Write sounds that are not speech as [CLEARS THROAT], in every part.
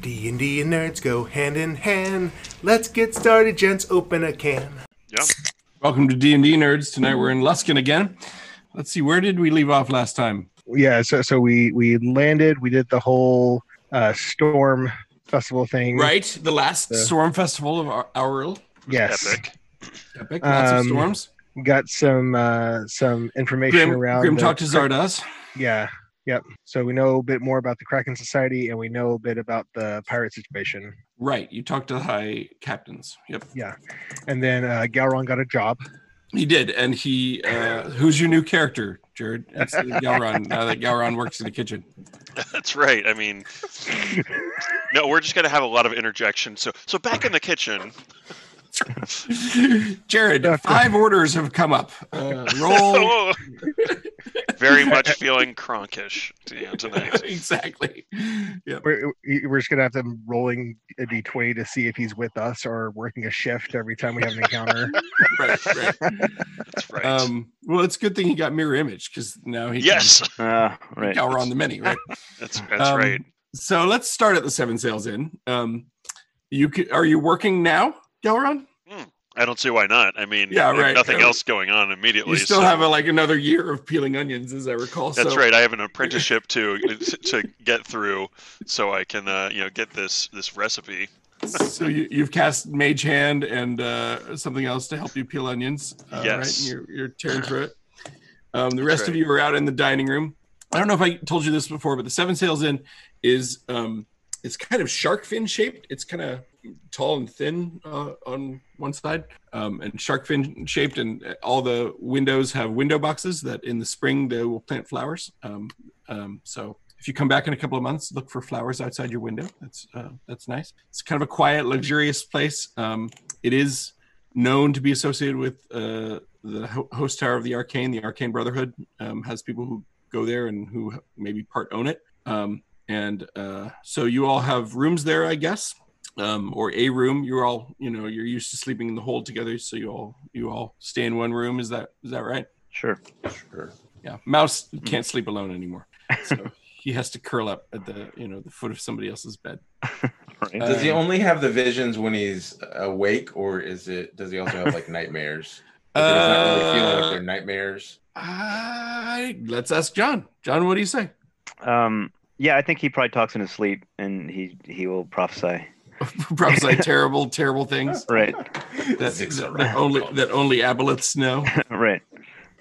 D and D and nerds go hand in hand. Let's get started, gents. Open a can. Yeah. Welcome to D and D Nerds. Tonight we're in Luskin again. Let's see, where did we leave off last time? yeah so so we we landed we did the whole uh storm festival thing Right, the last Yeah. storm festival of our, our world. yes Epic. [LAUGHS] Epic, lots of Um, storms. got some uh some information Grim, around Grim the- talked to Zardoz. yeah yep so we know a bit more about the kraken society and we know a bit about the pirate situation Right, you talked to the high captains. Yep, and then uh galron got a job he did, and he. Uh, who's your new character, Jared? Instead of Galron. Now that Galron works in the kitchen. That's right. I [LAUGHS] mean, no, we're just gonna have a lot of interjections. So, so back in the kitchen. Jared, Doctor. five orders have come up. Uh, [LAUGHS] roll. [LAUGHS] Oh, [LAUGHS] very much feeling cronkish to you tonight. [LAUGHS] exactly. Yep. we're, we're just gonna have them rolling a d20 to see if he's with us or working a shift every time we have [LAUGHS] an encounter Right. [LAUGHS] Right. That's right. Um, well, it's a good thing he got mirror image because now he [LAUGHS] yes, Ah, can right. cower on the many, right? that's that's Um, right. So let's start at the Seven Sails Inn. Um, you c- are you working now, Galron? I don't see why not. I mean, I yeah, have right. Nothing Um, else going on immediately. You still so- have a, like another year of peeling onions, as I recall. That's so, right. I have an apprenticeship to [LAUGHS] to get through, so I can uh, you know get this this recipe. [LAUGHS] So you, you've cast Mage Hand and uh, something else to help you peel onions. Uh, Right? Yes. And you're, you're tearing through it. Um, the rest of right. you are out in the dining room. I don't know if I told you this before, but the Seven Sails Inn is um, it's kind of shark fin shaped. It's kind of tall and thin uh, on one side, um, and shark fin shaped. And all the windows have window boxes that in the spring they will plant flowers. Um, um, so if you come back in a couple of months, look for flowers outside your window. That's uh, that's nice. It's kind of a quiet, luxurious place. Um, it is known to be associated with uh, the ho- host tower of the Arcane. The Arcane Brotherhood um, has people who go there and who maybe part own it. Um, and uh, so you all have rooms there, I guess, um, or a room. You're all, you know, you're used to sleeping in the hold together, so you all you all stay in one room. Is that is that right? Sure. Sure. Yeah, Mouse Mm-hmm. can't sleep alone anymore, so [LAUGHS] he has to curl up at the you know the foot of somebody else's bed. Right. Uh, Does he only have the visions when he's awake, or is it? Does he also have like nightmares? Like, if he's not really feeling like Uh, they're nightmares. I, let's ask John. John, what do you say? [LAUGHS] Um, yeah, I think he probably talks in his sleep, and he he will prophesy. Prophesy terrible, terrible things Right. [LAUGHS] that, that, that only that only aboliths know. right.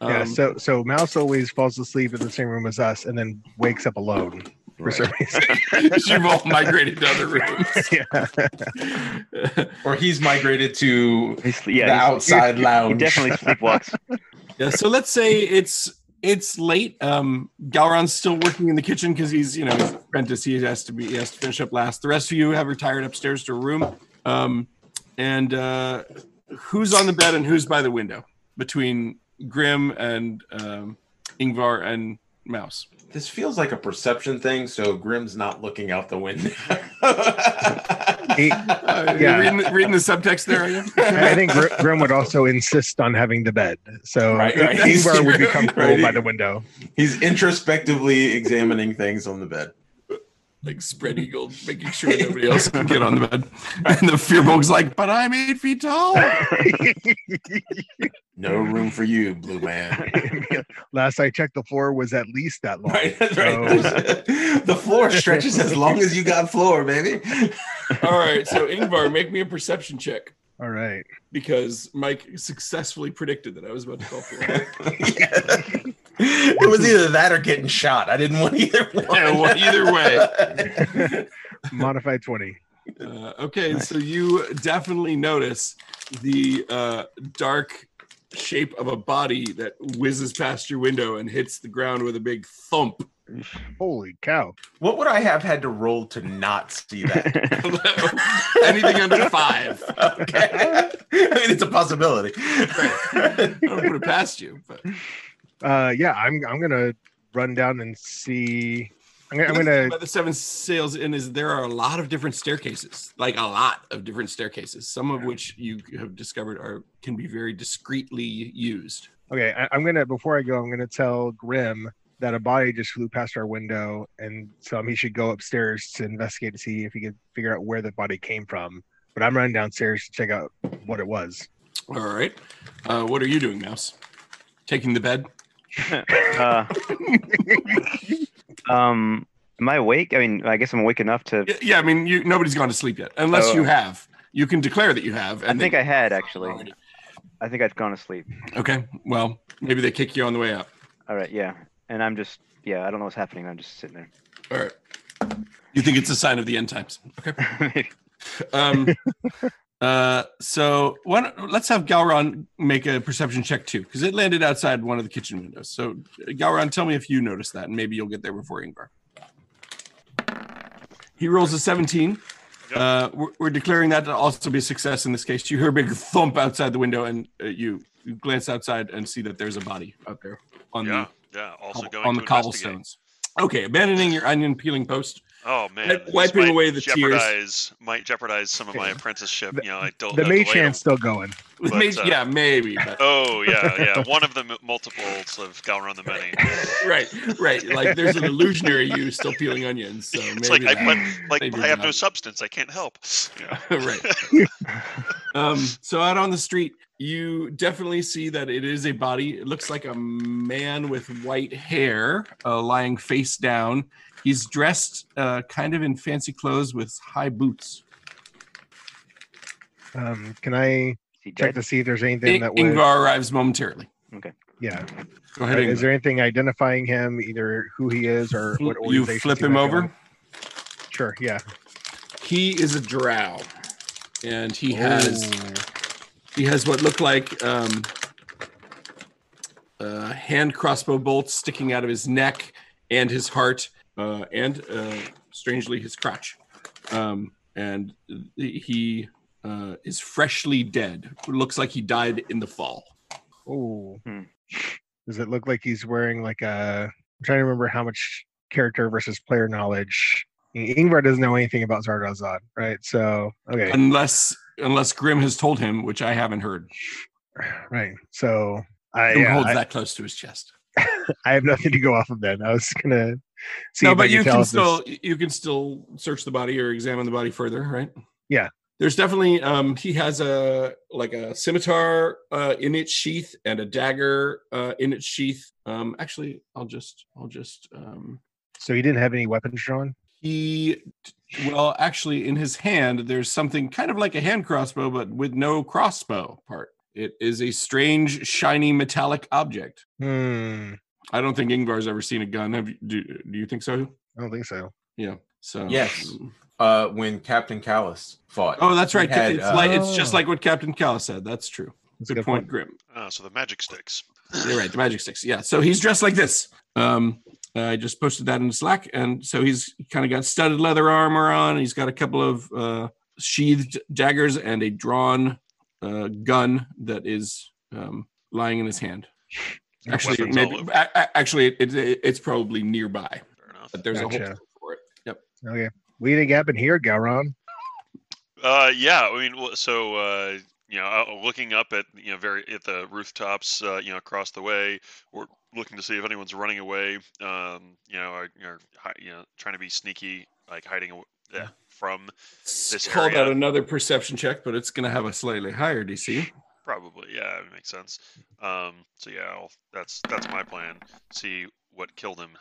yeah Um, so so mouse always falls asleep in the same room as us and then wakes up alone [LAUGHS] for some reason [LAUGHS] you've all migrated to other yeah rooms. [LAUGHS] or he's migrated to He sl- the yeah. he's- outside He, lounge. definitely sleepwalks. yeah, so let's say it's it's late. Um, Galron's still working in the kitchen because he's you know he's an apprentice. He has to be he has to finish up last. The rest of you have retired upstairs to a room. Um, and uh, who's on the bed and who's by the window between Grim and um, Ingvar and Mouse? This feels like a perception thing. So Grimm's not looking out the window. He- Uh, Yeah. yeah. reading, the- reading the subtext there. Are you? And I think Gr- Grim would also insist on having the bed, so Right, [LAUGHS] right. [LAUGHS] Ingvar would be Right. comfortable by the window. [LAUGHS] [LAUGHS] he's introspectively examining things on the bed. like spread eagle, making sure [LAUGHS] nobody else can get on the bed. [LAUGHS] And the fearbog's like, but I'm eight feet [LAUGHS] tall. No room for you, [LAUGHS] blue man. Last I checked, the floor was at least that long. Right, right. So- [LAUGHS] the floor stretches as long as you got floor, baby. All right, so Ingvar, make me a perception check All right, because Mike successfully predicted that I was about to call for it. [LAUGHS] it was either that or getting shot. I didn't want either one. [LAUGHS] [LAUGHS] Yeah, well, either way. modified twenty. Uh, okay, so you definitely notice the uh, dark shape of a body that whizzes past your window and hits the ground with a big thump. [LAUGHS] Holy cow! what would I have had to roll to not see [LAUGHS] that? Anything under five. Okay. I mean, it's a possibility. I don't put it past you, but Uh, yeah, I'm I'm gonna run down and see. I'm gonna, I'm Another thing gonna about the seven sails in is there are a lot of different staircases, like a lot of different staircases. Some of which you have discovered are can be very discreetly used. okay. I, I'm gonna before I go, I'm gonna tell Grim that a body just flew past our window, and so he should go upstairs to investigate to see if he could figure out where the body came from. But I'm running downstairs to check out what it was. All right. Uh, what are you doing, Mouse? Taking the bed? Uh, um, am I awake? I mean, I guess I'm awake enough to. Y- Yeah, I mean, you, nobody's gone to sleep yet, unless Oh. you have. You can declare that you have. I and think they- I had actually. I think I'd gone asleep. Okay. Well, maybe they kick you on the way up. All right, yeah. And I'm just, yeah, I don't know what's happening. I'm just sitting All right. You think it's a sign of the end times? Okay. [LAUGHS] there. Um, uh, so one, let's have Galron make a perception check too, because it landed outside one of the kitchen windows. So Galron, tell me if you noticed that, and maybe you'll get there before Ingvar. He rolls a 17. Yep. Uh, we're, we're declaring that to also be a success in this case. You hear a big thump outside the window, and uh, you, you glance outside and see that there's a body out there on yeah, yeah. the Also cob- going Um, on to the investigate. cobblestones. Okay, abandoning your onion peeling post. Oh man, Wi- this wiping might away the tears. jeopardize, Might jeopardize some of my Yeah. apprenticeship. The- you know, I Oh, don't. The uh, mage delay hand's still going. But, Maybe- uh, yeah, maybe. [LAUGHS] But Oh yeah, yeah. One of the m- multiples of Galron the Many. right, right. Like there's an illusionary you still peeling onions. So maybe it's like I, that- but, like maybe I have no not. substance. I can't help. Yeah. [LAUGHS] right. [LAUGHS] um, so out on the street, you definitely see that it is a body. It looks like a man with white hair uh, lying face down. He's dressed uh, kind of in fancy clothes with high boots. Um, can I Is he check dead? to see if there's anything In- that Ingvar was? arrives momentarily. Yeah. Go ahead. Is Ingvar. there anything identifying him, either who he is or what you organization flip he him might over. belong- Sure. Yeah. He is a drow, and he has Oh. He has what look like um, uh, hand crossbow bolts sticking out of his neck and his heart, uh, and uh, strangely his crotch. Um, and he uh, is freshly dead. Looks like he died in the fall. Oh. Hmm. Does it look like he's wearing like a? I'm trying to remember how much character versus player knowledge. I- Ingvar doesn't know anything about Zardozad, right? So okay, Unless unless Grim has told him, which I haven't heard. right. So I, Grim yeah, holds I, that close to his chest. I have nothing to go off of then. I was gonna see. no, if I but you tell can if this- still you can still search the body or examine the body further, right? Yeah. There's definitely um he has a like a scimitar uh in its sheath and a dagger uh in its sheath. Um actually I'll just I'll just um So he didn't have any weapons drawn. he well actually in his hand there's something kind of like a hand crossbow but with no crossbow part. It is a strange shiny metallic object. Hmm. I don't think Ingvar's ever seen a gun. Have you, do, do you think so? I don't think so. Yeah. So Yes. Uh, when Captain Callus fought. Oh, that's He right. had, it's uh, like it's just Oh. like what Captain Callus said. That's true. That's Good, point, Grim. Uh, so the magic sticks. You're right. The magic sticks. Yeah. So he's dressed like this. Um, I just posted that in Slack, and so he's kind of got studded leather armor on. He's got a couple of uh, sheathed daggers and a drawn uh, gun that is um, lying in his hand. Yeah, Actually, weapons maybe, all over. a- a- actually, it, it, it's probably nearby, Fair enough. but there's a Gotcha. hole for it. Yep. Okay, we didn't happen here, Galron. Uh, yeah, I mean, well, so uh, you know, uh, looking up at you know, very at the rooftops, uh, you know, across the way, we're looking to see if anyone's running away. Um, you know, or, or hi- you know, trying to be sneaky, like hiding aw- yeah, from It's called area- out another perception check, but it's going to have a slightly higher DC. probably. Yeah, it makes sense. Um, so yeah, I'll, that's that's my plan. See what killed him.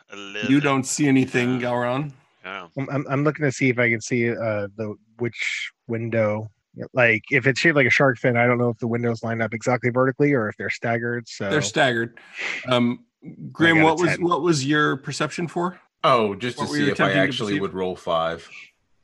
You don't see anything, Yeah. Galron. Yeah. I'm, I'm, I'm looking to see if I can see uh the which window. Like if it's shaped like a shark fin, I don't know if the windows line up exactly vertically or if they're staggered. So They're [LAUGHS] staggered. Um, Grim, got a what was 10. what was your perception [LAUGHS] for? Oh, just to What were see you if I attempting to actually perceive? would roll five.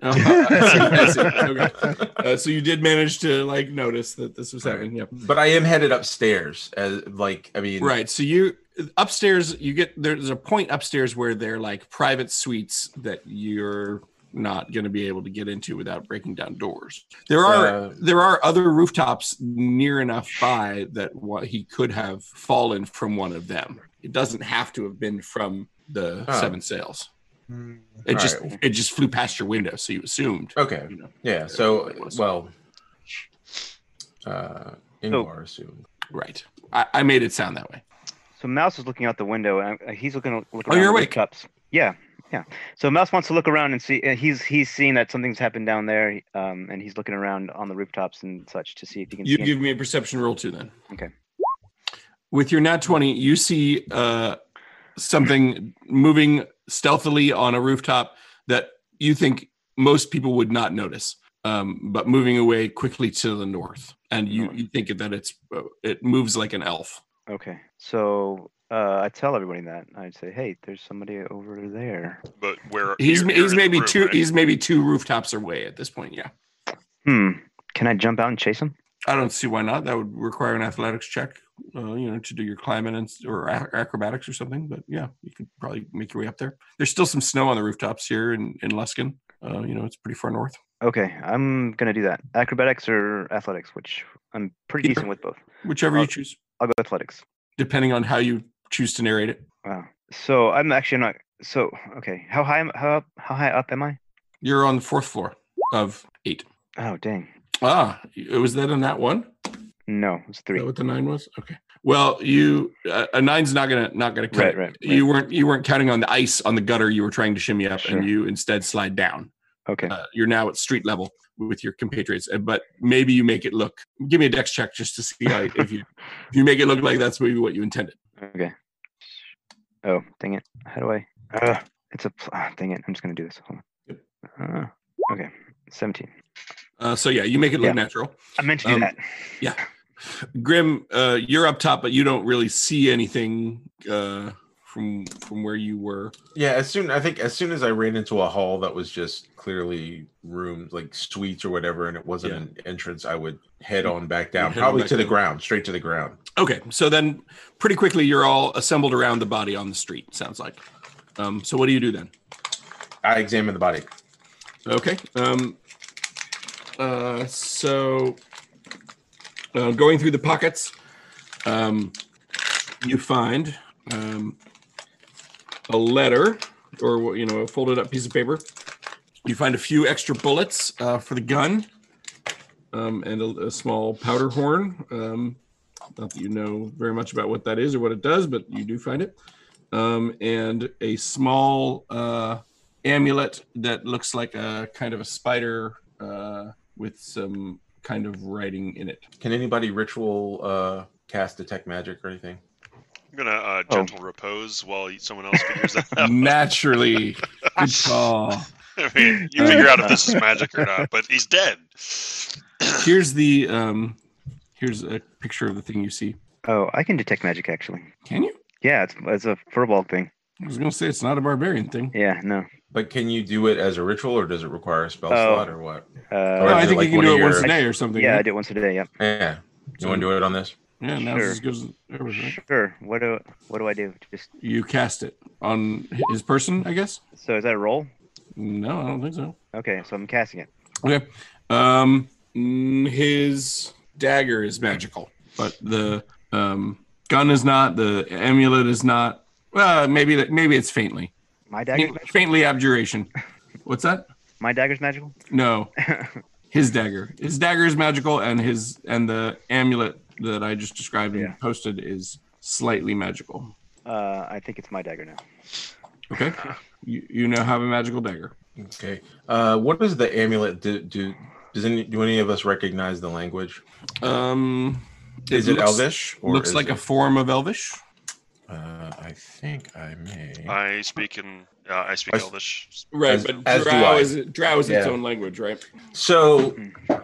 Oh, I see, I [LAUGHS] see. Okay. Uh, so you did manage to like notice that this was happening. Yep. But I am headed upstairs. As like, I mean, Right. So you upstairs, you get there's a point upstairs where they're like private suites that you're not going to be able to get into without breaking down doors. There are Uh, there are other rooftops near enough by that what he could have fallen from one of them. It doesn't have to have been from the Oh. seven sails. Hmm. It All just right. it just flew past your window, so you assumed. Okay. You know, Yeah. So, it was. well, uh, Ingvar assumed. right. I, I made it sound that way. So Mouse is looking out the window, and uh, he's looking. Look Oh, around you're the awake. rooftops. Yeah, yeah. So Mouse wants to look around and see. And he's he's seeing that something's happened down there, um, and he's looking around on the rooftops and such to see if he can. You see give me a perception roll too, then. Okay. With your nat twenty, you see uh, something moving stealthily on a rooftop that you think most people would not notice, um, but moving away quickly to the north, and you, you think that it's uh, it moves like an elf. any- okay. So uh, I tell everybody that I say, "Hey, there's somebody over there." But where He's you're- you're he's in the maybe room, two right? he's maybe two rooftops away at this point. Yeah, Hmm. Can I jump out and chase him? I don't see why not. That would require an athletics check, uh, you know, to do your climbing and s- or ac- acrobatics or something. But yeah, you could probably make your way up there. There's still some snow on the rooftops here in in Luskin. Uh, you know, it's pretty far north. Okay, I'm gonna do that. Acrobatics or athletics, which I'm pretty Either. decent with both. Whichever you Uh, choose, I'll go athletics. depending on how you choose to narrate it. Wow. So I'm actually not. So okay, how high am how up, how high up am I? You're on the fourth floor of eight. Oh dang. Ah, y- was that on that one? No, it's Is three. that what the nine was? Okay. Well, you uh, a nine's not gonna not gonna cut Right, it. right, You weren't you weren't counting on the ice on the gutter. You were trying to shimmy up, Sure. and you instead slide down. Okay. uh, you're now at street level with your compatriots, uh, but maybe you make it look. Give me a dex check just to see how, if you if you make it look like that's maybe what you intended. Okay. Oh, dang it. How do I? Uh, it's a. Pl- ah, dang it. I'm just going to do this. Hold on. Uh, okay. 17. Uh, so yeah, you make it look Yeah. natural. I meant to do Um, that. yeah. Grim, uh, you're up top, but you don't really see anything uh, from from where you were. Yeah, as soon I think as soon as I ran into a hall that was just clearly rooms like suites or whatever, and it wasn't Yeah. an entrance, I would head on back down, head on probably back to the down. ground, straight to the ground. Okay, so then pretty quickly you're all assembled around the body on the street. Sounds like. Um, so what do you do then? I examine the body. Okay. Um, uh, so uh, going through the pockets, um, you find um, a letter or you know a folded up piece of paper. You find a few extra bullets uh, for the gun um, and a, a small powder horn. Um, not that you know very much about what that is or what it does, but you do find it. Um, and a small uh, amulet that looks like a kind of a spider uh, with some kind of writing in it. Can anybody ritual uh cast detect magic or anything? I'm gonna uh, Oh. gentle repose while someone else figures that [LAUGHS] out. [LAUGHS] Naturally, good call. I mean, you figure out if this is magic or not. But he's dead. Here's the um, here's a picture of the thing you see. Oh, I can detect magic actually. Can you? Yeah, it's, it's a furball thing. I was gonna say it's not a barbarian thing. Yeah, no. But can you do it as a ritual or does it require a spell Oh. slot or what? Uh, Or no, is I it think like you can one do of it once a your- day or something. yeah, I right? did it once a day. Yep. Yeah. You want to do it on this? yeah. Now Sure. it's as good as ever, right? Sure. What do what do I do? Just You cast it on his person, I guess. so is that a roll? No, I don't think so. Okay, so I'm casting it. Okay. Um, mm, his dagger is magical, but the um, gun is not. The amulet is not. Well, maybe that. Maybe it's faintly, My dagger's magical. faintly abjuration. What's that? My dagger's magical. No, his dagger. His dagger is magical, and his and the amulet that I just described Yeah. and posted is slightly magical. uh, I think it's my dagger now. Okay. You, you now have a magical dagger. Okay. Uh what does the amulet do do does any do any of us recognize the language? Um, Is it, looks- Elvish? Looks is like a it- form of Elvish. Uh, I think I may. I speak in. Uh, I speak I s- Elvish. Right, As- but as do Drow I. is Drow is its Yeah. own language, right? So,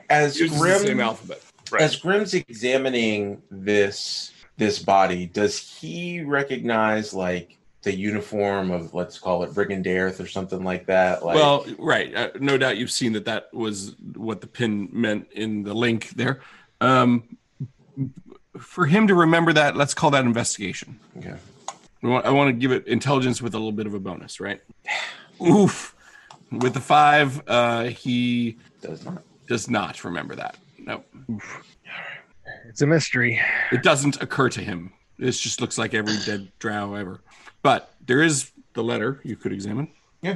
as Uses Hmm. the same Grim, alphabet. Right. as Grim's examining this this body, does he recognize like the uniform of let's call it Brigandareth or something like that? Like, well, right. Uh, no doubt you've seen that that was what the pin meant in the link there. Um, for him to remember that, let's call that investigation. Okay. We want, I want to give it intelligence with a little bit of a bonus, right? [SIGHS] Oof. With the five, uh, he does not. does not remember that. No, It's a mystery. it doesn't occur to him. This just looks like every dead drow ever. But there is the letter you could examine. Yeah. uh,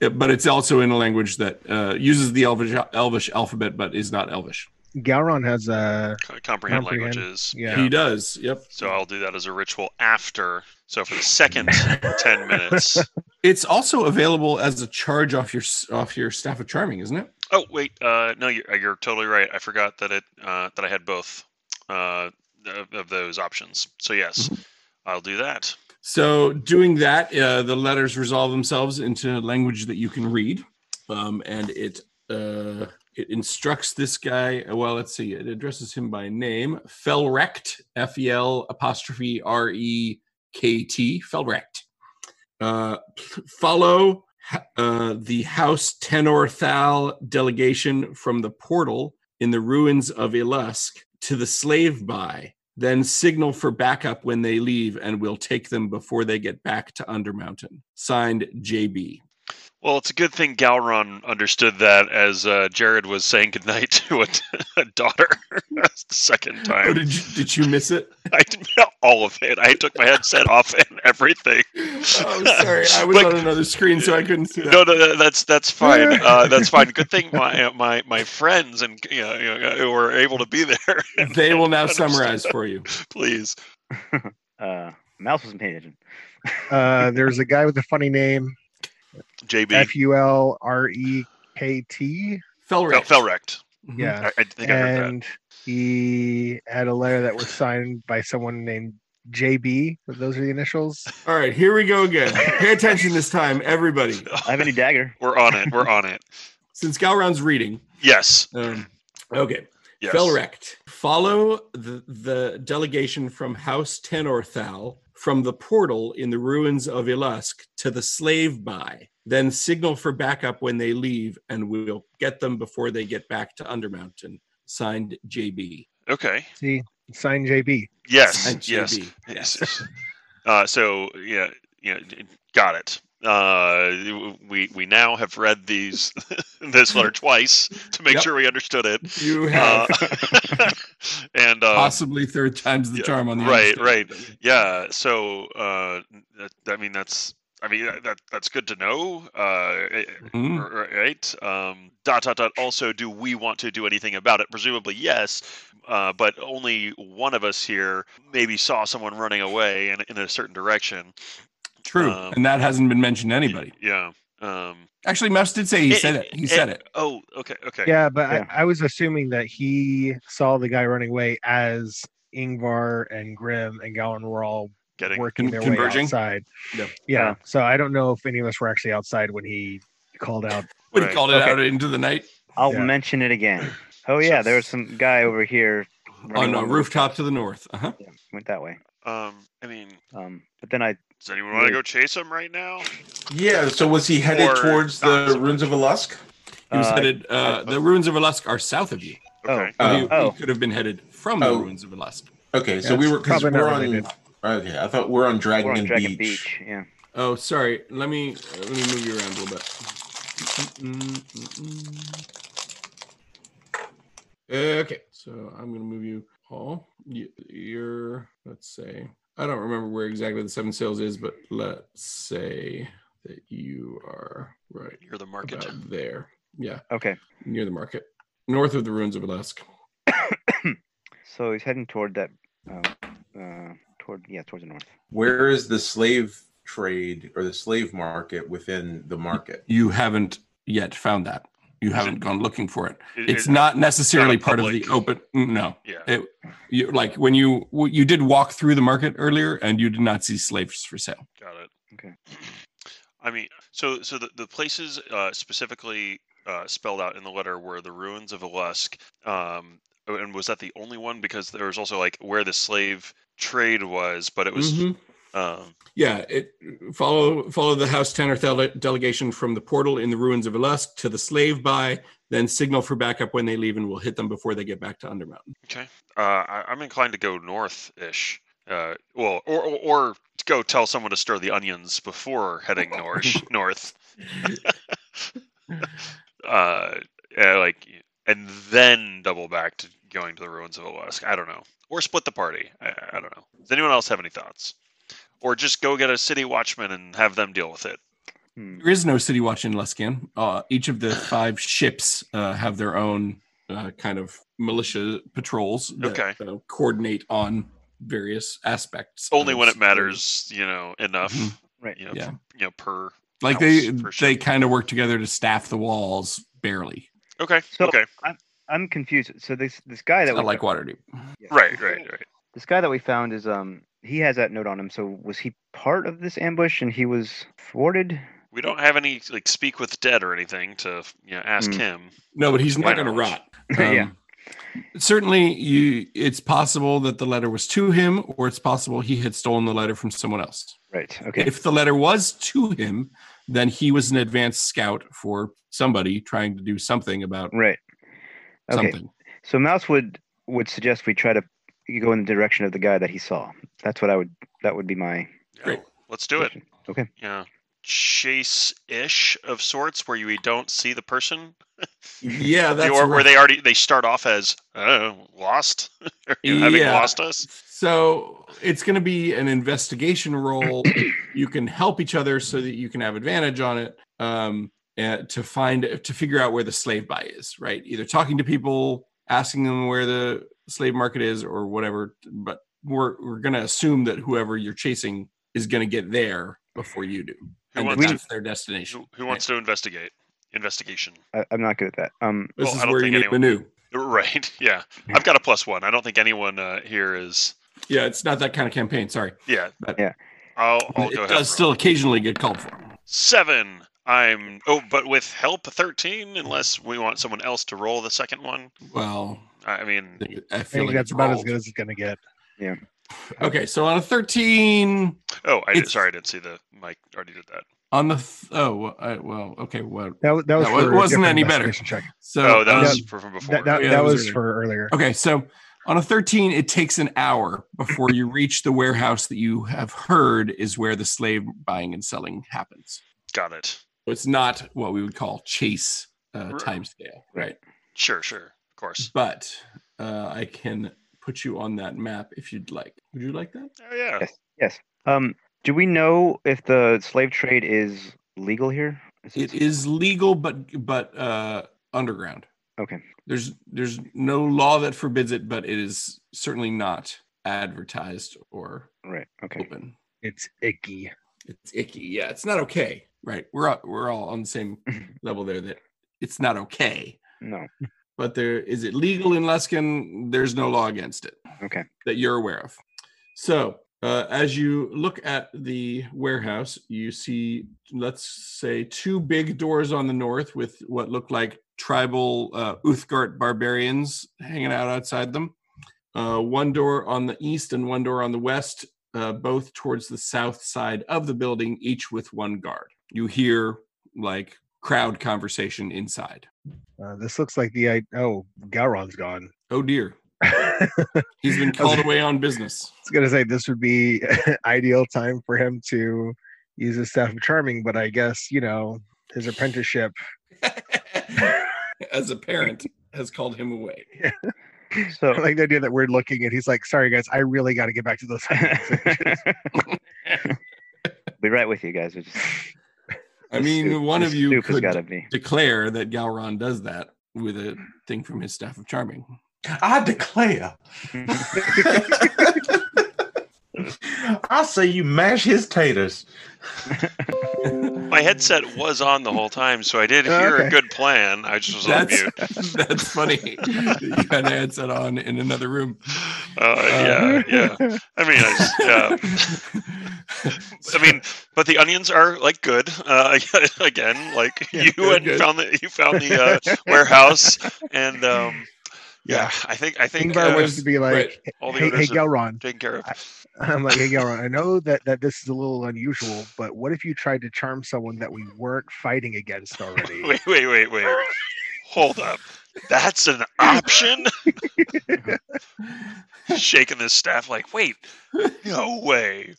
Yeah, but it's also in a language that uh, uses the Elvish, Elvish alphabet, but is not Elvish. Galron has a Co- comprehend, Comprehend. languages. Yeah. He does. Yep. So I'll do that as a ritual after. So for the second [LAUGHS] ten minutes. It's also available as a charge off your s- off your staff of charming, isn't it? Oh wait, uh, no, you're, you're totally right. I forgot that it uh, that I had both uh, of, of those options. So yes, Mm-hmm. I'll do that. So doing that, uh, the letters resolve themselves into language that you can read, um, and it uh, it instructs this guy. Well, let's see. It addresses him by name, Felrect, F E L apostrophe R E K T, Felrect. Uh, follow ha- uh, the House Tenor Thal delegation from the portal in the ruins of Ilusk to the slave by, then signal for backup when they leave, and we'll take them before they get back to Undermountain. Signed, JB. Well, it's a good thing Galron understood that as uh, Jared was saying goodnight [LAUGHS] to a, a daughter [LAUGHS] the [LAUGHS] second Oh, time. did you, did you miss it? I did not all of it. I took my headset off [LAUGHS] and everything. Oh, sorry. I was Like- on another screen, so I couldn't see that. No, no, no, that's that's fine. Uh, that's fine. Good [LAUGHS] thing my uh, my my friends and you know, you know, were able to be there. [LAUGHS] and- they will and now understand summarize that. for you. Please. Uh, Mouse wasn't paying attention. uh, there's a guy with a funny name, JB. F U L R E K T. Fel- Felrect. Felrect. Mhm. Yeah, I, I think I heard and he had a letter that was signed by someone named JB. but Those are the initials. All right, here we go again. Pay attention this time, everybody. that. I have any dagger. [LAUGHS] We're on it. We're on it. Since Galron's reading, Yes. um, okay. Yes. Felrect, follow the, the delegation from House Tenorthal from the portal in the ruins of Ilusk to the slave by, then signal for backup when they leave, and we'll get them before they get back to Undermountain. Signed, JB. Okay. See, signed JB. Yes. Signed, Yes. JB. yes. Uh, so yeah, yeah, d- got it. Uh, we we now have read these [LAUGHS] this letter twice to make Yep. sure we understood it. You Uh, have [LAUGHS] and uh, possibly third time's the yeah, charm on the right, understatement. yeah so uh that, i mean that's i mean that- that that's good to know uh eh, Mhm. r- right um dot dot dot also do we want to do anything about it presumably yes uh but only one of us here maybe saw someone running away in, in a certain direction True, Um, and that hasn't been mentioned to anybody. yeah um Actually, Mouse did say he eh, said eh, it. He eh, said it. oh okay okay Yeah, but Yeah. I, I was assuming that he saw the guy running away as Ingvar and Grim and Gowan were all getting working their converging? way outside. Yeah. Yeah, So I don't know if any of us were actually outside when he called out. When he Right. called it Okay. out into the night I'll Yeah. mention [CLEARS THROAT] it again. Oh yeah, there was some guy over here. on uh, running a along the rooftop to the north. Uh-huh. Yeah, went that way. um i mean Um, but then I does anyone want to Yeah. go chase him right now Yeah. So was he headed Or towards not the so ruins of Alusk? He was Uh, headed. Uh, the ruins of Alaska are south of you. Oh. okay But he, Oh. he Oh. could have been headed from the Oh. ruins of Alaska. Okay. So Yeah, we it's were because probably not we're on. related. Okay, I thought we're on Dragon, we're on Dragon Beach. Beach. Yeah. Oh, sorry. Let me uh, let me move you around a little bit. Mm, mm, mm, mm. Okay, so I'm gonna move you, Paul. You, you're let's say I don't remember where exactly the Seven Sails is, but let's say that you are right you're the market about there. Yeah, Okay. [CLEARS THROAT] near the market, north of the ruins of Alaska. So he's heading toward that. Um, uh, toward yeah, towards the north. Where is the slave trade or the slave market within the market? You haven't yet found that. You haven't gone looking for it. It- It's it- not necessarily not a part of the public- open. No, yeah it you like when you you did walk through the market earlier and you did not see slaves for sale Got it. Okay. I mean, so so the, the places uh, specifically uh, spelled out in the letter were the ruins of Alusk. Um, oh, and was that the only one? Because there was also like where the slave trade was, but it was Mm-hmm. um, yeah it follow follow the house tenor dele- delegation from the portal in the ruins of Elusk to the slave by then signal for backup when they leave and we'll hit them before they get back to undermountain uh, I, I'm inclined to go north ish. Uh, well, or, or or to go tell someone to stir the onions before heading north. north. [LAUGHS] Uh, yeah, like, and then double back to going to the ruins of Alaska. I don't know, or split the party. I, I don't know. Does anyone else have any thoughts? Or just go get a city watchman and have them deal with it. Hmm. there is no city watch in luskan uh, each of the five ships uh, have their own uh, kind of militia patrols that Okay. uh, coordinate on various aspects. Only of when it security. matters, you know, enough. Mhm. Mm-hmm. Right. You know, Yeah. you know, per. Like they house, for sure. they kind of work together to staff the walls barely. Okay. So- okay. I'm confused. So this this guy that Not we like fo- Waterdeep. yeah. Right. Right. Right. This guy that we found is um he has that note on him. So was he part of this ambush and he was thwarted? We don't have any like speak with dead or anything to you know ask Mm. him. No, but he's Yeah. not going to rot. Yeah. Um, Certainly, you. It's possible that the letter was to him, or it's possible he had stolen the letter from someone else. Right. Okay. If the letter was to him, then he was an advanced scout for somebody trying to do something about right. Okay. something. [LAUGHS] So Mouse would would suggest we try to go in the direction of the guy that he saw. That's what I would. That would be my. Yeah, Great. Let's do it. suggestion. Okay. Yeah. Chase ish of sorts, where you don't see the person, Yeah, that's or where right. they already they start off as uh, lost, [LAUGHS] or, you know, having Yeah. lost us. So it's going to be an investigation [CLEARS THROAT] role. you can help each other so that you can have advantage on it um, and to find to figure out where the slave buy is. Right, either talking to people, asking them where the slave market is, or whatever. But we're we're going to assume that whoever you're chasing is going to get there before you do, Who and that wants, to, that's their destination. who, who wants to investigate? Investigation. [LAUGHS] I, I'm not good at that. Um. This Well, I is don't where you think need anyone- Manu. Right. Yeah. I've got a plus one. I don't think anyone uh, here is. Yeah, it's not that kind of campaign. Sorry, Yeah. But- Yeah. I'll, I'll it go ahead. and roll. does still occasionally get called for. Seven. I'm. Oh, but with help, thirteen. Unless we want someone else to roll the second one. Well, I I mean, I I feel think like that's it's about as rolled. good as it's gonna get. Okay, so on a thirteen, oh, I did, It's- sorry, I didn't see the mic. Already did that. on the th- oh well, I, well, okay, well, That, wa- that was No, it for a wasn't different any better. investigation check. so oh, that um, was for- from before. That, that, Yeah, that that was was earlier. for earlier. okay. So on a thirteen, it takes an hour before you reach the warehouse that you have heard is where the slave buying and selling happens. Got it. So it's not what we would call chase uh, Right. timescale, right? Sure, sure, of course. But uh, I can put you on that map if you'd like. Would you like that? Oh yeah. Yes. Um. Do we know if the slave trade is legal here? Is It it- is legal, but but uh, underground. Okay. There's there's no law that forbids it, but it is certainly not advertised or Right. Okay. open. It's icky. It's icky. Yeah, it's not okay. Right. We're all, we're all on the same [LAUGHS] level there. That it's not okay. No. But there is it legal in Luskin? There's no law against it Okay. that you're aware of. So, uh, as you look at the warehouse, you see, let's say, two big doors on the north with what look like tribal uh, Uthgart barbarians hanging out outside them. Uh, one door on the east and one door on the west, uh, both towards the south side of the building, each with one guard. You hear like crowd conversation inside. Uh, this looks like the I- oh Gowron's gone. [LAUGHS] Oh dear, I he's been was- called away on business. was gonna say this would be [LAUGHS] ideal time for him to use his staff of charming, but I guess you know his apprenticeship. [LAUGHS] [LAUGHS] as a parent has called him away. So. [LAUGHS] I like the idea that we're looking and he's like, "Sorry guys, I really got to get back to those." be right with you guys. It's Just, I this mean, soup- one this of you soup has could gotta be. declare that Galron does that with a thing from his staff of charming. I [LAUGHS] declare. I say you mash his taters. My headset was on the whole time, so I did Oh, hear okay. a good plan. I just was on That's mute. that's funny. that you had an headset on in another room. Uh, yeah, yeah. I mean, I, just- [LAUGHS] yeah. I mean, but the onions are like good. Uh, [LAUGHS] again, like Yeah, you they're and good. found the you found the uh, warehouse, and um, yeah, I think I think Ingvar uh, wants to be like, Right. [LAUGHS] all the [LAUGHS] "Hey, hey owners are Gowron, taken care of. I'm like, hey, Gowron, I know that, that this is a little unusual, but what if you tried to charm someone that we weren't fighting against [LAUGHS] already? Wait, wait, wait, wait. Hold up. That's an option. Shaking this staff like, wait, no way.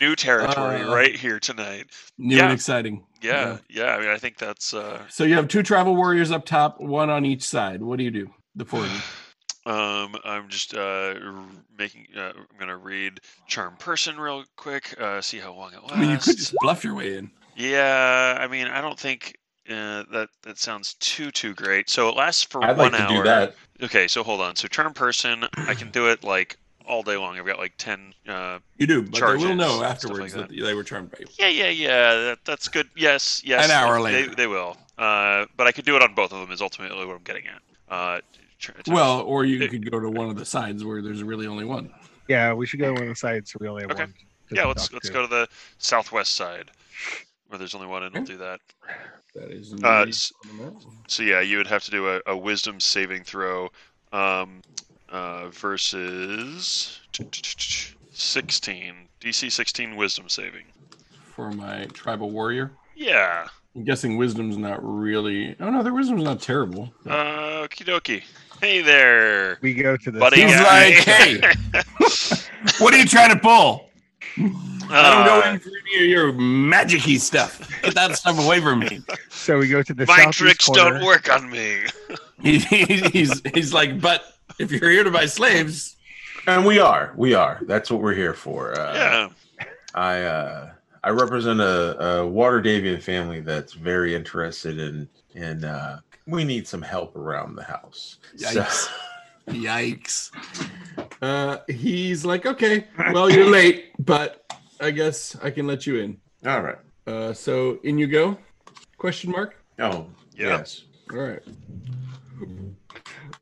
New territory Uh, right here tonight. New Yeah. and exciting. Yeah, yeah. I mean, I think that's uh, So you have two travel warriors up top, one on each side. What do you do? The four of you. Um, I'm just uh r- making. Uh, I'm gonna read Charm Person real quick. Uh, see how long it lasts. I mean, you could just bluff your way in. Yeah, I mean, I don't think Uh, that that sounds too too great. So it lasts for I'd one like to hour. do that. Okay, so hold on. So turn person, I can do it like all day long. I've got like ten. Uh, You do, but Charges, they will stuff know like afterwards that. that. they were charmed by you. yeah, yeah, yeah. That, that's good. Yes, yes. An hour they- later. they, will. Uh, but I could do it on both of them. Is ultimately what I'm getting at. Uh, tr- tr- Well, or you could go to one of the sides where there's really only one. Yeah, we should go to one of the sites. so We only have Okay. one. to yeah. Let's talk let's to. go to the southwest side, where there's only one, and we'll do that. That is. Uh, indeed s- on the mountain. So yeah, you would have to do a, a wisdom saving throw um, uh, versus sixteen DC sixteen wisdom saving. for my tribal warrior. Yeah. I'm guessing wisdom's not really. Oh no, their wisdom's not terrible. Uh, Okie dokie. Hey there, We go to the. buddy. He's guy. like, hey, what are you trying to pull? I don't [LAUGHS] Uh, go in for any of your magicy stuff. Get that stuff away from [LAUGHS] me. So we go to the. my southeast tricks corner. don't work on me. He, he- he's he's like, but if you're here to buy slaves, And we are, we are. That's what we're here for. Uh, yeah. I uh, I represent a, a Waterdavian family that's very interested in in uh, we need some help around the house. So, Yikes. Yikes. Uh, he's like, okay, well you're late, but I guess I can let you in. all right. Uh, so in you go? Question mark. Oh Yeah. yes. All right.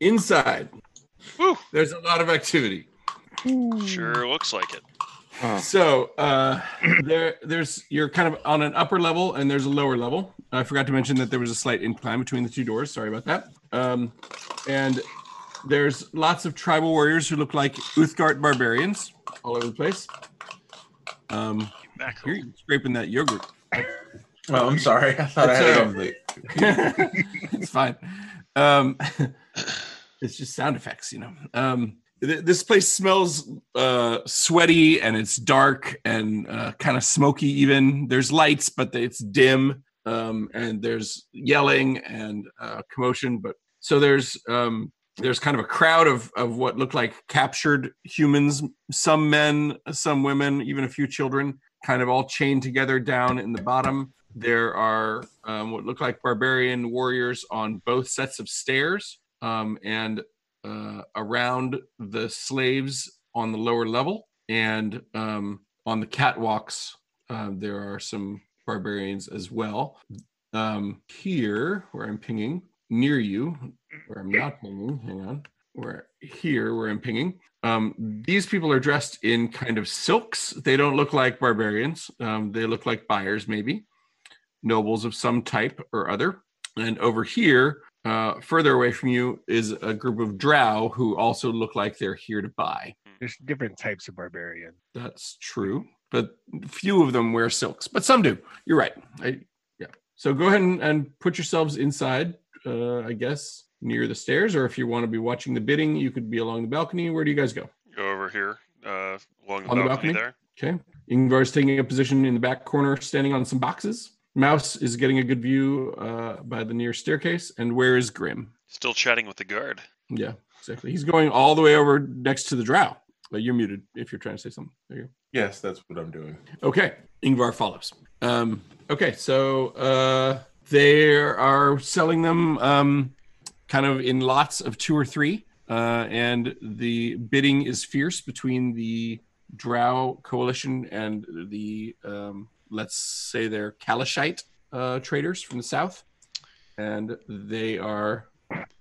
Inside, Woo. there's a lot of activity. Sure looks like it. Oh, So uh, there, there's you're kind of on an upper level and there's a lower level. I forgot to mention that there was a slight incline between the two doors. Sorry about that. Um, and there's lots of tribal warriors who look like Uthgard barbarians all over the place. Um, Mackerel. you're scraping that yogurt. Oh, I'm sorry. [LAUGHS] I thought I had it That's all on the. [LAUGHS] it's fine. Um, [LAUGHS] it's just sound effects, you know. Um, th- this place smells uh, sweaty and it's dark and uh, kind of smoky. Even there's lights, but it's dim. Um, and there's yelling and uh, commotion. But so there's um, there's kind of a crowd of of what look like captured humans. Some men, some women, even a few children, kind of all chained together down in the bottom. There are um, what look like barbarian warriors on both sets of stairs um, and uh, around the slaves on the lower level. And um, on the catwalks, uh, there are some barbarians as well. Um, here, where I'm pinging, near you, where I'm not pinging, hang on, where here, where I'm pinging, um, these people are dressed in kind of silks. They don't look like barbarians, um, they look like buyers, maybe nobles of some type or other. And over here, uh, further away from you, is a group of drow who also look like they're here to buy. There's different types of barbarian. That's true, but few of them wear silks, but some do. You're right. I, yeah. So go ahead and, and put yourselves inside, uh, I guess, near the stairs, or if you want to be watching the bidding, you could be along the balcony. Where do you guys go? Go over here uh, along the On the balcony balcony? there. Okay. Ingvar's taking a position in the back corner, standing on some boxes. Mouse is getting a good view uh, by the near staircase. And where is Grim? Still chatting with the guard. Yeah, exactly. He's going all the way over next to the drow. But you're muted if you're trying to say something. There you Yes, that's what I'm doing. go. Okay. Ingvar follows. Um, okay. So uh, they are selling them um, kind of in lots of two or three. Uh, and the bidding is fierce between the Drow coalition and the, um, let's say they're Kalashite uh, traders from the south. And they are,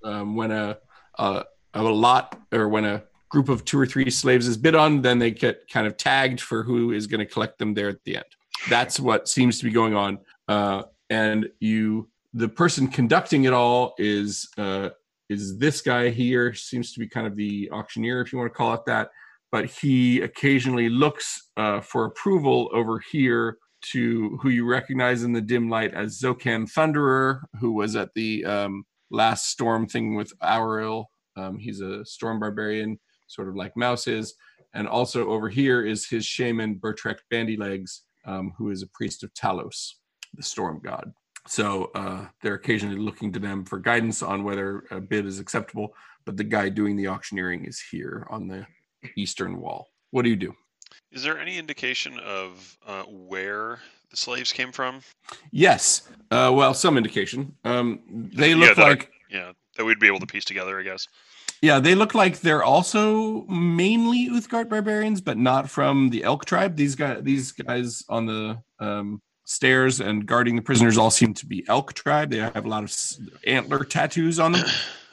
um, when a, a, a lot or when a group of two or three slaves is bid on, then they get kind of tagged for who is going to collect them there at the end. That's what seems to be going on. Uh, and you, the person conducting it all is uh, is this guy here seems to be kind of the auctioneer if you want to call it that but he occasionally looks uh, for approval over here to who you recognize in the dim light as zokan thunderer who was at the um, last storm thing with auril um, he's a storm barbarian sort of like mouse is and also over here is his shaman bertrek bandylegs um, who is a priest of talos the storm god so uh, they're occasionally looking to them for guidance on whether a bid is acceptable. But the guy doing the auctioneering is here on the eastern wall. What do you do? Is there any indication of uh, where the slaves came from? Yes. Uh, well, some indication. Um, they look that- like Yeah, that we'd be able to piece together, I guess. [CLEARS THROAT] yeah, they look like they're also mainly Uthgard barbarians, but not from the Elk tribe. These guys, these guys on the um, stairs and guarding the prisoners, all seem to be Elk tribe. They have a lot of s- antler tattoos on them.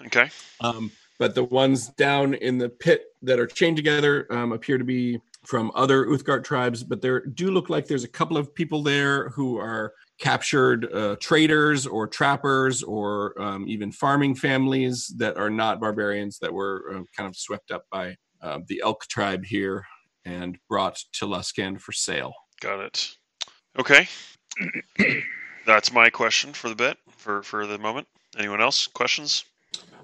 okay. Um, but the ones down in the pit that are chained together um, appear to be from other Uthgard tribes, but there do look like there's a couple of people there who are captured uh, traders or trappers or um, even farming families that are not barbarians that were uh, kind of swept up by uh, the elk tribe here and brought to Luskan for sale. Got it. Okay. [CLEARS THROAT] That's my question for the bit for for the moment. Anyone else questions?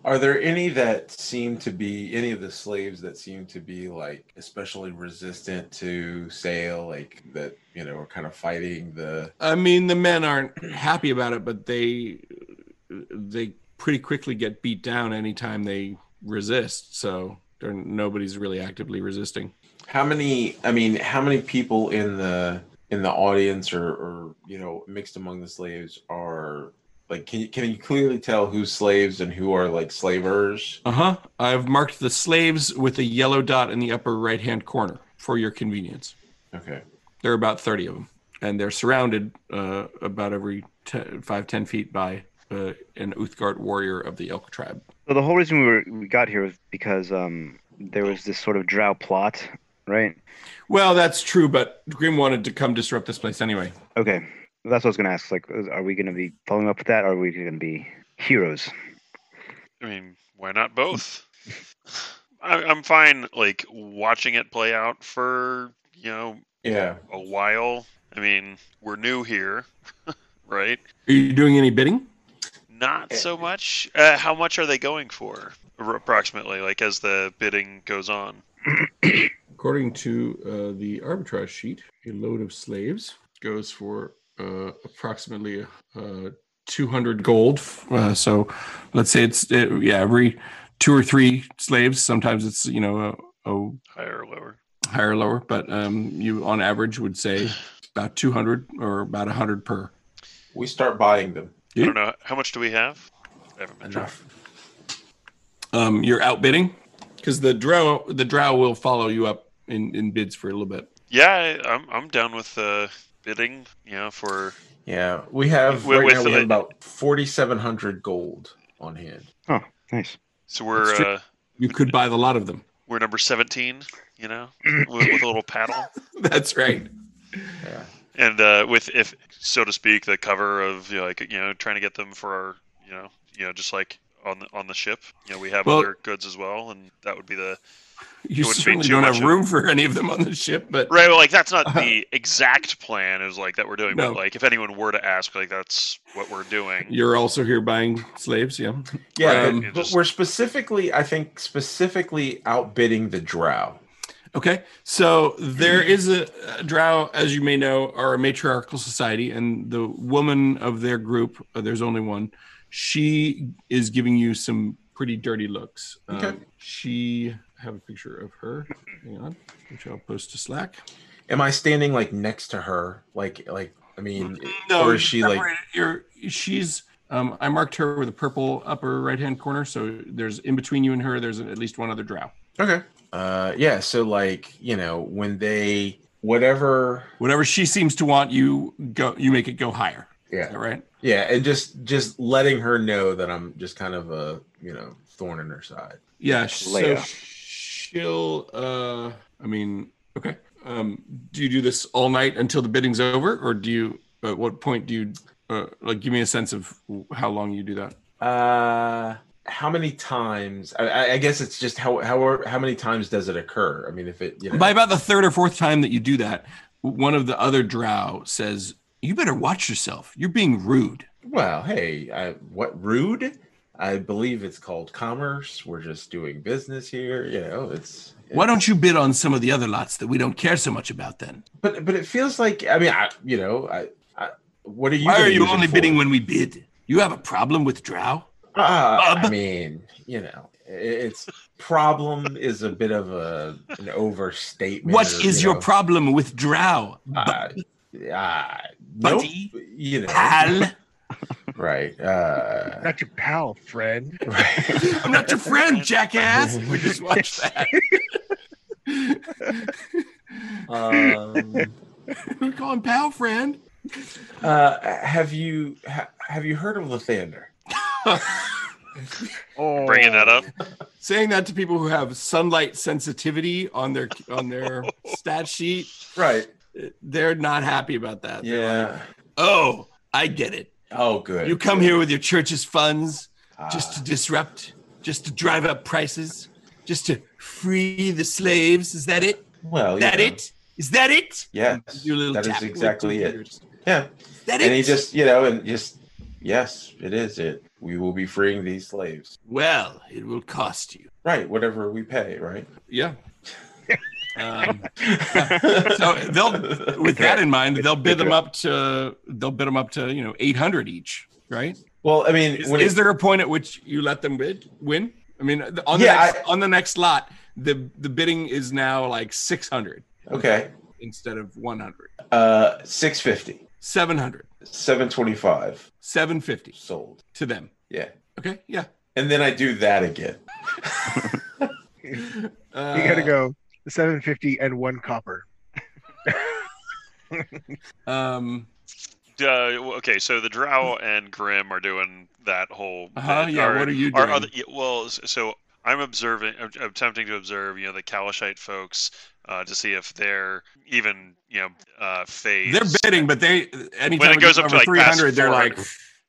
Are there any that seem to be any of the slaves that seem to be like especially resistant to sale, like that you know are kind of fighting the? I mean, the men aren't happy about it, but they they pretty quickly get beat down anytime they resist. So they're, nobody's really actively resisting. How many? I mean, how many people in the in the audience or or you know mixed among the slaves are like? Can you can you clearly tell who's slaves and who are like slavers? Uh huh. I've marked the slaves with a yellow dot in the upper right hand corner for your convenience. Okay. There are about thirty of them, and they're surrounded uh, about every te- five ten feet by uh, an Uthgard warrior of the Elk tribe. So the whole reason we, were, we got here was because um, there was this sort of drow plot, right? Well, that's true, but Grim wanted to come disrupt this place anyway. Okay, that's what I was gonna ask. Like, is- are we gonna be following up with that? Or are we gonna be heroes? I mean, why not both? I, I'm fine, like watching it play out for you know Yeah. a while. I mean, we're new here, [LAUGHS] right? Are you doing any bidding? Not so much. Uh, how much are they going for, r- approximately? Like as the bidding goes on. According to uh, the arbitrage sheet, a load of slaves goes for uh, approximately uh, 200 gold. Uh, so let's say it's, uh yeah, every two or three slaves, sometimes it's, you know, a, a Higher or lower? higher or lower, but um, you on average would say about 200 or about 100 per. We start buying them. I don't know. How much do we have? I haven't been Enough. Um, you're outbidding because the drow, the drow will follow you up in, in bids for a little bit. Yeah, I, I'm I'm down with uh, bidding. You know, for Yeah, we have With- right with now we have the- about forty seven hundred gold on hand. Nice. so we're That's true. uh, You could buy the lot of them. [LAUGHS] we're number 17. You [CLEARS THROAT] know, with, with a little paddle That's right. Yeah, and uh, with if so to speak the cover of you know, like you know trying to get them for our you know you know just like on the on the ship. You know, we have Well- other goods as well, and that would be the You wouldn't be certainly too don't much have of- room for any of them on the ship, but Right, well, like that's not [LAUGHS] the exact plan. Is like that we're doing, No. but like if anyone were to ask, like that's what we're doing. you're also here buying slaves, yeah. yeah. Um, but, It but just- we're specifically, I think, specifically outbidding the drow. Okay, so there is a, a Drow, as you may know, are a matriarchal society, and the woman of their group, uh, there's only one, she is giving you some pretty dirty looks. Okay. Um, she, I have a picture of her, hang on, which I'll post to Slack. Am I standing like next to her? Like, like I mean, or is she like? you're she's um i marked her with a purple upper right hand corner so there's in between you and her there's at least one other drow Okay. Uh, yeah. So like, you know, when they whatever. whatever she seems to want you go you make it go higher is Yeah. that right Yeah, and just just letting her know that I'm just kind of a you know thorn in her side. yeah so Leia. she'll uh i mean okay um do you do this all night until the bidding's over or do you at what point do you uh, like give me a sense of how long you do that Uh, how many times? I- I, I guess it's just how how how many times does it occur? I mean, if it you know, By about the third or fourth time that you do that, one of the other drow says, "You better watch yourself. You're being rude." well, hey, I, what rude? I believe it's called commerce. We're just doing business here. You know, it's. Why don't you bid on some of the other lots that we don't care so much about then? But but it feels like I mean, I you know, I, I what are you? Why gonna are you use it only for? bidding when we bid? You have a problem with drow? Uh, I Bob? mean, you know, i- it's problem is a bit of a an overstatement. What or, is you your know, problem with drow? Uh, uh, nope, Buddy. you know, Pal. [LAUGHS] right? [LAUGHS] Uh, Not your pal, friend. right. I'm not your [LAUGHS] friend, jackass. We just watched [LAUGHS] that. um, we call him pal friend. uh, have you ha- have you heard of Lathander? Oh, Bringing that up. Saying that to people who have sunlight sensitivity on their on their stat sheet, Right. they're not happy about that. They're like, Yeah. oh, I get it. Oh, good. You come here with your church's funds just to Ah, disrupt, just to drive up prices, just to free the slaves. Is that it? well, that you know, it? Is that it? Yes. Do a little That tap is with exactly two it. fingers. Yeah. Is that and it? he just you know and just yes it is it we will be freeing these slaves well, it will cost you. right whatever we pay right Yeah. Um, [LAUGHS] So they'll- with that in mind, they'll bid them up to they'll bid them up to you know eight hundred each, right? [LAUGHS] well i mean Is, when is it- there a point at which you let them bid win? I mean, the- on the Yeah, next, on the next lot, the the bidding is now like six hundred okay instead of 100, uh 650 700, 725 750 sold to them. yeah Okay, yeah. and then i do that [LAUGHS] again Uh, You gotta go seven fifty and one copper. Um, Uh, w- okay, so the Drow and Grim are doing that whole. uh-huh, bit. yeah. Are- what are you doing? Are other yeah, well, s- so I'm observing, I'm I'm attempting to observe, you know, the Kalashite folks uh, to see if they're even, you know, uh, phased. they're bidding, but they anytime When it goes up to over like three past hundred, they're like, 400.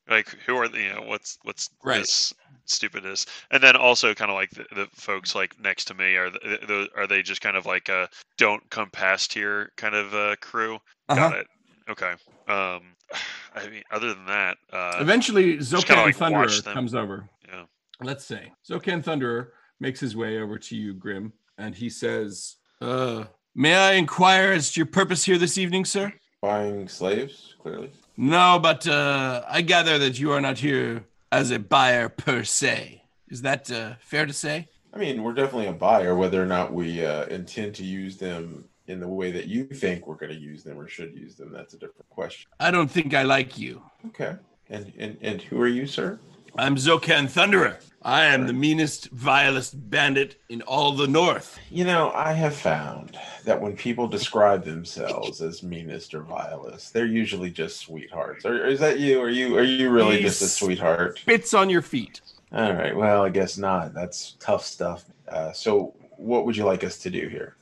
like who are the, you know what's what's Right. this stupidness and then also kind of like the, the folks like next to me are the, the, are they just kind of like a don't come past here kind of uh crew uh-huh. got it okay um [SIGHS] i mean other than that uh Eventually, kinda, Zokan like, Thunderer watch them. comes over. yeah Let's say Zokan Thunderer makes his way over to you, Grim, and he says, uh, "May I inquire as to your purpose here this evening, sir?" buying slaves clearly No, but uh, I gather that you are not here as a buyer per se. Is that uh, fair to say? i mean we're definitely a buyer whether or not we uh, intend to use them in the way that you think we're going to use them or should use them that's a different question I don't think I like you. okay and and, and who are you sir I'm Zokan Thunderer. I am the meanest, vilest bandit in all the North. You know, I have found that when people describe themselves as meanest or vilest, they're usually just sweethearts. Or, or is that you? Are you are you really just a Yes. sweetheart? Bits on your feet. All right. Well, I guess not. That's tough stuff. Uh, so, what would you like us to do here?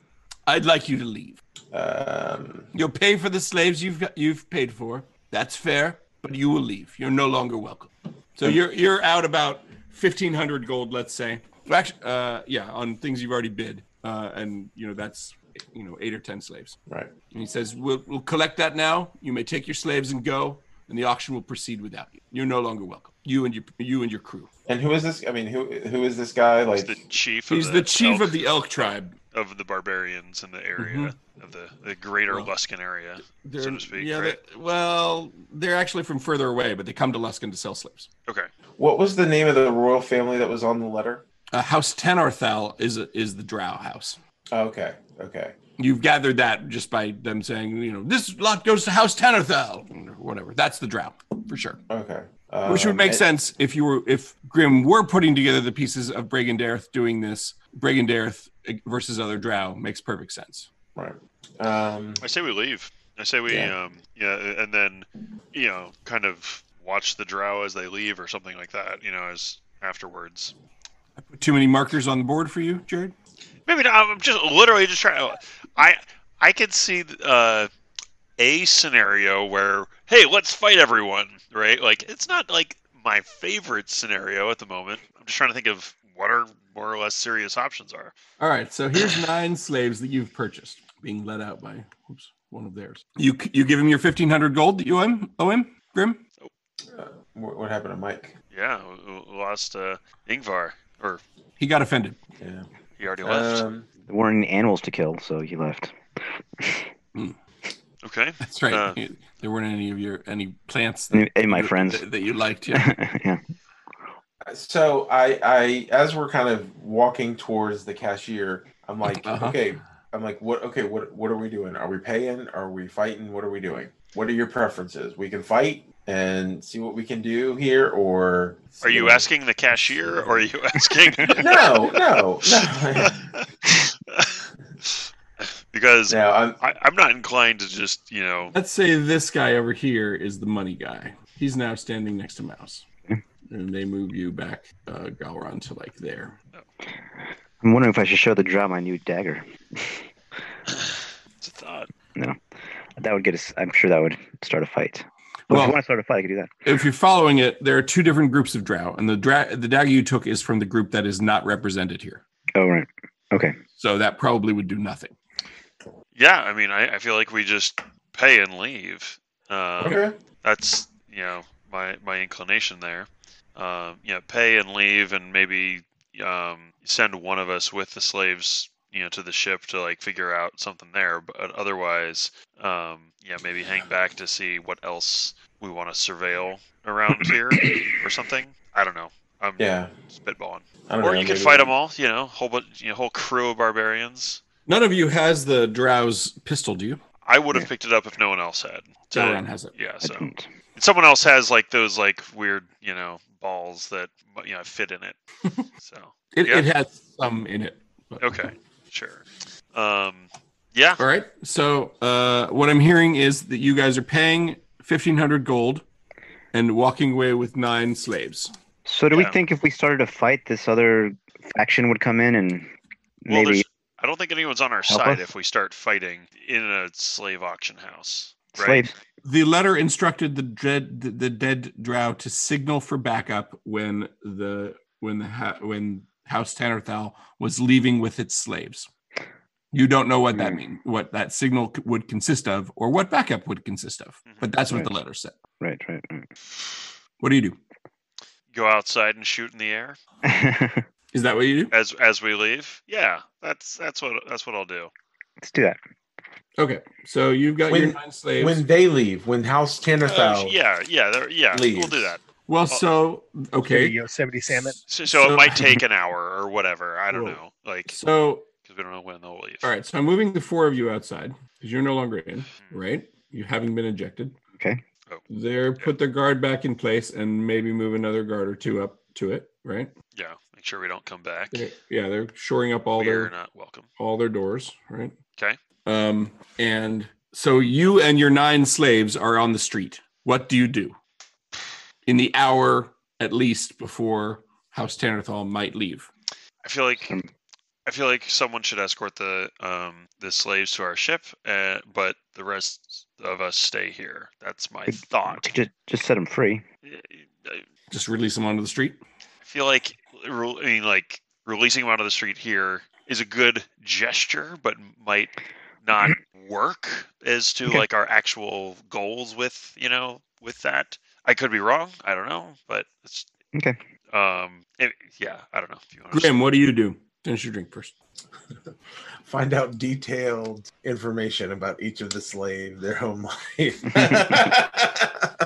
I'd like you to leave. Um, You'll pay for the slaves you've got, you've paid for. That's fair, but you will leave. You're no longer welcome. So you're you're out about fifteen hundred gold, let's say. Actually, uh, yeah, on things you've already bid, uh, and you know that's you know eight or ten slaves. right. And he says, we'll, we'll collect that now. You may take your slaves and go, and the auction will proceed without you. You're no longer welcome. You and your, you and your crew. And who is this? I mean, who who is this guy? he's Like, the chief of He's the, the chief elk- of the elk tribe. of the Mm-hmm. barbarians in the area of the the greater Well, luskan area They're, so to speak yeah, right? they- well, they're actually from further away, but they come to Luskin to sell slaves. okay what was the name of the royal family that was on the letter? Uh, House Tenarthal is a, is the Drow house. Oh, okay. Okay. You've gathered that just by them saying, you know, this lot goes to House Tenarthal, or whatever. That's the Drow for sure. Okay. Um, Which would make and- sense if you were if Grim were putting together the pieces of Bragandareth doing this. Bragandareth versus other Drow makes perfect sense. Right. Um, I say we leave. I say we, Yeah. um, yeah, and then, you know, kind of watch the drow as they leave or something like that. You know, as afterwards. I put too many markers on the board for you, Jared. Maybe not, I'm just literally just trying. I I could see uh, a scenario where hey, let's fight everyone, right? Like it's not like my favorite scenario at the moment. I'm just trying to think of what are more or less serious options are. All right, so here's nine slaves that you've purchased, being let out by oops, one of theirs. You you give him your fifteen hundred gold that you owe him, owe him, Grim. uh, what, what happened to Mike? Yeah, we- we lost uh, Ingvar, or He got offended. Yeah. he already left. Um, There weren't any animals to kill, so he left. okay, That's right. Uh. You- there weren't any of your any plants that, And, and my you- friends. that, that you liked. [LAUGHS] Yeah. yeah. so I, I, as we're kind of walking towards the cashier, I'm like, Uh-huh. okay, I'm like, what? Okay, what, what are we doing? Are we paying? Are we fighting? What are we doing? What are your preferences? We can fight and see what we can do here, or Are you asking the cashier or are you [LAUGHS] asking? [LAUGHS] No, no, no. [LAUGHS] because [LAUGHS] No, I'm, I, I'm not inclined to just, you [LAUGHS] know, Let's say this guy over here is the money guy. He's now standing next to Mouse. And they move you back, uh, Galron, to like there. I'm wondering if I should show the drow my new dagger. [LAUGHS] it's a thought. That would get us. I'm sure that would start a fight. But if Well- you want to start a fight, I could do that. If you're following it, there are two different groups of drow, and the dra- the dagger you took is from the group that is not represented here. Oh right. Okay. So that probably would do nothing. Yeah, I mean, I, I feel like we just pay and leave. Um, okay. That's you know my my inclination there. Um, you know, pay and leave, and maybe um, send one of us with the slaves, you know, to the ship to like figure out something there. But otherwise, um, yeah, maybe hang back to see what else we want to surveil around here or something. I don't know. I'm Yeah. spitballing. I don't Or know, you can maybe- fight them all. You know, whole bunch, you know, whole crew of barbarians. None of you has the drow's pistol, do you? I would have Yeah. picked it up if no one else had. So, Galron has it. yeah, I so don't. someone else has like those like weird you know balls that you know fit [LAUGHS] in it so It, Yeah. it has some in it. but- okay sure um yeah All right. So uh, what I'm hearing is that you guys are paying 1,500 gold and walking away with nine slaves. So do Yeah. we think if we started a fight, this other faction would come in and well maybe? there's i don't think anyone's on our Help side us. if we start fighting in a slave auction house right Slaves. The letter instructed the dead the, the dead drow to signal for backup when the when the ha- when House Tannerthal was leaving with its slaves. You don't know what that Hmm. mean, what that signal c- would consist of, or what backup would consist of. But that's what the letter said. Right. Right. What do you do? go outside and shoot in the air Right. [LAUGHS] Is that what you do? as as we leave yeah that's that's what that's what i'll do Let's do that. Okay, so you've got your When- nine slaves. when they leave, when House Uh, Tannerthal, yeah yeah there, yeah we'll do leaves. that well, so Maybe okay, Yosemite salmon. so, so So- it might take an hour or whatever i don't Whoa. know like because so we don't know when they'll leave All right, so I'm moving the four of you outside because you're no longer in, right? You haven't been ejected. Okay. Hmm. Oh. They're put their guard back in place and maybe move another guard or two up to it, right? yeah make sure we don't come back They're- yeah, they're shoring up all we are their not welcome all their doors, right? Okay. Um, and so you and your nine slaves are on the street. What do you do in the hour at least before House Tannerthal might leave? I feel like Um, I feel like someone should escort the um the slaves to our ship, uh, but the rest of us stay here. That's my Good- thought. Just just set them free. I Just release them onto the street. feel like re- I mean, like releasing them out of the street here is a good gesture, but might not work as to Okay. like our actual goals with you know with that. I could be wrong. I don't know, but it's Okay. Um, it- yeah, I don't know if you want Grim, what do you do? Finish your drink first. find out detailed information about each of the slave, their home life. [LAUGHS]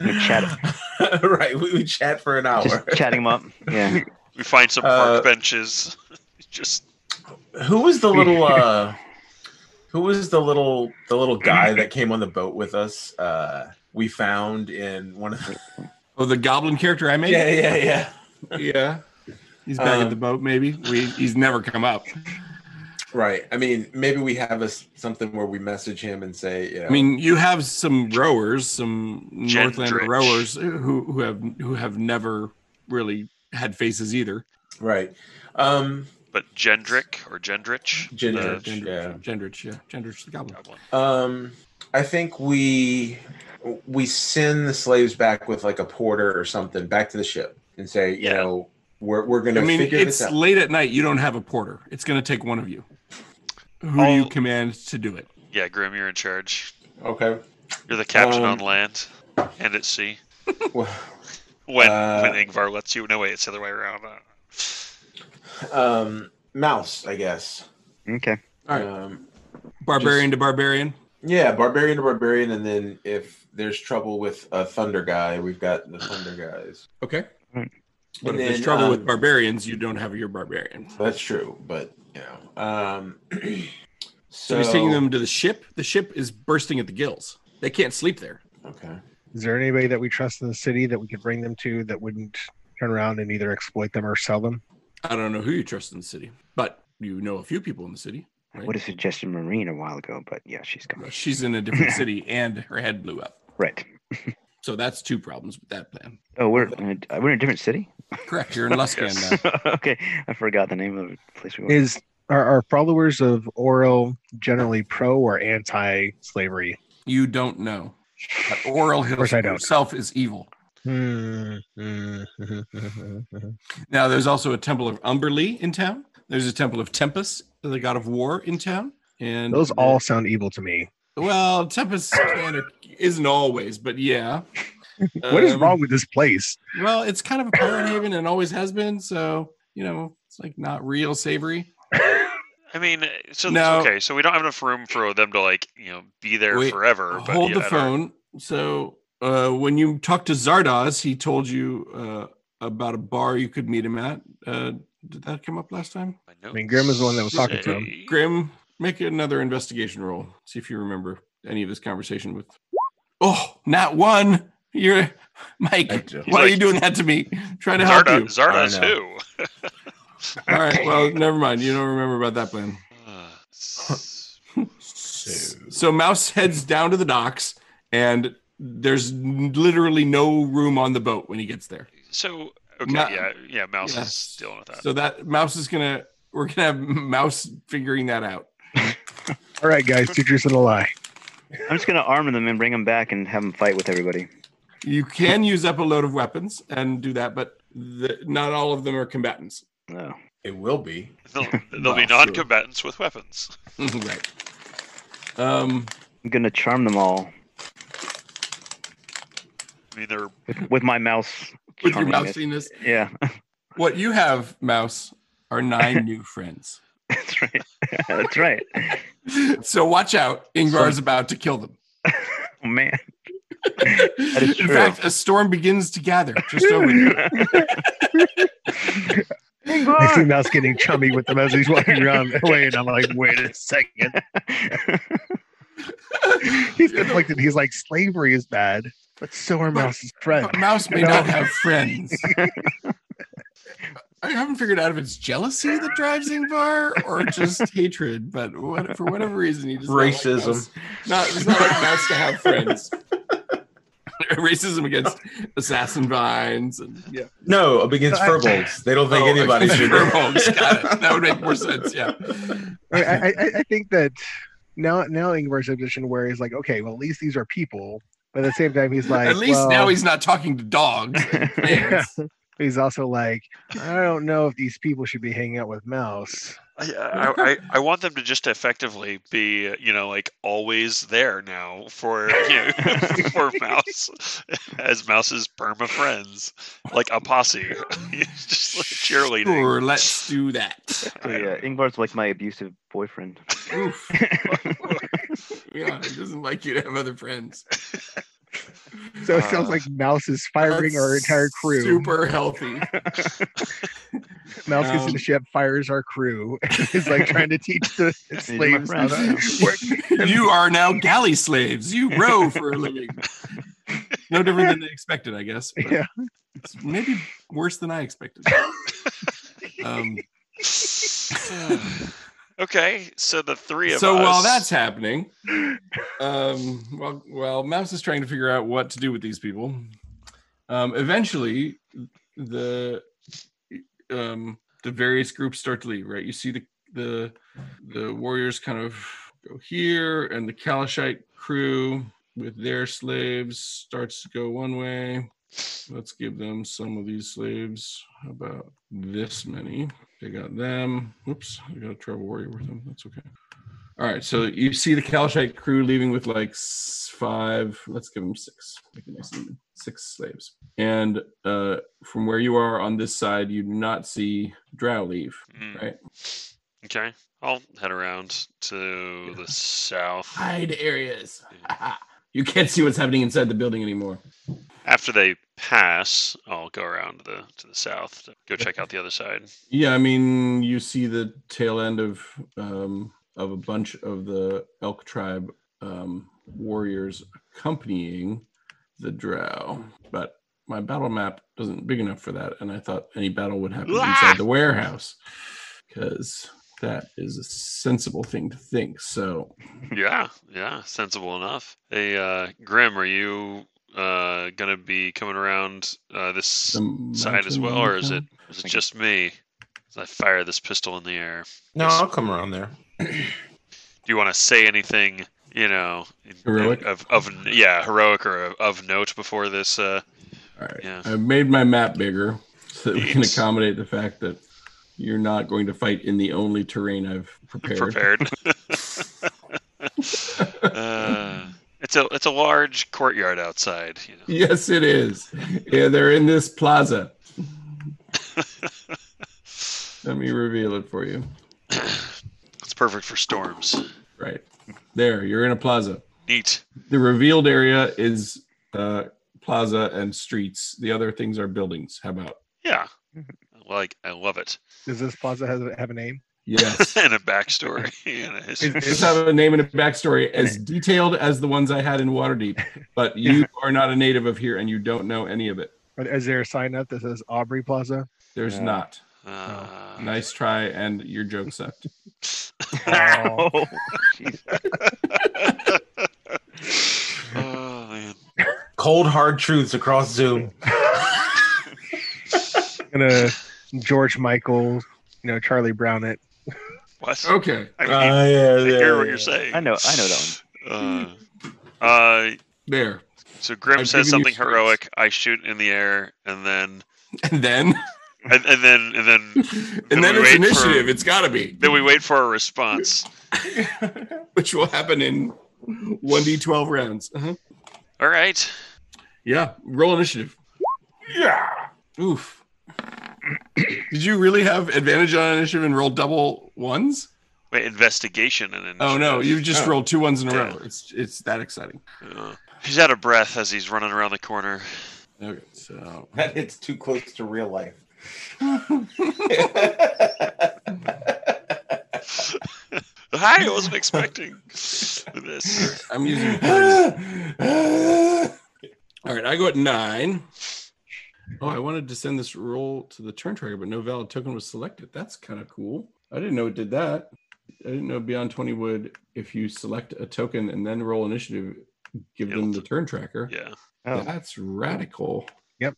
We chat. [LAUGHS] right, we would chat for an Just hour. chatting [LAUGHS] them up. Yeah. We find some park Uh, benches. [LAUGHS] Just Who was [LAUGHS] the little uh who was the little the little guy that came on the boat with us? Uh we found in one of the Oh, the goblin character I made? Yeah, yeah, yeah. yeah. He's back at Um, the boat, maybe. We, he's never come up. Right. I mean, maybe we have a s something where we message him and say, you know, I mean, you have some rowers, some Northlander Gendrich. rowers who, who have who have never really had faces either. right. Um but Gendrick or Gendrich. the Gendrich. sh- yeah. Gendrich, yeah. Gendrich the goblin. goblin. Um, I think we we send the slaves back with like a porter or something back to the ship and say, you Yeah. know, we're we're I gonna mean, figure it's this out. late at night. You don't have a porter. It's going to take one of you. Who do I'll- you command to do it? Yeah, Grim, you're in charge. okay. You're the captain Um, on land and at sea. Well, When uh, when Ingvar lets you. No, wait, it's the other way around. Uh, um, mouse, I guess. Okay. All right. Um, Barbarian to barbarian. yeah, barbarian to barbarian, and then if there's trouble with a thunder guy, we've got the thunder guys. Okay. But Right. if And there's then, trouble with um, barbarians, you don't have your barbarian. That's true, but you know, um, [CLEARS THROAT] So so, he's taking them to the ship. The ship is bursting at the gills. They can't sleep there. Okay. Is there anybody that we trust in the city that we could bring them to that wouldn't turn around and either exploit them or sell them? I don't know who you trust in the city, but you know a few people in the city. I would have suggested Marine a while ago, but yeah, she's gone. She's in a different city and her head blew up. Right. So that's two problems with that plan. Oh, we're in a, we're in a different city. Correct. You're in Luskan now. [LAUGHS] okay, I forgot the name of the place we were. Is are, are followers of Oral generally pro or anti slavery? You don't know. But Oral course I don't. himself is evil. [LAUGHS] Hmm. Hmm. mhm, mhm, mhm. Now, there's also a temple of Umberlee in town. There's a temple of Tempest, the god of war, in town. And Those all sound evil to me. well, Tempest can or- isn't always, but yeah. [LAUGHS] What is Um, wrong with this place? Well, it's kind of a pirate haven and always has been. So you know, it's like not real savory. I mean, so No. okay, so we don't have enough room for them to like you know be there Wait, forever. But Hold yeah, I the don't- phone. So uh, when you talked to Zardoz, he told you uh, about a bar you could meet him at. Uh, did that come up last time? my notes mean, Grim is the one that was talking to him. say- Grim, make another investigation roll. See if you remember any of this conversation with. Oh, not one. You're Mike. I do. Why are you like- doing that to me? Trying to help Zarda, you. Zarda's I know. [LAUGHS] who? All right. Well, never mind. You don't remember about that plan. Uh, s- So So [LAUGHS] Mouse heads down to the docks, and there's n- literally no room on the boat when he gets there. so okay, Ma- yeah, yeah, Mouse Yes. is dealing with that. So that Mouse is gonna. We're gonna have [LAUGHS] Mouse figuring that out. All right, guys, two truths and a lie. [LAUGHS] I'm just gonna arm them and bring them back and have them fight with everybody. You can use up a load of weapons and do that, but the, not all of them are combatants. [LAUGHS] No. it will be. They'll, they'll be Mouse, sure. non-combatants with weapons. right. Um. I'm gonna charm them all I mean, they're with, with my mouse. With your charming it. mousiness, Yeah, [LAUGHS] what you have, Mouse, are nine new friends. that's right. [LAUGHS] that's right. So watch out. Ingvar is about to kill them. Oh, [LAUGHS] man. In is true. fact, a storm begins to gather just [LAUGHS] over there. I see Mouse getting chummy with them as he's walking around. [LAUGHS] Wait, and I'm like, wait a second. He's conflicted. He's like, slavery is bad, but so are But- Mouse's friends. But Mouse may You know? not have friends. [LAUGHS] I haven't figured out if it's jealousy that drives Ingvar or [LAUGHS] just hatred, but what, for whatever reason, he just Racism. Not, it's not like Mouse to have [LAUGHS] friends. Racism against assassin vines and yeah. No, [LAUGHS] against furbolgs. They don't think Oh, anybody against should. furbolgs. Got it. That would make more sense. Yeah. [LAUGHS] I, I, I- I think that now now Ingvar's in a position where he's like, okay, well at least these are people, but [LAUGHS] at the same time he's like, At least well- now he's not talking to [LAUGHS] dogs. and Yeah. plants. He's also like, I don't know if these people should be hanging out with Mouse. I, I, I, I want them to just effectively be, uh, you know, like always there now for [LAUGHS] you know, for Mouse [LAUGHS] as Mouse's perma friends, like a posse, [LAUGHS] just like cheerleading. [SIGHS] Sure, let's do that. So, yeah, Ingvar's like my abusive boyfriend. Oof. [LAUGHS] yeah, he doesn't like you to have other friends. So it sounds Uh, like Mouse is firing our That's entire crew. Super healthy. [LAUGHS] Mouse gets Um, in the ship, fires our crew. [LAUGHS] He's like trying to [LAUGHS] teach the slaves how to friends. work. you are now galley slaves. You row for a living. No different than they expected, I guess. but [LAUGHS] Yeah. it's maybe worse than I expected. Um, okay, so the three of so us. while that's happening, um, while, while Mouse is trying to figure out what to do with these people, um, eventually the um, the various groups start to leave. Right, you see the the the warriors kind of go here, and the Kalashite crew with their slaves starts to go one way. Let's give them some of these slaves. How about this many? They got them. Whoops, I got a travel warrior with them. That's okay. All right, so you see the Kalashite crew leaving with like s- five. Let's give them six. Make it nice and even. Six slaves. And uh, from where you are on this side, you do not see Drow leave. Mm, Right. Okay, I'll head around to the south Hide areas. [LAUGHS] you can't see what's happening inside the building anymore. after they pass. I'll go around to the to the south to go check out the other side. Yeah, I mean, you see the tail end of um, of a bunch of the elk tribe um, warriors accompanying the drow. But my battle map isn't big enough for that, and I thought any battle would happen Ah! inside the warehouse because that is a sensible thing to think. So Yeah, yeah, sensible enough. Hey, uh, Grim, are you uh, gonna be coming around uh, this the side as mountain well, on the or is it top? is it Thank you. just me? As I fire this pistol in the air. No, I'll come around there. Do you want to say anything? You know, in- Heroic? of, of yeah, heroic or of, of note before this. Uh, All right. Yeah. I've made my map bigger so that we can Yes. accommodate the fact that you're not going to fight in the only terrain I've prepared. prepared. [LAUGHS] uh, it's a it's a large courtyard outside. You know. Yes, it is. Yeah, they're in this [LAUGHS] plaza. Let me reveal it for you. [COUGHS] It's perfect for storms. Right. There, you're in a plaza. Neat. The revealed area is uh, plaza and streets. The other things are buildings. How about? Yeah. Like I love it. Does this plaza have, have a name? [LAUGHS] [LAUGHS] Yes. and a backstory and a history. Just have a name and a backstory as detailed as the ones I had in Waterdeep, but you are not a native of here and you don't know any of it. Or is there a sign up that says Aubrey Plaza? There's Yeah. not. [LAUGHS] Uh, Oh, Nice try, and your joke sucked. Oh. [LAUGHS] Ow. Jeez. oh man. Cold hard truths across Zoom. [LAUGHS] Gonna uh, George Michael, you know, Charlie Brown it. What? [LAUGHS] Okay. I, mean, uh, Ah, I yeah, yeah, hear what yeah. you're saying. I know- I know that one. Uh, uh, There. so Grim I've says given you something space. heroic. I shoot in the air, and then, [LAUGHS] And then and, and then, and then, and then we it's wait for- initiative. It's got [LAUGHS] to be, then we wait for a response. which will happen in one d twelve rounds. Uh-huh. All right. Yeah, roll initiative. Yeah. Oof. Did you really have advantage on initiative and roll double ones? Wait, investigation and Oh no, you just rolled two ones in a Yeah. row. It's it's that exciting. Uh, he's out of breath as he's running around the corner. [LAUGHS] Okay, so That hits too close to real [LAUGHS] life. Hi, I wasn't [LAUGHS] expecting this. I'm using. That's All right, I go at nine. Oh, I wanted to send this roll to the turn tracker, but no valid token was selected. That's kind of cool. I didn't know it did that. I didn't know Beyond 20 would, if you select a token and then roll initiative, give them It'll- the turn tracker. Yeah. Oh. That's radical. Yep.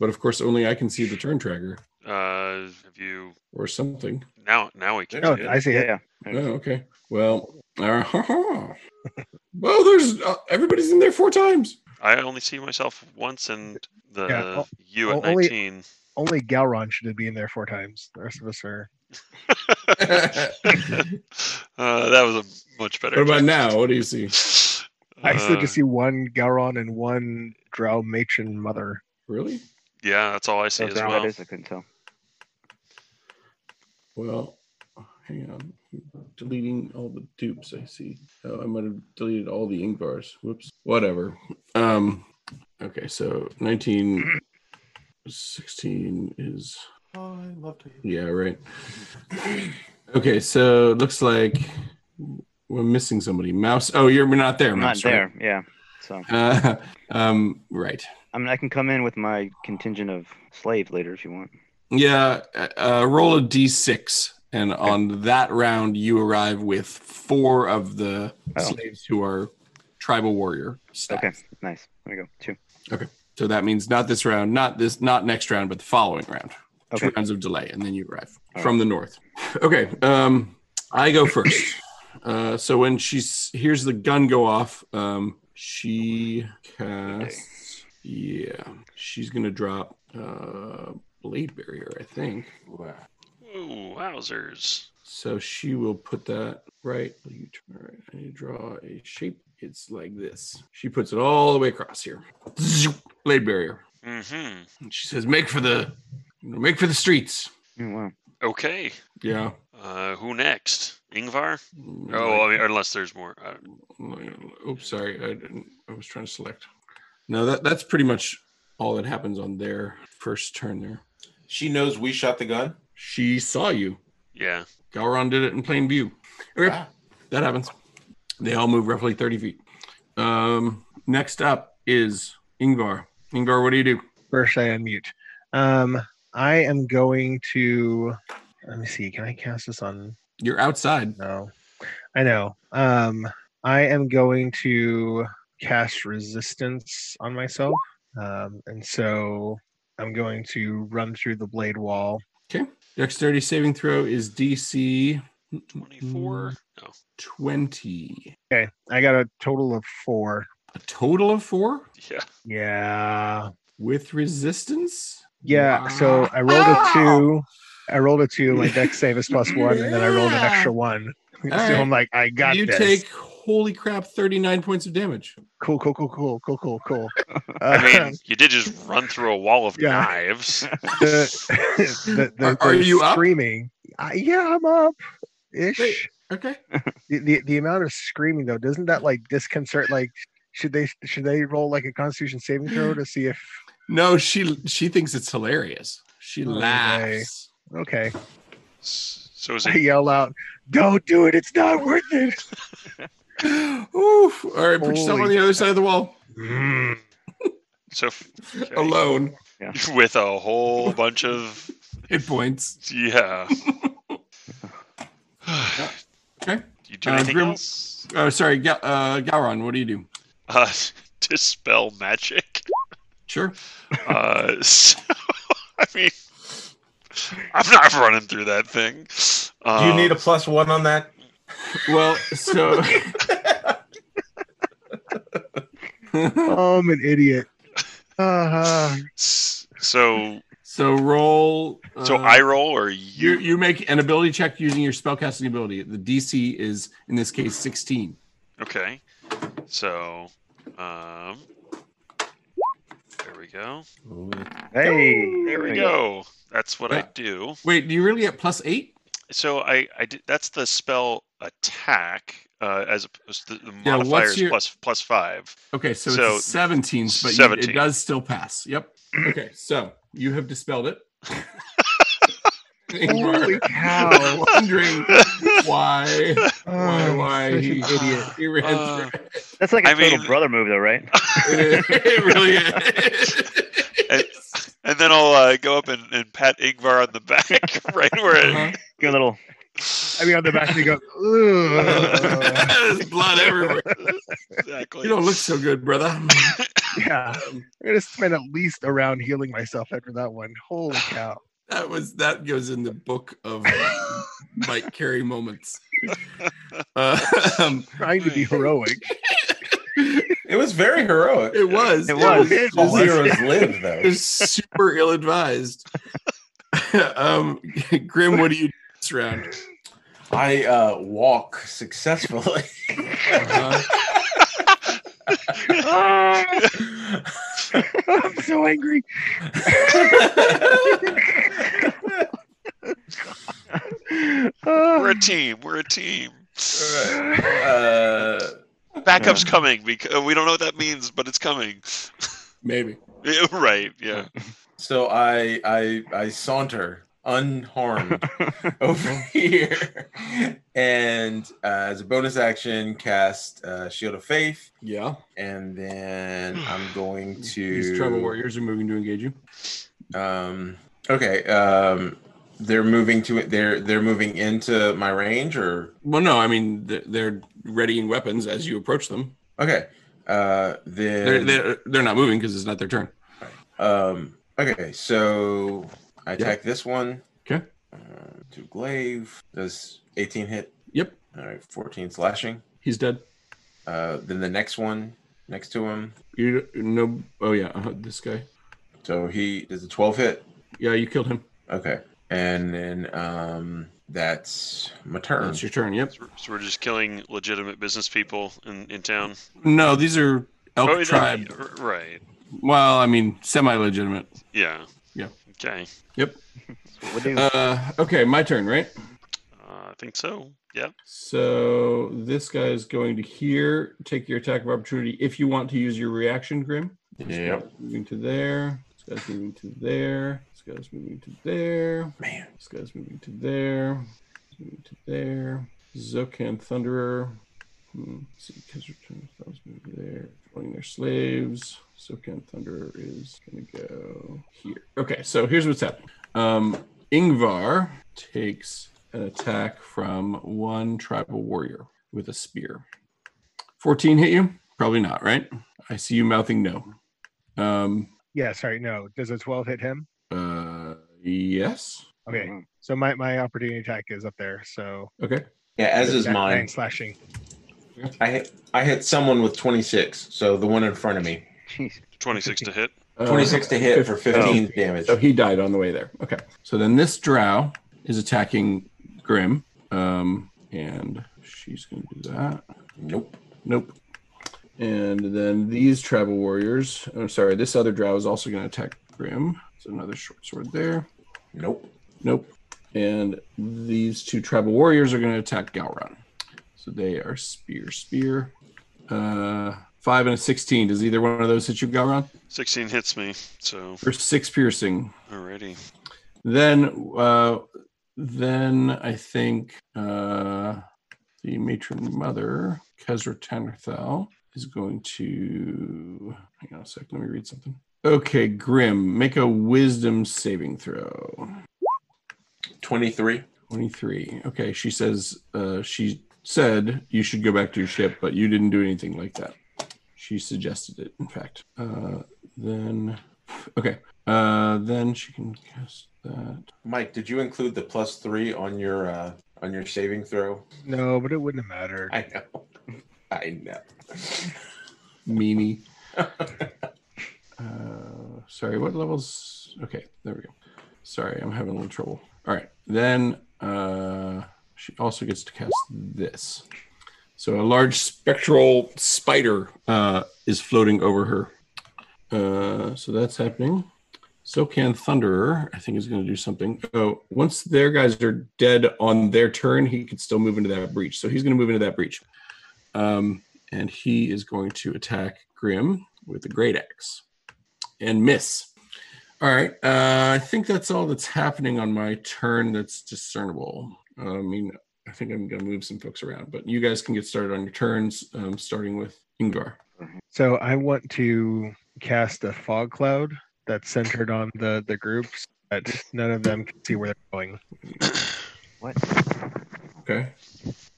But of course, only I can see the turn tracker Uh, have you or something. now? Now we can. Oh, see it. I see Yeah, it. yeah. Oh, okay. Well, [LAUGHS] uh, well, there's uh, everybody's in there four times. [LAUGHS] I only see myself once, and the Yeah, o- you at o- only- [LAUGHS] nineteen. [LAUGHS] Only Galron should be in there four times. The rest of us are. uh, that was a much better. What about now? What do you see? I still Uh, just see one Galron and one Drow Matron Mother. Really? Yeah, that's all I see Oh, as that well. is, I couldn't tell. Well, hang on. Deleting all the dupes I see. Oh, I might have deleted all the Ingvars. Whoops. Whatever. Um okay, so 19 16 is Yeah, right. Okay, so it looks like we're missing somebody. Mouse. Oh, you're we're not there, I'm not Mouse. there. Yeah. So Right? Uh, [LAUGHS] um right. I mean, I can come in with my contingent of slaves later if you want. Yeah, uh, roll a d6, and on that round, you arrive with four of the Oh. slaves who are tribal warrior. Staff. Okay, nice. There we go. Two. So that means not this round, not this, not next round, but the following round. Two Okay. rounds of delay, and then you arrive All from the north. Okay, um, I go first. Uh, so when she s- hears the gun go off, um, she casts. Yeah, she's gonna drop uh, blade barrier, I think. Ooh, wowzers! So she will put that right. You turn right. I need to draw a shape. It's like this. She puts it all the way across here. [LAUGHS] Zoop, blade barrier. Mm-hmm. And she says, "Make for the, make for the streets." Oh, wow. Okay. Yeah. Uh, who next? Ingvar? Oh, I mean, unless there's more. Uh, Oops, sorry. I didn't. I was trying to select. No, that that's pretty much all that happens on their first turn. There. She knows we shot the gun. She saw you. yeah. Gowron did it in plain view. Okay, Ah. that happens. They all move roughly thirty feet. Um, next up is Ingvar. Ingvar, what do you do? First, I unmute. Um, I am going to. Let me see. Can I cast this on? You're outside. No. I know. Um, I am going to cast resistance on myself, um, and so I'm going to run through the blade wall. Dexterity saving throw is DC 24. No. 20. Okay, I got a total of four. A total of four Yeah. Yeah. with resistance? Ah! Yeah. So Wow. I rolled [LAUGHS] a two. I rolled a two. My deck save is plus one, and then I rolled an Yeah. extra one. [LAUGHS] so right. I'm like, I got you this. take holy crap 39 points of damage. cool, cool, cool, cool, cool, cool, cool. [LAUGHS] I Um, mean, you did just run through a wall of Yeah. knives. [LAUGHS] [LAUGHS] the, the, the, Are- are the you up? screaming? I, yeah, I'm up. Wait. Ish. Okay. The, the the amount of screaming though doesn't that like disconcert? Like, should they should they roll like a Constitution saving throw to see if? No, she she thinks it's hilarious. She Oh, laughs. Okay, [LAUGHS] So is I it yell out, "Don't do it! It's not worth [LAUGHS] it!" Oof. All right, put yourself Holy on the other side of the wall Mm. so f- [LAUGHS] okay. alone. with a whole bunch of Hit points. yeah. Okay. Do [SIGHS] you do Uh, anything Grim- else? Oh, sorry, Ga- uh, Gowron, what do you do? Uh, [LAUGHS] dispel magic. Sure. Uh, so, [LAUGHS] I mean, I'm not running through that thing. Do you need a Um, plus one on that? [LAUGHS] Well, so Oh, I'm an idiot. [LAUGHS] Uh-huh. s- so so roll. so uh, I roll or you you? you make an ability check using your spellcasting ability. The DC is in this case 16. Okay. So, um, there we go. Hey, There we go. That's what I Yeah. do. Wait, do you really get plus eight? So I, I did, that's the spell attack uh, as opposed to the Yeah, what's modifiers your- plus plus [LAUGHS] five. Okay, so, So, Mm-hmm. it's 17, but you- it 17. does still pass. Yep. Okay, so you have [LAUGHS] dispelled it. [LAUGHS] And holy we're cow! [LAUGHS] wondering why why Oh, why such he, an idiot. [LAUGHS] he ran Uh, through That's like a I total mean- brother move, [LAUGHS] though, right? it. It [LAUGHS] really is. And- and then I'll uh, go up and, and pat Ingvar on the back, [LAUGHS] right where it. Uh-huh. Good little. I mean, on the back, they go. [LAUGHS] "Ugh." There's blood everywhere. Exactly. [LAUGHS] You don't look so good, brother. [LAUGHS] Yeah, I'm gonna spend at least a round healing myself after that one. Holy cow! That was that goes in the book of Mike Carey [LAUGHS] moments. Uh, um, Trying to be heroic. It was very heroic. it was. It was. It All was, [LAUGHS] heroes live, [LAUGHS] though. it was super ill advised. [LAUGHS] um, [LAUGHS] Grim, what do you do this round? I uh, walk successfully. Uh, [LAUGHS] I'm so angry. We're Uh, a team. We're a team. [LAUGHS] uh, Backup's coming because we don't know what that means, but it's coming. maybe. Yeah, [LAUGHS] right. Yeah. so I, I I saunter unharmed [LAUGHS] over here, and uh, as a bonus action, cast uh, Shield of Faith, Yeah. [SIGHS] and then I'm going to These tribal warriors are moving to engage you. Um, okay. Um, they're moving to it. They're they're moving into my range, or Well, no, I mean th- they're readying weapons as you approach them. okay. Uh, then They're they're, they're not moving because it's not their turn. Um. Okay. So I Yeah. attack this one. Okay. Um, to glaive does 18 hit. Yep. All right. 14 slashing. He's dead. Uh. Then the next one next to him. You no. Oh yeah, uh, this guy. So he does a 12 hit. Yeah, you killed him. Okay. And then um. That's my turn. That's your turn. Yep. So we're- so we're just killing legitimate business people in, in town. No, these are elk Oh, yeah, tribe. r- Right. Well, I mean, semi-legitimate. Yeah. Yeah. Okay. What do? Uh, okay, my turn, right? Uh, I think so. Yeah. So this guy is going to here take your attack of opportunity if you want to use your reaction, Grim. Yep. Moving to there. This guy's moving to there. This guy's moving to there. Man. This guy's moving to there. Moving to there. Zokan Thunderer. Hmm, let's see, Keswick turns thumbs move there, controlling their slaves. Silken Thunder is gonna go here. Okay, so here's what's happening. Um, Ingvar takes an attack from one tribal warrior with a spear. 14 hit you? Probably not, right? I see you mouthing no. Um, Yeah, sorry, no. Does a 12 hit him? uh, yes. Okay. Mhm. So my, my opportunity attack is up there. So Okay. Yeah, as is that nine mine. slashing. I hit, I hit someone with 26, so the one in front of me. Jeez. 26 to hit. Uh, 26 to hit for 15 damage. So he died on the way there. Okay. So then this drow is attacking Grim. Um, and she's going to do that. Nope. Nope. And then these travel warriors. I'm sorry. This other drow is also going to attack Grim. So another short sword there. Nope. Nope. And these two tribal warriors are going to attack Galron. So they are spear, spear. Uh, five and a 16. Does either one of those hit you, Galron? 16 hits me. So, For six piercing. alrighty. Then, uh, then I think uh, the matron mother, Kezra Tannerthal, is going to. Hang on a sec. Let me read something. Okay, Grim, make a wisdom saving throw. 23. 23 okay she says uh, she said you should go back to your ship but you didn't do anything like that she suggested it in fact uh, then okay uh, then she can cast that Mike, did you include the plus three on your uh, on your saving throw? [LAUGHS] No, but it wouldn't have mattered. I know. I know. meanie uh, sorry what levels okay there we go sorry i'm having a little trouble all right then uh, she also gets to cast this So a large spectral spider uh, is floating over her. Uh, so that's happening. Sokan Thunderer, I think, is going to do something. Oh, once their guys are dead on their turn, he could still move into that breach. So he's going to move into that breach. Um, and he is going to attack Grim with the Great Axe and miss. All right. Uh, I think that's all that's happening on my turn that's discernible. I mean, I think I'm going to move some folks around, but you guys can get started on your turns, um, starting with Ingvar. So I want to cast a fog cloud that's centered on the the groups that none of them can see where they're going. What? Okay.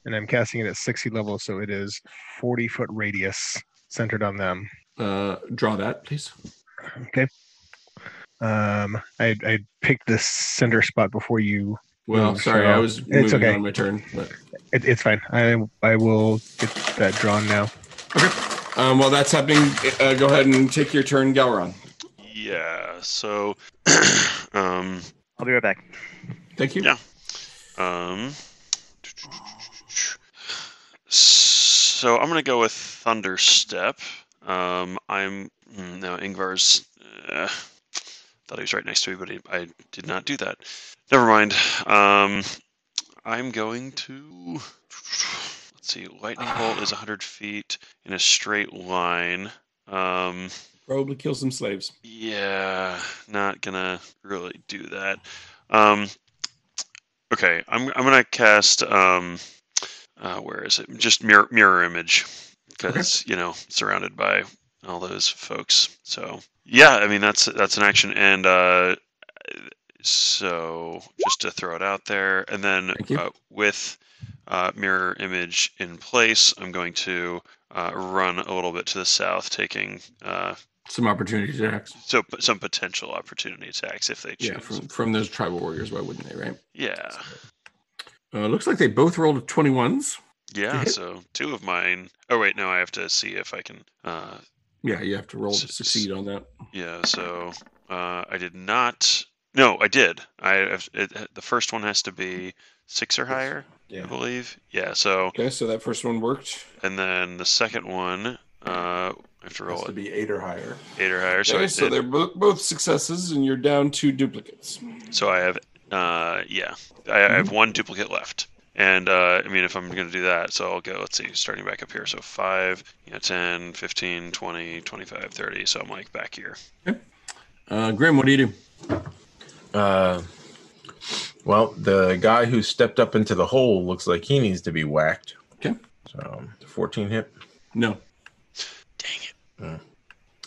And I'm casting it at 60 level, so it is 40 foot radius centered on them. Uh, draw that, please. Okay. Um, I I picked this center spot before you. Well, Mm, sorry, sure. I was moving okay. on my turn. But, It, it's fine. I I will get that drawn now. um, while that's happening, uh, go ahead and take your turn, Galron. Yeah. So, [CLEARS THROAT] um, I'll be right back. Thank you. Yeah. Um, so I'm gonna go with Thunder Step. Um, I'm mm, no Ingvar's. Uh, thought he was right next to me, but he, I did not do that. Never mind. Um, I'm going to. Let's see. Lightning bolt is 100 feet in a straight line. Um, Probably kill some slaves. yeah, not gonna really do that. Um, okay, I'm I'm gonna cast um, uh, where is it? Just mirror mirror image, because you know surrounded by all those folks. So yeah, I mean that's that's an action, and uh, so just to throw it out there, and then Thank you. uh, with uh, mirror image in place, I'm going to uh, run a little bit to the south, taking uh, Some opportunity attacks. so p- some potential opportunity attacks if they choose. Yeah, from, from those tribal warriors. Why wouldn't they, right? yeah. Uh, looks like they both rolled 21s. Yeah, hit? So two of mine. Oh wait, no, I have to see if I can. Uh, Yeah, you have to roll to S- succeed on that. yeah. So uh, I did not. No, I did. I have- it, the first one has to be six or higher, I Yeah. believe. Yeah. So Okay, so that first one worked. and then the second one, uh, I have to Has roll to it be eight or higher. eight or higher. So I okay, so they're did. bo- both successes, and you're down two duplicates. So I have. Uh, yeah, I, I Mm-hmm. have one duplicate left. And uh, I mean, if I'm going to do that, so I'll go, let's see, starting back up here. So 5, you know, 10, 15, 20, 25, 30. So I'm like back here. Uh, Grim, what do you do? Uh, well, the guy who stepped up into the hole looks like he needs to be whacked. Okay. So it's a 14 hit. No,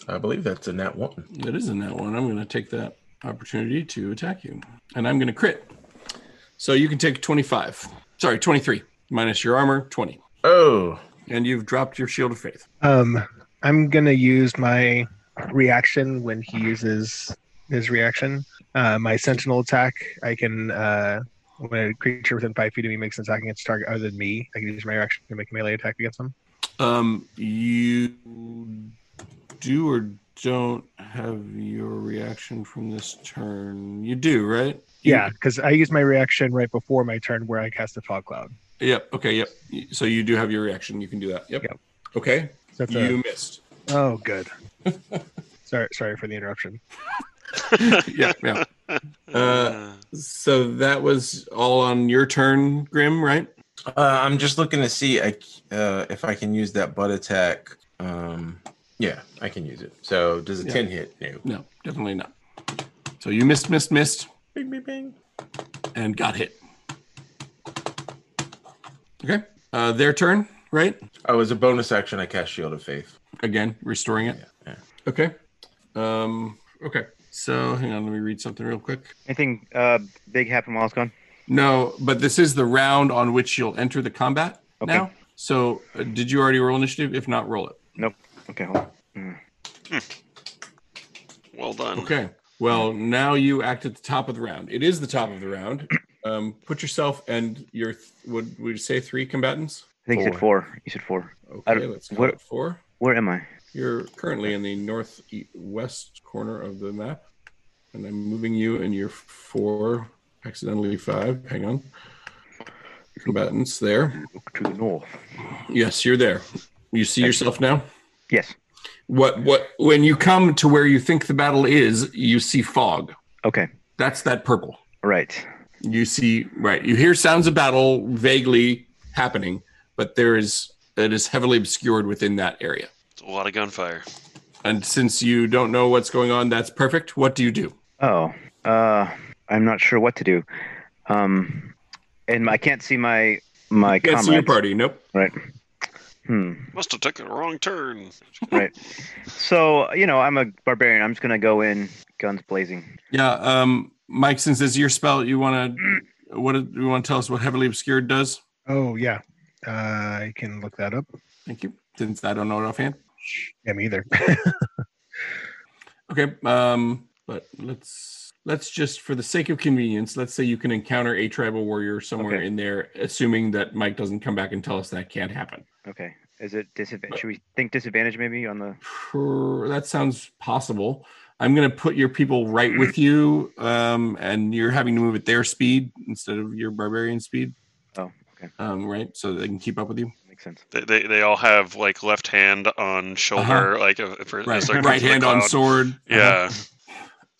I believe that's a nat one. that isn't that one. I'm going to take that opportunity to attack you, and I'm going to crit. So you can take 25. Sorry, 23 minus your armor, 20, Oh, and you've dropped your shield of faith. Um, I'm gonna use my reaction when he uses his reaction. Uh, my sentinel attack. I can uh, when a creature within five feet of me makes an attack against a target other than me, I can use my reaction to make a melee attack against them. Um, you do or don't have your reaction from this turn. You do, right? You- Yeah, because I used my reaction right before my turn where I cast a fog cloud. Yep. Okay. Yep. So you do have your reaction. You can do that. Yep. Yep. Okay. So that's a- You missed. oh, good. [LAUGHS] sorry, sorry for the interruption. Yeah. [LAUGHS] Yeah. Uh, so that was all on your turn, Grim. Right? uh, I'm just looking to see I, c- uh, if I can use that butt attack. Um, yeah, I can use it. So does a Yeah. 10 hit? No. No, definitely not. So you missed, missed, missed, Bing, bing, bing. and got hit. Okay. Uh, their turn. Right? Oh, as a bonus action, I cast Shield of Faith. Again, restoring it. Yeah, yeah. Okay. Um, okay. So hang on, let me read something real quick. Anything uh, big happened while I was gone? No, but this is the round on which you'll enter the combat Okay. now. So uh, did you already roll initiative? If not, roll it. Okay, hold on. well done. Okay. Well, now you act at the top of the round. It is the top of the [CLEARS THROAT] round. Um, put yourself and your th- would we say three combatants? I think you said four. You said four. I Okay, don't- let's go what- at four. Where am I? You're currently in the northwest corner of the map, and I'm moving you and your four, accidentally five. Hang on, combatants there. Look to the north. Yes, you're there. You see yourself now. Yes. What what when you come to where you think the battle is, you see fog. Okay. That's that purple. All right. You see right. You hear sounds of battle vaguely happening, but there is it is heavily obscured within that area. It's a lot of gunfire. And since you don't know what's going on, that's perfect. What do you do? Oh, uh, I'm not sure what to do. Um, and I can't see my my You can't see your comrades. party. Nope. Right. Hmm. Must have took the wrong turn. Right. so you know, I'm a barbarian. I'm just gonna go in guns blazing. Yeah. Um, Mike, since this is your spell, you want to what do you want to tell us what heavily obscured does? Oh yeah, uh, I can look that up. Thank you. Since I don't know it offhand. Yeah, me either. [LAUGHS] Okay. Um, but let's let's just for the sake of convenience, let's say you can encounter a tribal warrior somewhere Okay. in there, assuming that Mike doesn't come back and tell us that can't happen. Okay. Is it disadvantage? Should we think disadvantage maybe on the? Pr- That sounds possible. I'm going to put your people right with you, um, and you're having to move at their speed instead of your barbarian speed. Oh, okay. Um, right, so they can keep up with you. Makes sense. They, they, they all have like left hand on shoulder, like uh, for, Uh-huh. Right, as they're [LAUGHS] right going through the hand on cloud. sword. Uh-huh. Yeah. Uh,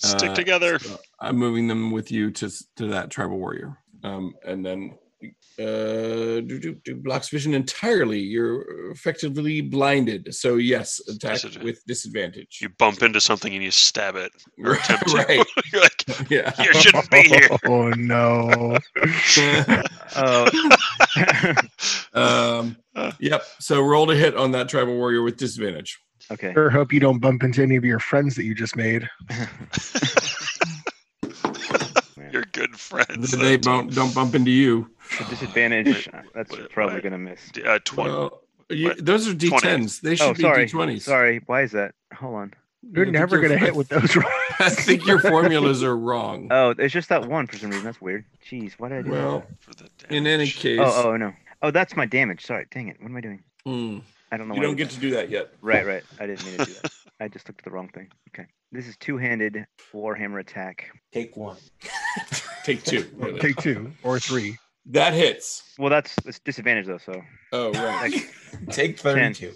Stick together. so I'm moving them with you to s- to that tribal warrior, um, and then uh, do, do, do blocks vision entirely. You're effectively blinded, so yes, attack Disadvantage. with disadvantage. You bump into something and you stab [LAUGHS] it or attempt to. right? [LAUGHS] You're like, Yeah. [LAUGHS] you shouldn't be here. oh no. [LAUGHS] Uh, Oh. [LAUGHS] um, yep. So roll to hit on that tribal warrior with disadvantage. okay. Sure hope you don't bump into any of your friends that you just made. You're good friends. they That's- don't don't bump into you. The disadvantage. [LAUGHS] uh, That's What- probably what? gonna miss. Uh, twen- Well, you, What? those are d10s. They should Oh, sorry. be d20s. Sorry. Why is that? Hold on. You're I think never your- gonna hit with those. rolls. [LAUGHS] I [LAUGHS] think your formulas are wrong. Oh, it's just that one for some reason. That's weird. Jeez, why did I do well, for the in any damage. case, that? Oh, oh no. Oh, that's my damage. Sorry. Dang it. What am I doing? mm, I don't know. you why I don't did get that. to do that yet. [LAUGHS] Right, right. I didn't mean to do that. I just looked at the wrong thing. Okay. This is two-handed warhammer attack. Take one. [LAUGHS] Take two. really. Take two or three. That hits. Well, that's it's disadvantage though. So, Oh [LAUGHS] right. Take 32.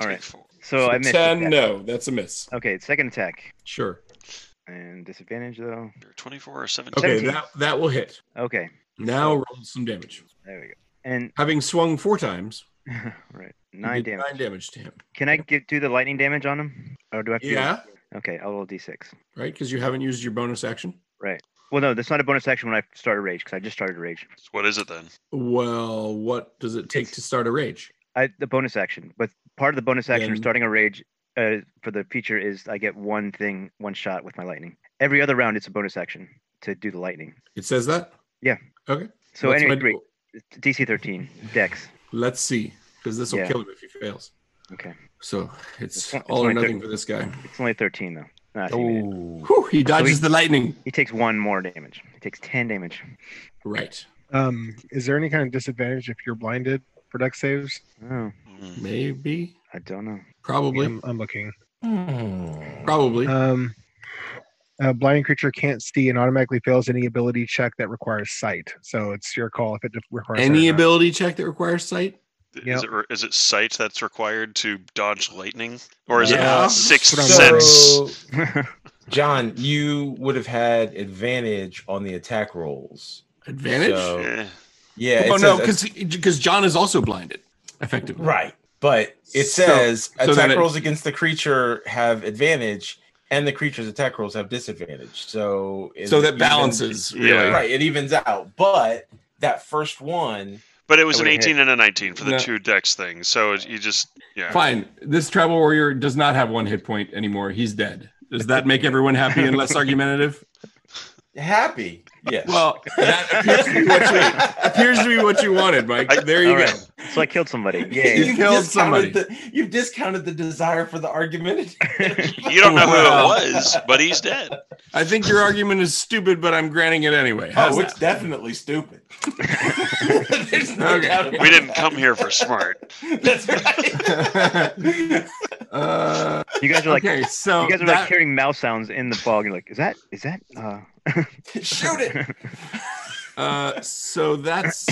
all right. Four. So oh, I missed. Ten. attack. No, that's a miss. Okay, second attack Sure. and disadvantage though. You're 24 or 17. Okay, 17. that that will hit. Okay, Oh. Now roll some damage. there we go. And [LAUGHS] Having swung four times, all right, you nine did damage. Nine damage to him. Can I give do the lightning damage on him, or do I? Have to do- Yeah. Okay, I'll roll d6. Right, because you haven't used your bonus action. Right. Well, no, that's not a bonus action when I start a rage because I just started a rage. So what is it then? Well, what does it take to start a rage? I, the bonus action, but part of the bonus action of Then- starting a rage uh, for the feature is I get one thing, one shot with my lightning. Every other round, it's a bonus action to do the lightning. It says that. So That's anyway, what- great. It's DC 13 Dex. Let's see, because this will Yeah. kill him if he fails. Okay, So it's It's not- it's all or only thir- nothing for this guy. it's only 13 though. Not even it. Oh, Whew, he dodges the lightning. He takes one more damage. He takes 10 damage. Right. Um, is there any kind of disadvantage if you're blinded for deck saves? Oh, Mm. Maybe. I don't know. Probably. I'm, I'm looking. Hmm. Probably. Um, a blind creature can't see and automatically fails any ability check that requires sight. So it's your call if it requires sight Any or not. ability check that requires sight? Is Yep. it re- is it sight that's required to dodge lightning, or is Yeah. it sixth That's what I'm- sense? John, you would have had advantage on the attack rolls. Advantage? So- Eh. Yeah. oh it no, says- because because John is also blinded, effectively. Right. But it So- says so then attack it- rolls against the creature have advantage and the creature's attack rolls have disadvantage. So it So that evens- balances really. Yeah. right, it evens out. But that first one But it was That an would've hit. 18 and a 19 for the No. two dex things. So you just yeah. Fine. This travel warrior does not have one hit point anymore. He's dead. Does that make everyone happy and less argumentative? happy. [LAUGHS] Yes. [LAUGHS] Well, [LAUGHS] that appears to be what you appears to be what you wanted, Mike. There you All go. right. [LAUGHS] So I killed somebody. [LAUGHS] You Yay. You've killed discounted somebody. The, you've discounted the desire for [LAUGHS] the argument. Oh, You don't know who Wow. it was, but he's dead. I think your argument is stupid, but I'm granting it anyway. How's Oh, it's that? definitely stupid. [LAUGHS] [LAUGHS] There's no Okay. doubt about We didn't that. come here for smart. [LAUGHS] That's right. [LAUGHS] Uh, You guys are like okay, so you guys are that- like hearing mouse sounds in the fog. You're like, is that is that? Uh... Shoot it. Uh, so [COUGHS] that's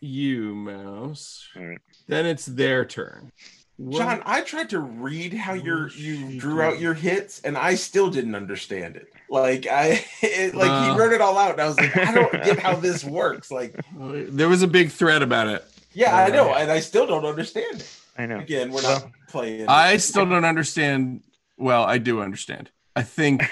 you, Mouse. All right. Then it's their turn. What- John, I tried to read how your What you she drew out did. your hits, and I still didn't understand it. Like I, [LAUGHS] it, like Uh. he wrote it all out, and I was like, I don't get how this works. Like, there was a big thread about it. yeah, I know, Uh. and I still don't understand it. I know. Again, we're not playing. I still don't understand. Well, I do understand. I [LAUGHS] think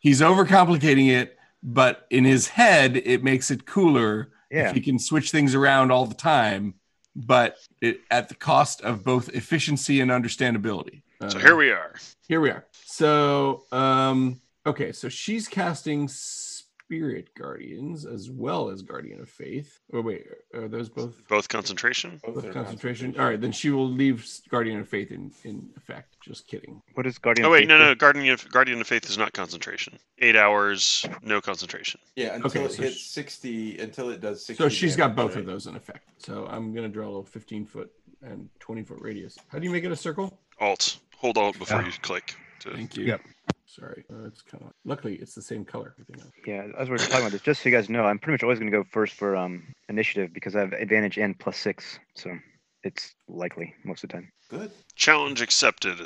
he's overcomplicating it, but in his head, it makes it cooler. Yeah. If he can switch things around all the time, but it, at the cost of both efficiency and understandability. So here we are. Here we are. So, um, okay, so she's casting Spirit Guardians as well as Guardian of Faith. Oh, wait, are those both, Both concentration. Both both are concentration? All right, then she will leave s- Guardian of Faith in, in effect. Just kidding. What is Guardian? Oh wait, no, Faith no. Guardian of Guardian of Faith is not concentration. Eight hours, no concentration. Yeah, until Okay, it so hits sh- sixty, until it does sixty. So she's got damage, both of right? those in effect. So I'm going to draw a little 15 foot and 20 foot radius. How do you make it a circle? Alt. Hold alt before Yeah. you click. To... Thank you. Yep. Sorry. Uh, it's kind of luckily it's the same color. Everything else. is- Yeah, as we're talking about this, just so you guys know, I'm pretty much always going to go first for um initiative because I have advantage and plus six, so it's likely most of the time. Good. Challenge accepted.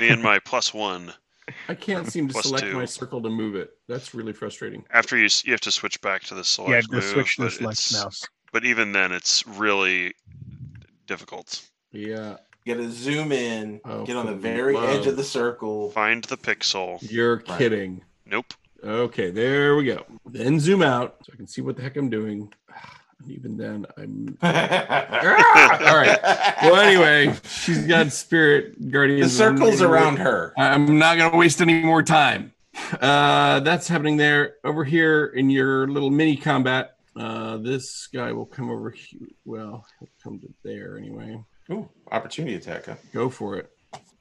Me and my plus one. I can't seem to Plus select two. my circle to move it. That's really frustrating. After you, s- you have to switch back to the yeah, select just move, switch to but select it's- mouse. But even then, it's really difficult. Yeah. You gotta zoom in, Oh, get on the for very love. edge of the circle. [LAUGHS] Find the pixel. You're Right. kidding. Nope. Okay, there we go. Then zoom out so I can see what the heck I'm doing. [SIGHS] And even then, I'm. All right. Well, anyway, she's got spirit the guardians. I'm not circle's gonna wa- around her. I'm not going to waste any more time. Uh, that's happening there. Over here in your little mini combat, uh, this guy will come over. Here. Well, he'll come to there anyway. Ooh, opportunity attack. Huh? Go for it.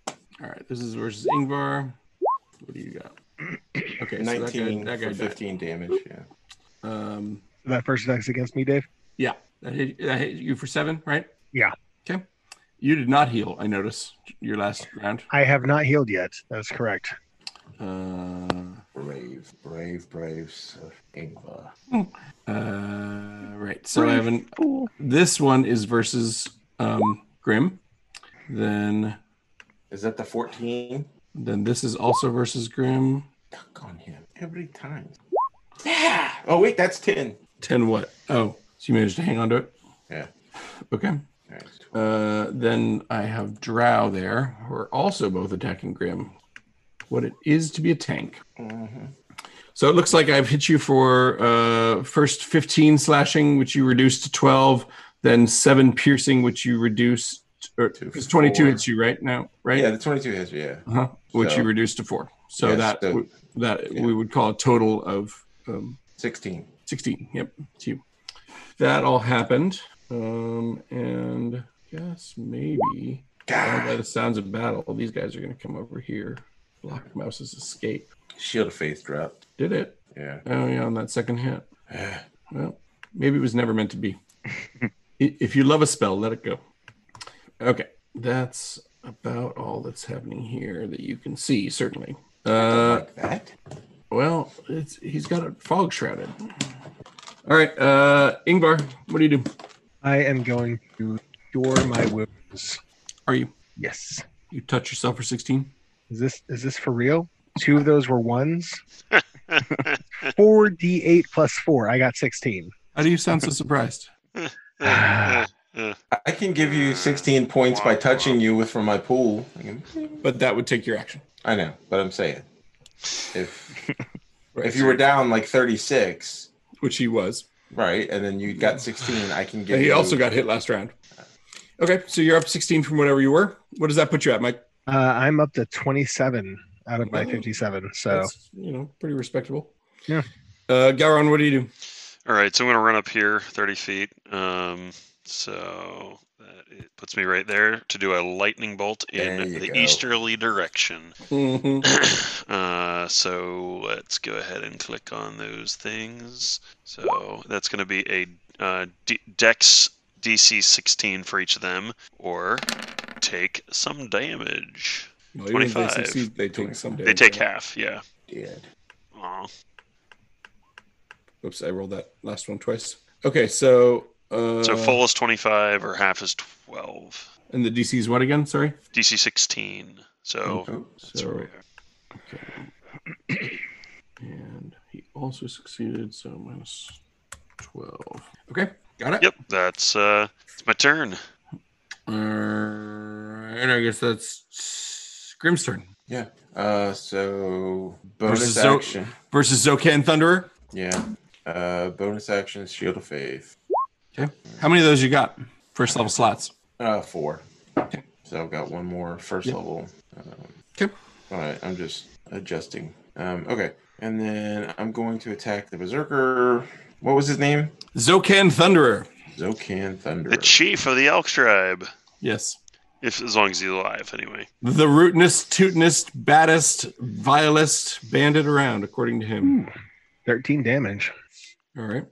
All right, this is versus Ingvar. What do you got? [CLEARS THROAT] Okay, so that guy, Nineteen that guy for died. fifteen damage. Yeah. Um, That first deck's against me, Dave. Yeah, that hit, that hit you for seven, right? Yeah. Okay. You did not heal. I notice your last round. I have not healed yet. That's correct. Uh, Brave, brave, braves of Ingvar. uh, right. So I haven't. This one is versus um, Grim. Then, Is that the fourteen? then this is also versus Grim. Duck on him every time. Yeah. Oh wait, that's ten. Ten what? Oh, so you managed to hang on to it. Yeah. Okay. All right, it's 12. Uh, then I have Drow there, who are also both attacking Grim. What it is to be a tank. Mhm. So it looks like I've hit you for uh, first 15 slashing, which you reduce to 12, then seven piercing, which you reduce. To Because 22 four. hits you right now, right? Yeah, the 22 hits you, yeah. Uh-huh. Which you So- reduce to four. So Yeah, that so- w- that yeah. we would call a total of um, 16. 16. Yep, to you. That all happened. Um, and yes, maybe uh, by God, the sounds of battle, these guys are going to come over here. Block Mouse's escape. shield of faith dropped. Did it? [SIGHS] Yeah. Oh, yeah, on that second hit. Yeah. Well, maybe it was never meant to [LAUGHS] be. I- if you love a spell, let it go. Okay, that's about all that's happening here that you can see, certainly. Uh, like that? well, it's, he's got a fog shrouded. All right, uh, Ingvar, what do you do? I am going to cure my wounds. Are you Yes. you touch yourself for sixteen? Is this is this for real? Two of those [LAUGHS] were ones. Four D eight plus four. I got sixteen. How do you sound so surprised? [SIGHS] Uh, uh, I can give you 16 points by touching you with from my pool. I, can, But that would take your action. I know, but I'm saying [LAUGHS] if if you were down like 36, which he was. right, and then you got 16, I can give And he you Uh. also got hit last round. Okay, so you're up sixteen from whatever you were. What does that put you at, Mike? Uh, I'm up to twenty seven out of my Wow. fifty seven. So That's you know pretty respectable. Yeah. Uh, Gowron, what do you do? all right, so I'm gonna run up here, 30 feet. Um, so that it puts me right there to do a lightning bolt There in you the go. easterly direction. Mhm. [COUGHS] uh, so let's go ahead and click on those things. So that's going to be a uh, D- Dex DC 16 for each of them, or take some damage. No, even if 25. They succeed. They take some. They damage, take right? half, yeah. dead. Aw. Oops, I rolled that last one twice. Okay, so uh, So full is 25, or half is 12. and the DC is what again? Sorry. DC 16. So Oh, Okay, that's where we So are. and he also succeeded. So minus twelve. Okay, got it. Yep, that's uh, it's my turn. All right, I guess that's Grim's turn Uh, so bonus Versus Zo- action. versus Zokan Thunderer. Yeah. Uh, bonus action, shield of faith. How many of those you got? First level slots. Uh, four. So I've got one more first Yeah. level. Um, Okay. All right, I'm just adjusting. Um, okay, and then I'm going to attack the berserker. What was his name? Zokan Thunderer. Zokan Thunder. The chief of the elk tribe, Yes. if as long as he's alive, anyway. The rootinest, tootinest, baddest, vilest bandit around, according to him. thirteen damage. Hmm. All right.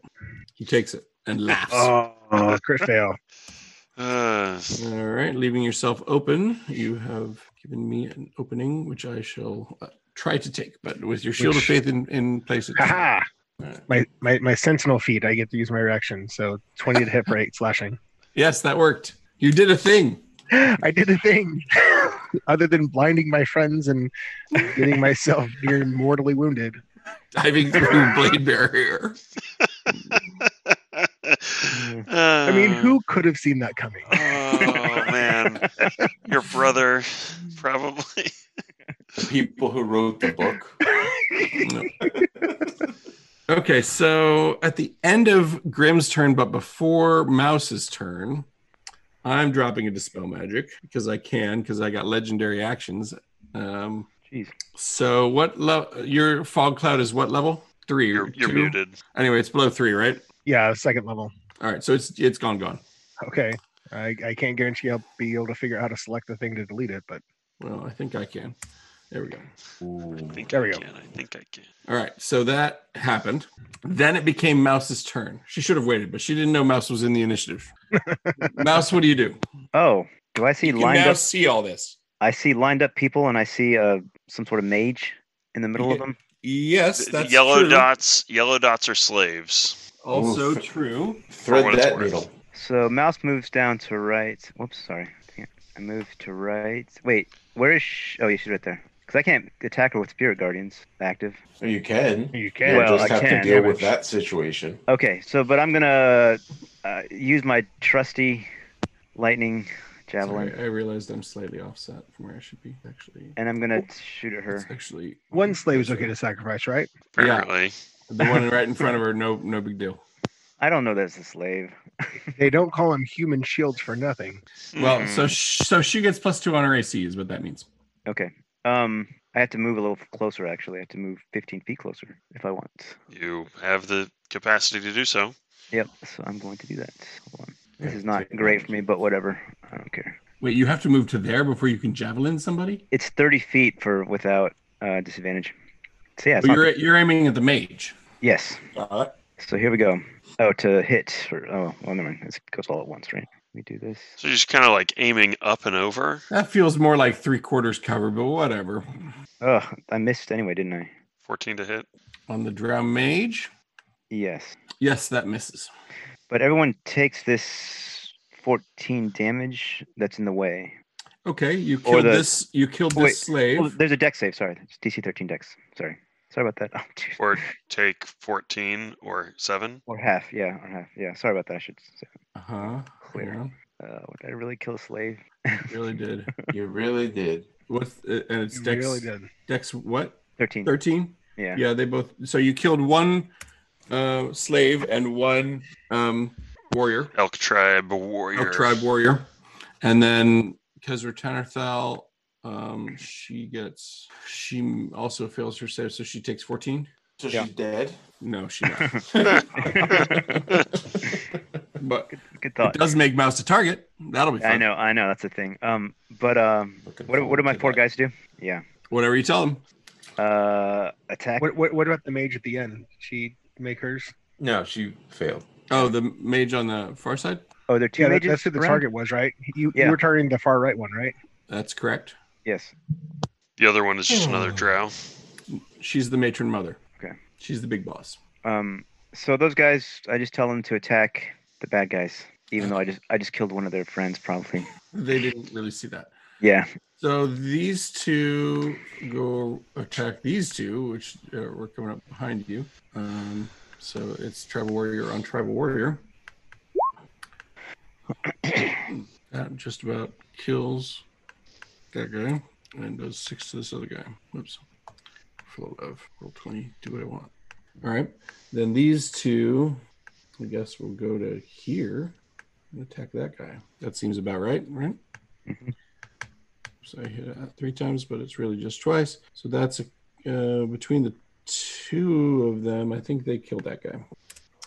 He takes it and laughs. Oh, crit fail. Uh, [LAUGHS] All right. Leaving yourself open. You have given me an opening, which I shall uh, try to take, but with your shield of Which- faith in, in place. it's- Haha. My, my my sentinel feet. I get to use my reaction. So twenty to hit for eight [LAUGHS] slashing. [GASPS] Yes, that worked. You did a thing. I did a thing [LAUGHS] other than blinding my friends and getting myself near mortally wounded. Diving [LAUGHS] through blade barrier. uh, I mean, who could have seen that coming? Oh man, your brother probably. The people who wrote the book. No. [LAUGHS] okay, so at the end of Grimm's turn, but before Mouse's turn, I'm dropping a dispel magic because I can because I got legendary actions. Um, Jeez. so what level? Your fog cloud is what level? Three. or You're, you're two? muted. Anyway, it's below three, right? [LAUGHS] Yeah, second level. All right, so it's it's gone, gone. Okay. I, I can't guarantee I'll be able to figure out how to select the thing to delete it, but Well, I think I can. There we go. I think There I we go. Can. I think I can. All right, so that happened. Then it became Mouse's turn. She should have waited, but she didn't know Mouse was in the initiative. Mouse, what do you do? Oh, do I see You can lined now up? see all this. I see lined up people, and I see uh, some sort of mage in the middle of get- them. Yes, The- the that's yellow true. dots. Yellow dots are slaves. Also Oof. true. what Thread it's that worth. needle. So mouse moves down to right. Whoops, sorry. Dang it. I move to right. Wait, where is? Sh- oh, yeah, she's right there. Because I can't attack her with spirit guardians active. Oh, you can. you You can. Well, just I have can. to deal with that situation. Okay, so but I'm gonna uh, use my trusty lightning [LAUGHS] Javelin. Sorry, I realized I'm slightly offset from where I should be. Actually, And I'm gonna shoot at it's her. actually One slave is okay to sacrifice, right? Apparently. the one right in front of her. No, no big deal. I don't know that's a slave. They don't call them human shields for nothing. Well, Mm-hmm. Hmm. so sh- so she gets plus two on her AC is what that means. Okay. Um, I have to move a little closer. Actually, I have to move 15 feet closer if I want. You have the capacity to do so. Yep. So I'm going to do that. Hold on. This Yeah, is not take great advantage. for me, but whatever. I don't care. Wait, you have to move to there before you can javelin somebody. It's 30 feet for without uh, disadvantage. So yeah. It's But not Oh, you're you're aiming at the mage. Yes. Uh-huh. So here we go. Oh, to hit. Or, oh, well, never mind. It goes all at once, right? Let me do this. So you're just kind of like aiming up and over. That feels more like three quarters cover, but whatever. Oh, I missed anyway, didn't I? 14 to hit. On the drow mage, Yes. yes, that misses. But everyone takes this 14 damage that's in the way. Okay, you Or killed the- this. You killed this Wait, slave. Oh, there's a deck save. Sorry. It's DC 13 dex. Sorry. Sorry about that. [LAUGHS] Oh, jeez. Or take 14 or 7. Or half. Yeah. Or half. Yeah. Sorry about that. I should say. Uh huh. Clear. Uh, would I really kill a slave? [LAUGHS] Really did. You really did. What's uh, and it's You Dex? really did. Dex what? 13. Thirteen. Yeah. Yeah, they both. So you killed one uh, slave and one um, warrior, Elk tribe warrior. elk tribe warrior, and then Kezra Tannerthal, um, she gets. She also fails her save, so she takes fourteen. So Yeah. she's dead. No, she [LAUGHS] not. but Good it thought. does make mouse a target. That'll be fun. I know. I know. That's the thing. Um, but um, Looking what, what forward do my to four that. guys do? Yeah. Whatever you tell them. Uh, attack. What, what what about the mage at the end? She make hers? No, she failed. Oh, the mage on the far side. Oh, they're two Yeah, that, mages. that's who the around? target was, right? You Yeah. you were targeting the far right one, right? That's correct. Yes. The other one is just Hmm. another drow. She's the matron mother. Okay. She's the big boss. Um, so those guys, I just tell them to attack the bad guys, even though I just I just killed one of their friends, probably. They didn't really see that. Yeah. So these two go attack these two, which uh, were coming up behind you. Um, so it's tribal warrior on tribal warrior. [CLEARS THROAT] that just about kills that guy and does six to this other guy. Whoops. Float of roll 20, do what I want. All right. Then these two, I guess, will go to here and attack that guy. That seems about right, right? So I hit it three times, but it's really just twice. So that's a, uh, between the two of them. I think they killed that guy.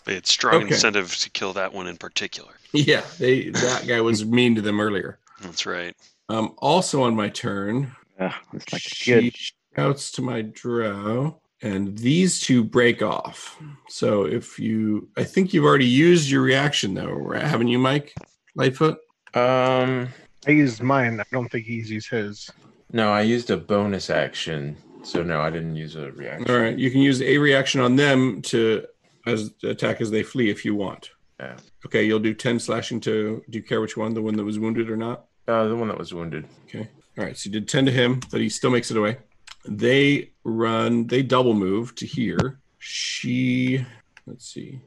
It's strong Okay. incentive to kill that one in particular. [LAUGHS] Yeah, they that guy was mean to them earlier. That's right. Um, also on my turn, Ugh, it's like she good. shouts to my drow, and these two break off. So if you, I think you've already used your reaction though, right? haven't you, Mike Lightfoot? Um, I used mine. I don't think he's used his. no, I used a bonus action, so no, I didn't use a reaction. All right, you can use a reaction on them to as attack as they flee if you want. Yeah. Okay, you'll do ten slashing to. Do you care which one? The one that was wounded or not? Uh, the one that was wounded. Okay. All right. So you did 10 to him, but he still makes it away. They run, they double move to here. She, let's see,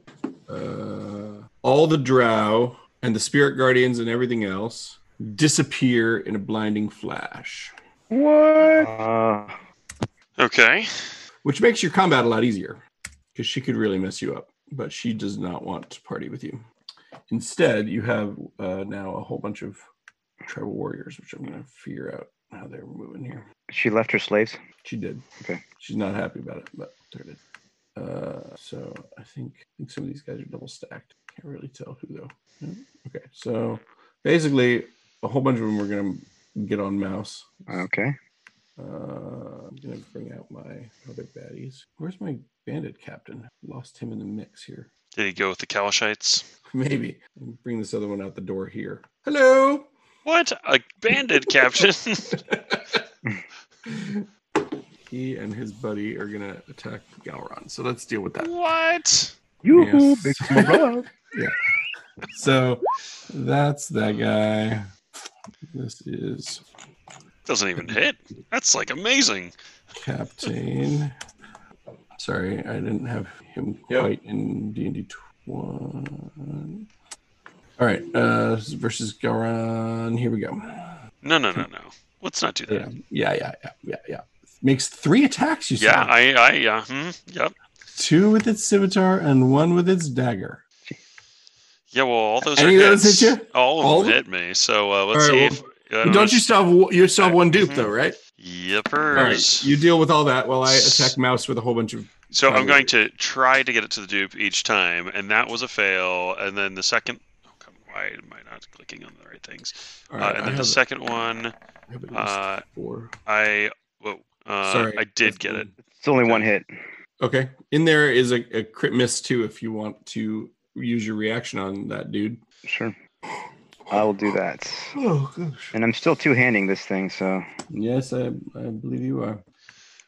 uh, all the drow and the spirit guardians and everything else disappear in a blinding flash, Uh, Okay. which makes your combat a lot easier because she could really mess you up, but she does not want to party with you. Instead, you have uh, now a whole bunch of tribal warriors, which I'm going to figure out how they're moving here. she left her slaves. She did. Okay. She's not happy about it, but there it is. Uh, so I think I think some of these guys are double stacked. Can't really tell who though. No? Okay, so basically a whole bunch of them are gonna get on mouse. Okay. Uh, I'm gonna bring out my other baddies. Where's my bandit captain? Lost him in the mix here. [LAUGHS] Did he go with the Kalishites? Maybe bring this other one out the door here. Hello. [LAUGHS] What? A bandit captain? he and his buddy are gonna attack Galron. So let's deal with that. what? Yoo-hoo, Yes. big small [LAUGHS] So that's that guy. This is Doesn't even hit. That's like amazing. Captain. Sorry, I didn't have him Yep. quite in D and D one. All right. Uh, versus Garan. Here we go. No, no, no, no. Let's not do that. Yeah. Yeah. Yeah. Yeah. Yeah. yeah. Makes three attacks. You said. Yeah, I, I, yeah, hmm, yep. Two with its scimitar and one with its dagger. Yeah, well, all those Any are of those hits. hit you? All of All them of hit me. So uh, let's All see right, if. I Don't, know, you still have you still have one dupe Mhm. though, right? All right. Yippers. You deal with all that while I attack Mouse with a whole bunch of. So I'm Probably. going to try to get it to the dupe each time, and that was a fail. And then the second, oh come, why am I not clicking on the right things? All right, uh, I and then the have- second one, I have at least uh, four. I, whoa, uh, Sorry, I did that's get it. It's only one hit. Okay. In there is a, a crit miss too if you want to use your reaction on that dude. Sure. I will do that. Oh gosh. And I'm still two handing this thing, so Yes, I, I believe you are.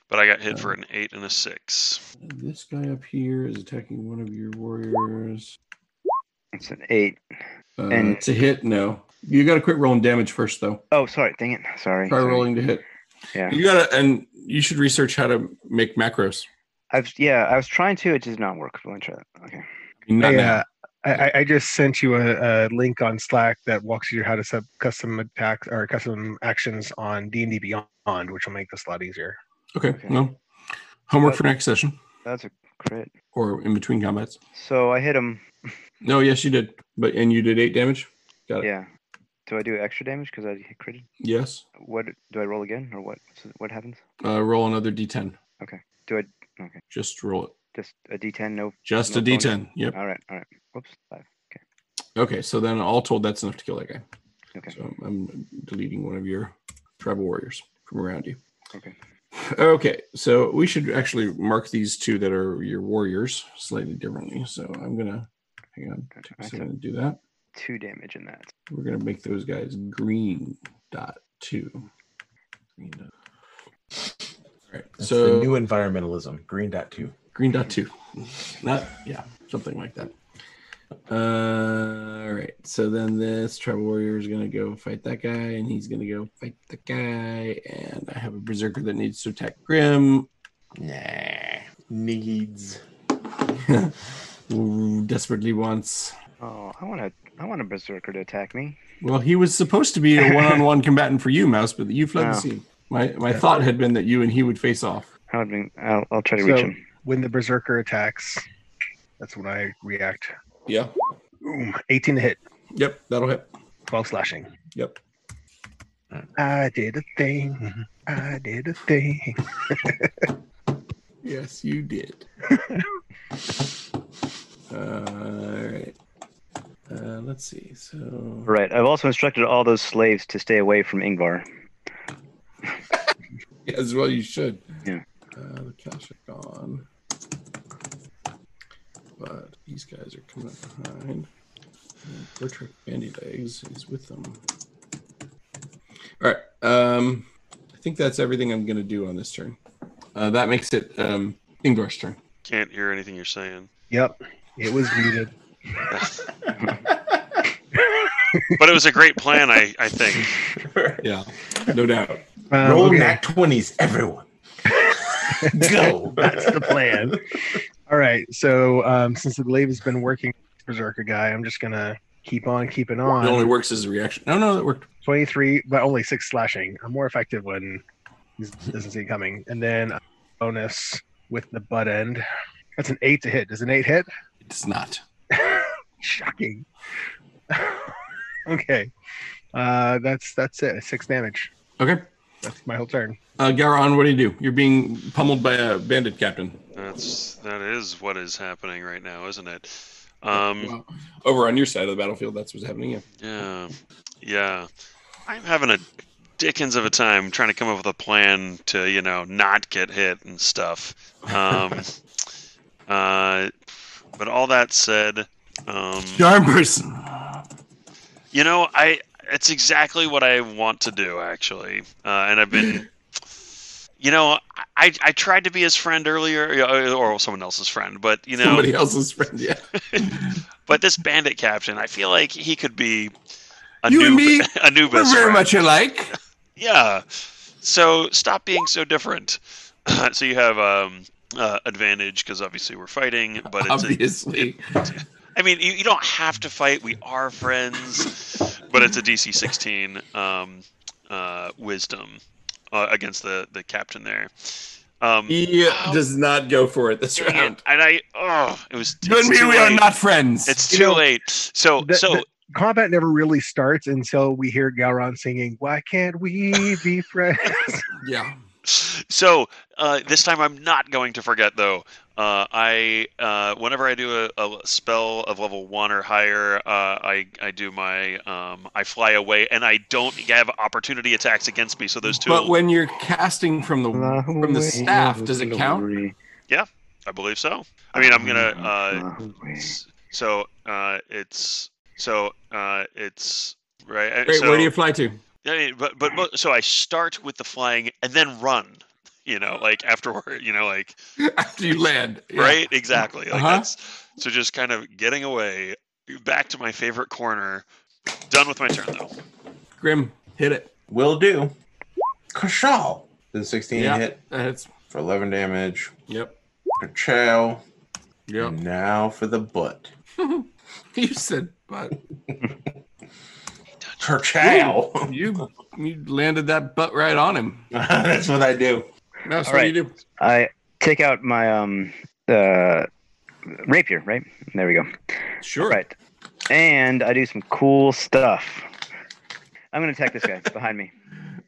But I got hit for an eight and a six. This guy up here is attacking one of your warriors. it's an eight. Uh, And- it's a hit. No, you got to quit rolling damage first though. Oh, sorry. Dang it. Sorry. Try sorry. rolling to hit. Yeah. You gotta, and you should research how to make macros. I've yeah. I was trying to. It does not work. Let me try that. Okay. Not now. Yeah. I, I- I just sent you a, a link on Slack that walks you how to set custom attacks or custom actions on D and D Beyond, which will make this a lot easier. Okay. Okay. No. Homework Uh, for next session That's a crit. or in between combats. So I hit him. No, yes, you did. But and you did eight damage. Got it. Yeah. Do I do extra damage because I hit critted? Yes. What do I roll again or what? so What happens? Uh, roll another d10. Do I? Okay. Just roll it. Just a D10. No. Just No a bonus. d10. Yep. All right. All right. Whoops. Five. Okay. So then all told, that's enough to kill that guy. Okay. So I'm- I'm deleting one of your tribal warriors from around you. Okay. Okay. So we should actually mark these two that are your warriors slightly differently. So I'm gonna hang on. Gotcha. I'm I gonna took do that. two damage in that. We're gonna make those guys green dot two. Green dot. All right. That's so the new environmentalism, green dot two. green dot two, not yeah, something like that. Uh, all right. So then this tribal warrior is gonna go fight that guy, and he's gonna go fight the guy. And I have a berserker that needs to attack Grim. Nah. Needs. [LAUGHS] Ooh, desperately wants. Oh, I want to. I want a berserker to attack me. Well, he was supposed to be a one-on-one combatant for you, Mouse, but you fled the Oh. scene. My my thought had been that you and he would face off. I would be, I'll, I'll try to reach So- him. When the berserker attacks, that's when I react. Yeah. Boom, 18 to hit, Yep. That'll hit. 12 slashing. Yep. I did a thing. I did a thing. Yes, you did. uh, all right. Uh, let's see. So Right. I've also instructed all those slaves to stay away from Ingvar. as well, you should. Yeah. Uh, the cash are gone, but these guys are coming up behind. And Bertrand Bandy Legs is with them. All right. Um, I think that's everything I'm going to do on this turn. Uh, that makes it um, Ingvar's turn. Can't hear anything you're saying. Yep. It was muted. But it was a great plan, I, I think. Yeah, no doubt. Um, Roll okay, nat 20s, [LAUGHS] everyone. Go. That's the plan. [LAUGHS] All right. So um, since the glaive has been working berserker guy, I'm just gonna keep on keeping on. It only works as a reaction. No, no, that worked. 23, but only six slashing. I'm more effective when he doesn't see it coming. And then a bonus with the butt end. That's an eight to hit. Does an eight hit? It's not. [LAUGHS] Shocking. okay. Uh, that's that's it. Six damage. Okay. That's my whole turn. Uh, Garon, what do you do? You're being pummeled by a bandit captain That's that is what is happening right now, isn't it? Um, Wow. over on your side of the battlefield. That's what's happening. Yeah. Yeah, yeah. I'm having a dickens of a time trying to come up with a plan to, you know, not get hit and stuff. Um, uh, but all that said, um, Jarmers. you know, I it's exactly what I want to do actually, uh, and I've been, [LAUGHS] you know, I I tried to be his friend earlier, uh, or someone else's friend, but you know, [LAUGHS] Somebody else's [LAUGHS] friend. Yeah. but this bandit captain, I feel like he could be. A You new, and me, [LAUGHS] a new We're best very friend. [LAUGHS] much alike. Yeah. So stop being so different. [LAUGHS] so you have um, uh, advantage because obviously we're fighting, but it's a, Obviously. I mean, you, you don't have to fight. We are friends, but it's a DC 16 um, uh, wisdom uh, against the the captain there. Um, He oh, does not go for it this dang round. it. And I, oh, it was. You it's and me, too we are late. not friends. It's You too know, late. So, the- Oh, so the- Combat never really starts until we hear Gowron singing, Why can't we be friends? [LAUGHS] yeah. So uh, this time I'm not going to forget though. Uh, I uh, whenever I do a, a spell of level one or higher, uh, I I do my um, I fly away and I don't have opportunity attacks against me. So those two, But when you're casting from the from the staff, does it count? I believe so. I mean, I'm gonna. Uh, s- so uh, it's so uh, it's right. uh, Great. so, where do you fly to? [LAUGHS] Yeah, yeah, but but mo- so I start with the flying and then run. You know, like afterward. You know, like After you land, Yeah. right exactly like Uh-huh. that's so just kind of getting away back to my favorite corner done with my turn though Grim, hit it. Will do. Kashaw. Then 16 Yeah. hit That's for 11 damage. yep. Kachow. Yep. And now for the butt. [LAUGHS] You said, but Kerchow. you you landed that butt right on him. [LAUGHS] That's what I do. That's All what right. you do. I take out my um uh rapier, right? There we go. Sure. Right. And I do some cool stuff. I'm gonna attack [LAUGHS] this guy behind me.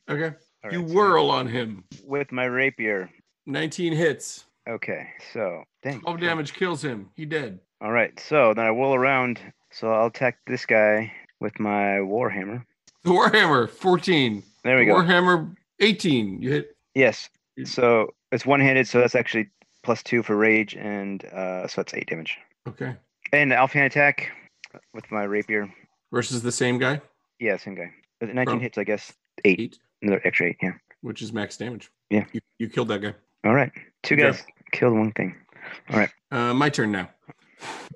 Okay. All You right, so whirl on him. with my rapier. 19 hits. Okay, so dang. 12 damage kills him. He dead. All right, so then I whirl around. So I'll attack this guy with my warhammer. The Warhammer 14. There we go. Warhammer 18. You hit. Yes. So it's one-handed, so that's actually plus two for rage, and uh, so that's eight damage. Okay. And offhand attack with my rapier. Versus the same guy. Yeah, same guy. Uh, Bro. Nineteen hits, I guess. Eight. Eight, Another extra eight. Yeah. which is max damage. Yeah. You, you killed that guy. All right. Two Good job. guys killed one thing. Uh, my turn now.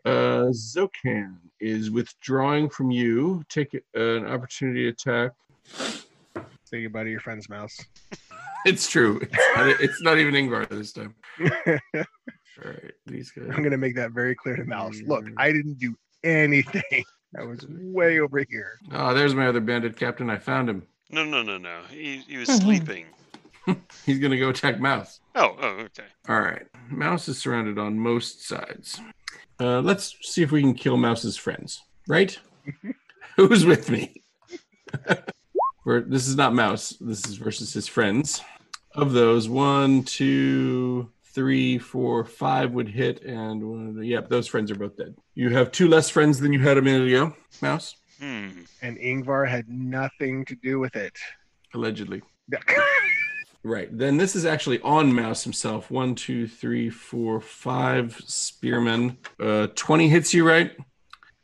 Uh, Zokan is withdrawing from you. Take uh, an opportunity attack. Say goodbye to your friend's mouse. [LAUGHS] It's true. It's not, it's not even Ingvar this time. All right. These guys. I'm gonna make that very clear to Mouse. Look, I didn't do anything. [LAUGHS] I was way over here. Oh, there's my other bandit captain. I found him. no no no no he, he was sleeping He's going to go attack Mouse. oh oh okay All right. Mouse is surrounded on most sides. Uh, let's see if we can kill Mouse's friends, right? Who's with me? [LAUGHS] We're- this is not Mouse. This is versus his friends. Of those, one, two, three, four, five would hit, and one, yep, those friends are both dead. You have two less friends than you had a minute ago, Mouse, hmm And Ingvar had nothing to do with it. [LAUGHS] allegedly. Right. Then this is actually on Mouse himself. One, two, three, four, five spearmen. Uh, 20 hits you, right?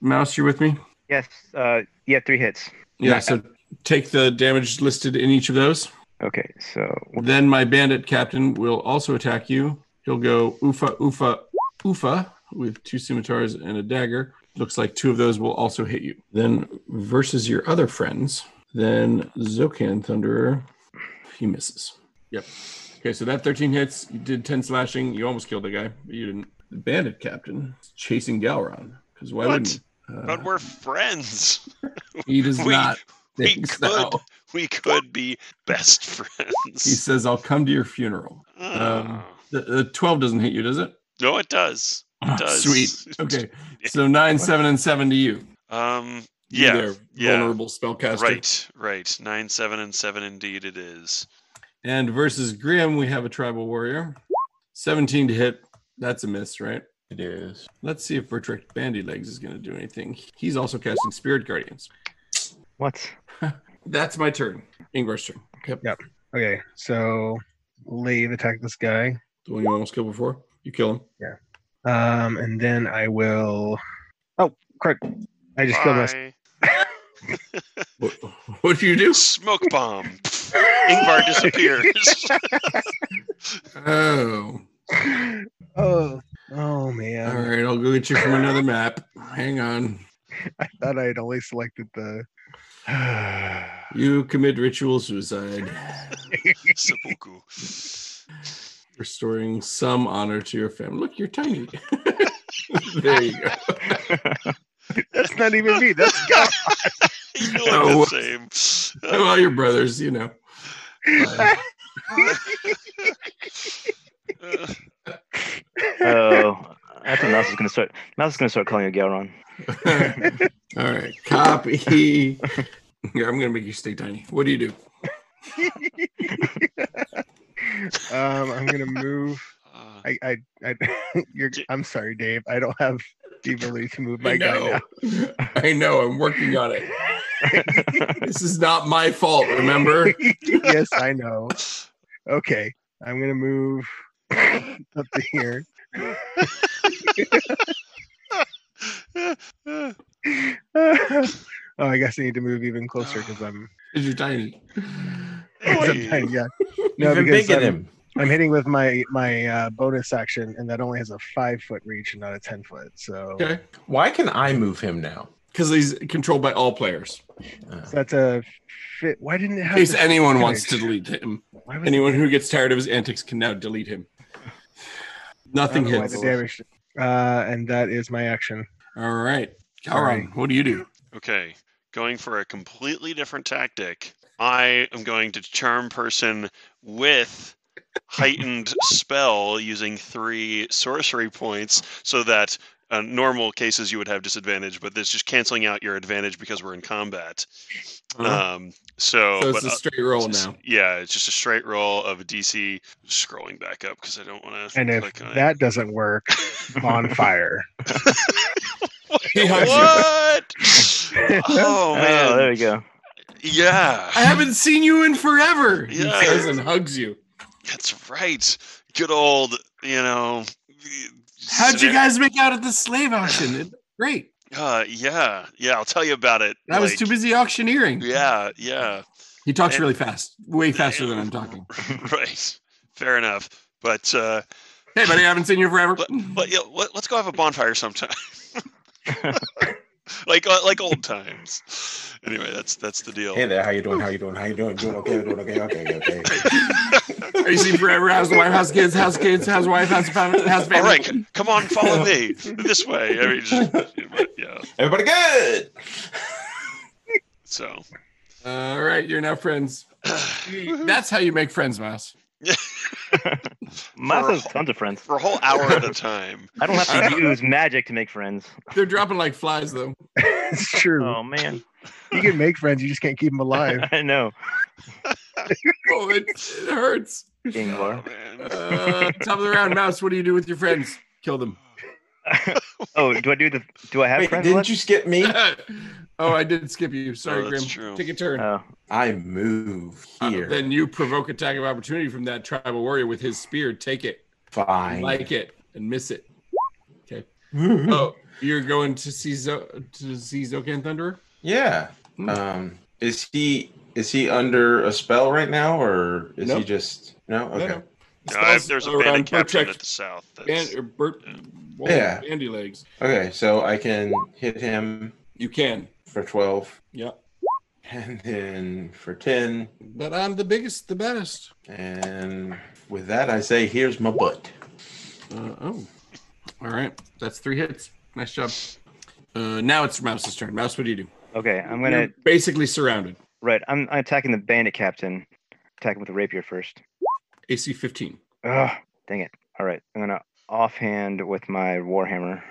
Mouse, you're with me? Yes. Uh, yeah, three hits. Yeah. So take the damage listed in each of those. Okay, so Then my bandit captain will also attack you. He'll go oofa, oofa, oofa with two scimitars and a dagger. Looks like two of those will also hit you. Then versus your other friends. Then Zokan Thunderer. He misses. Yep. Okay, so that 13 hits. You did 10 slashing. You almost killed the guy, but you didn't. The bandit captain is chasing Galron. Because why What? wouldn't he? Uh, but we're friends [LAUGHS] he does we- not [LAUGHS] we think so. could. we could be best He friends says, I'll come to your funeral. Um, Ah. the, the 12 doesn't hit you, does it? no it does Ah, does. Sweet. [LAUGHS] Okay. So nine, seven, and seven to you. um You yeah there, yeah. Vulnerable spellcaster. right right nine seven and seven indeed it is And versus Grim, we have a tribal warrior. 17 to hit. That's a miss, right? It is. Let's see if Bertrick Bandy Legs is going to do anything. He's also casting Spirit Guardians. what? That's my turn. Ingvar's turn. Yep. Yep. Okay, so Lave attack this guy. The one you almost killed before. You kill him. Um, and then I will Oh crap. I just killed myself. Bye. What, [LAUGHS] what do you [LAUGHS] do? smoke bomb ingvar disappears [LAUGHS] Oh. [LAUGHS] Oh, oh All man. right. I'll go get you from another map. Hang on. I thought I had only selected the [SIGHS] You commit ritual suicide, Seppuku. restoring some honor to your family. Look, you're tiny. [LAUGHS] there you go. [LAUGHS] That's not even me. That's God. you look Oh, the same. well, your brothers, you know. [LAUGHS] Uh, [LAUGHS] Uh, Oh, that's when Mouse is gonna start. Mouse is gonna start calling you Galron. all right, copy. [LAUGHS] Here, I'm gonna make you stay tiny. What do you do? Um, I'm gonna move. uh, I, I, I [LAUGHS] you're, I'm sorry, Dave. I don't have the ability to move my I guy now. know. [LAUGHS] I know. I'm working on it. this is not my fault. [LAUGHS] Remember? [LAUGHS] yes, I know. Okay, I'm gonna move [LAUGHS] up to here. [LAUGHS] uh, oh, I guess I need to move even closer because I'm, Because you're tiny. 'cause I'm hey. tiny, yeah. No, um, No, You've been because bigging I'm, him. I'm hitting with my my uh, bonus action, and that only has a five foot reach and not a ten foot. So, Okay. Why can I move him now? Because he's controlled by all [LAUGHS] players. Uh, so that's a fit. Why didn't it In have? case the anyone percentage? wants to delete him, Why was anyone who gets tired of his antics can now delete [SIGHS] him. I don't Nothing know why hits. the damage? Uh, and that is my action. All right, Sorry. Calron, what do you do? Okay, going for a completely different tactic. I am going to charm person with heightened spell using three sorcery points so that uh, normal cases you would have disadvantage, but this just canceling out your advantage because we're in combat. Um, so, so but, it's a uh, straight roll just- now. Yeah, it's just a straight roll of a DC. Scrolling back up because I don't want to. And if click on that doesn't [LAUGHS] work, bonfire. [LAUGHS] He hugs you. It. What? [LAUGHS] oh man. [LAUGHS] Oh, there we go. Yeah. I haven't seen you in forever. He Yeah. says and hugs you. That's right. Good old, you know. How'd you sna- guys make out at the slave auction? It- Great. Uh, yeah, yeah. I'll tell you about it. I was like, too busy auctioneering. Yeah, yeah. He talks And- really fast, way faster than I'm talking. [LAUGHS] right. Fair enough. But uh, Hey, buddy, I haven't seen you forever. but, but yeah, let, let's go have a bonfire sometime. [LAUGHS] like uh, like old times. Anyway, that's that's the deal. hey there, how you doing? How you doing? How you doing? Doing okay? Doing okay? Okay? Okay? okay. Are you seen forever? How's the wife? How's kids? How's kids? How's wife? How's family? How's All family? right, c- come on, follow me this way. I mean, just, yeah. [LAUGHS] Everybody good? So [SIGHS] All right, you're now friends. That's how you make friends, Mouse. Mouse has tons of friends. for a whole hour at a time. I don't [LAUGHS] have to use magic to make friends. They're dropping like flies, though. it's true. Oh man, You can make friends, you just can't keep them alive. I know. Oh, it, it hurts. Being Oh, war. man. Uh, top of the round, Mouse. What do you do with your friends? [LAUGHS] Kill them. [LAUGHS] oh, do I do the? Do I have Wait, friends didn't left? you skip me? oh, I did skip you. Sorry, Oh, Grim. that's true. Take a turn. Oh, I move Uh, here. then you provoke attack of opportunity from that tribal warrior with his spear. Take it, Fine. like it, and miss it. Hmm. Oh, you're going to see Zo- to see Zokan Thunderer. [LAUGHS] yeah. Hmm. Um, is he is he under a spell right now, or is he Nope. just no? No, Okay. no. No, I, Spells Uh, there's a around bandit captured protect- at the south. That's, Ban- or Bert, Yeah. yeah. Bandy legs. Okay, so I can hit him You can. for twelve, [LAUGHS] Yeah. and then for ten, But I'm the biggest, the best. and with that I say, here's my butt. Uh, oh. All right. That's three hits. Nice job. Uh, now it's Mouse's turn. Mouse, what do you do? okay. I'm gonna. You're basically surrounded. Right. I'm, I'm attacking the bandit captain. Attack him with a rapier first. AC 15. Ugh, dang it. All right. I'm gonna offhand with my warhammer.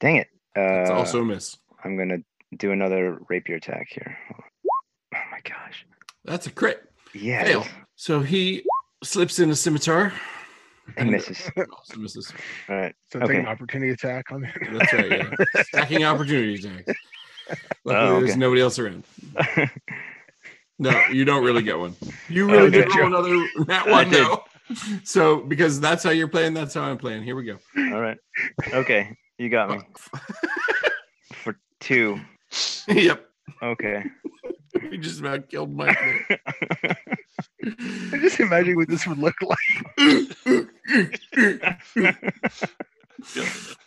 Dang it. It's Uh, also a miss. I'm gonna do another rapier attack here. Oh my gosh. That's a crit. Yeah. it Fail. is. So he slips in a scimitar. [LAUGHS] He misses. Also misses. All right. So take an Okay. opportunity attack on [LAUGHS] it. That's right. Yeah. [LAUGHS] Stacking opportunity [LAUGHS] attack. Luckily, Oh, there's okay. nobody else [LAUGHS] around. No, you don't really get one. You Oh, really okay. did roll another [LAUGHS] that I one did. though. So because that's how you're playing, that's how I'm playing. Here we go. [LAUGHS] All right. Okay. You got me. For two. yep, Okay. you just about killed [LAUGHS] Mike. there. [LAUGHS] I'm just imagining what this would look like. yeah. [LAUGHS]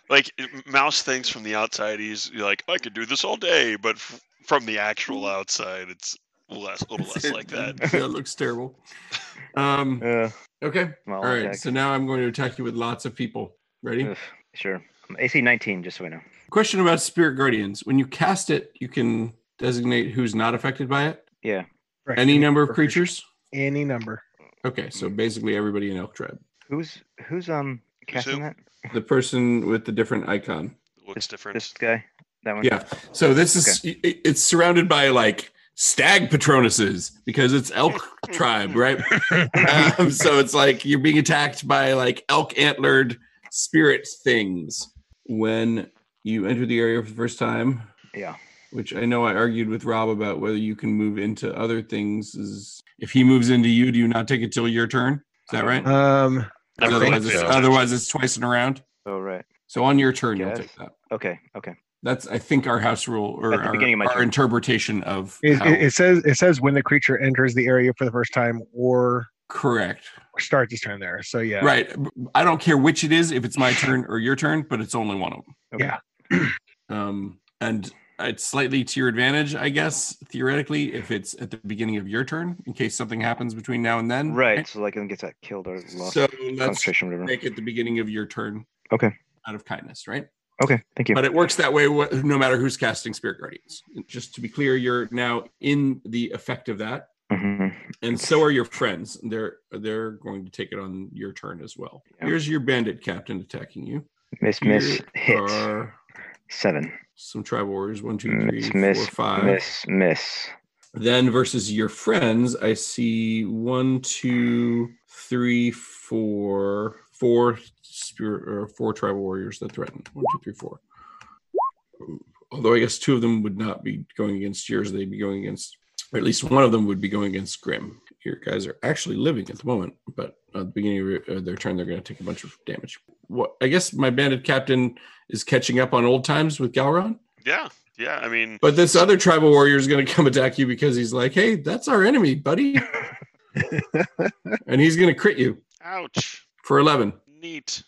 Like it- Mouse thinks from the outside, he's like, I could do this all day, but f- from the actual outside, it's less, a little less like that. yeah, it looks terrible. Um. Uh, Okay. small All right. attack. So now I'm going to attack you with lots of people. Ready? Ugh, sure. AC 19, just so we know. Question about spirit guardians. When you cast it, you can designate who's not affected by it. Yeah. [LAUGHS] Correct. Any number of number. creatures. Any number. Okay, so basically everybody in Elk Tribe. Who's who's um casting who? that? The person with the different icon. Looks different. This guy? That one? Yeah. So this is it- it's surrounded by like stag patronuses because it's [LAUGHS] elk tribe, right? um, so it's like you're being attacked by like elk antlered spirit things when you enter the area for the first time. Yeah. Which I know I argued with Rob about whether you can move into other things. Is if he moves into you, do you not take it till your turn? Is that right? Um, I think otherwise, it's, so. otherwise, it's twice in a round. Oh right. So on your turn, you'll Yes. take that. Okay. Okay. That's I think our house rule or At the our, beginning of my our turn. interpretation of it, how- it, it says it says when the creature enters the area for the first time or correct. starts its turn there. So yeah, Right. I don't care which it is, if it's my turn or your turn, but it's only one of them. okay. Yeah. [CLEARS THROAT] Um, and it's slightly to your advantage, I guess, theoretically, if it's at the beginning of your turn, in case something happens between now and then. Right. So like, then gets that killed or lost So let's concentration, whatever. make it the beginning of your turn. Okay. Out of kindness, right? Okay. Thank you. But it works that way wh- no matter who's casting Spirit Guardians. Just to be clear, you're now in the effect of that. Mhm. and so are your friends. They're they're going to take it on your turn as well. Yeah. Here's your bandit captain attacking you. Miss, miss, Here hit. are Seven. some tribal warriors. One, two, three, Miss, four, five. miss, miss, miss. Then versus your friends, I see one, two, three, four, four spirit or four tribal warriors that threaten. One, two, three, four. Although I guess two of them would not be going against yours, they'd be going against, or at least one of them would be going against Grim. Your guys are actually living at the moment, but at the beginning of uh, their turn, they're going to take a bunch of damage. What I guess my bandit captain is catching up on old times with Galron. Yeah, yeah. I mean, But this other tribal warrior is going to come attack you because he's like, "Hey, that's our enemy, [LAUGHS] buddy," and he's going to crit you ouch. for eleven. Neat.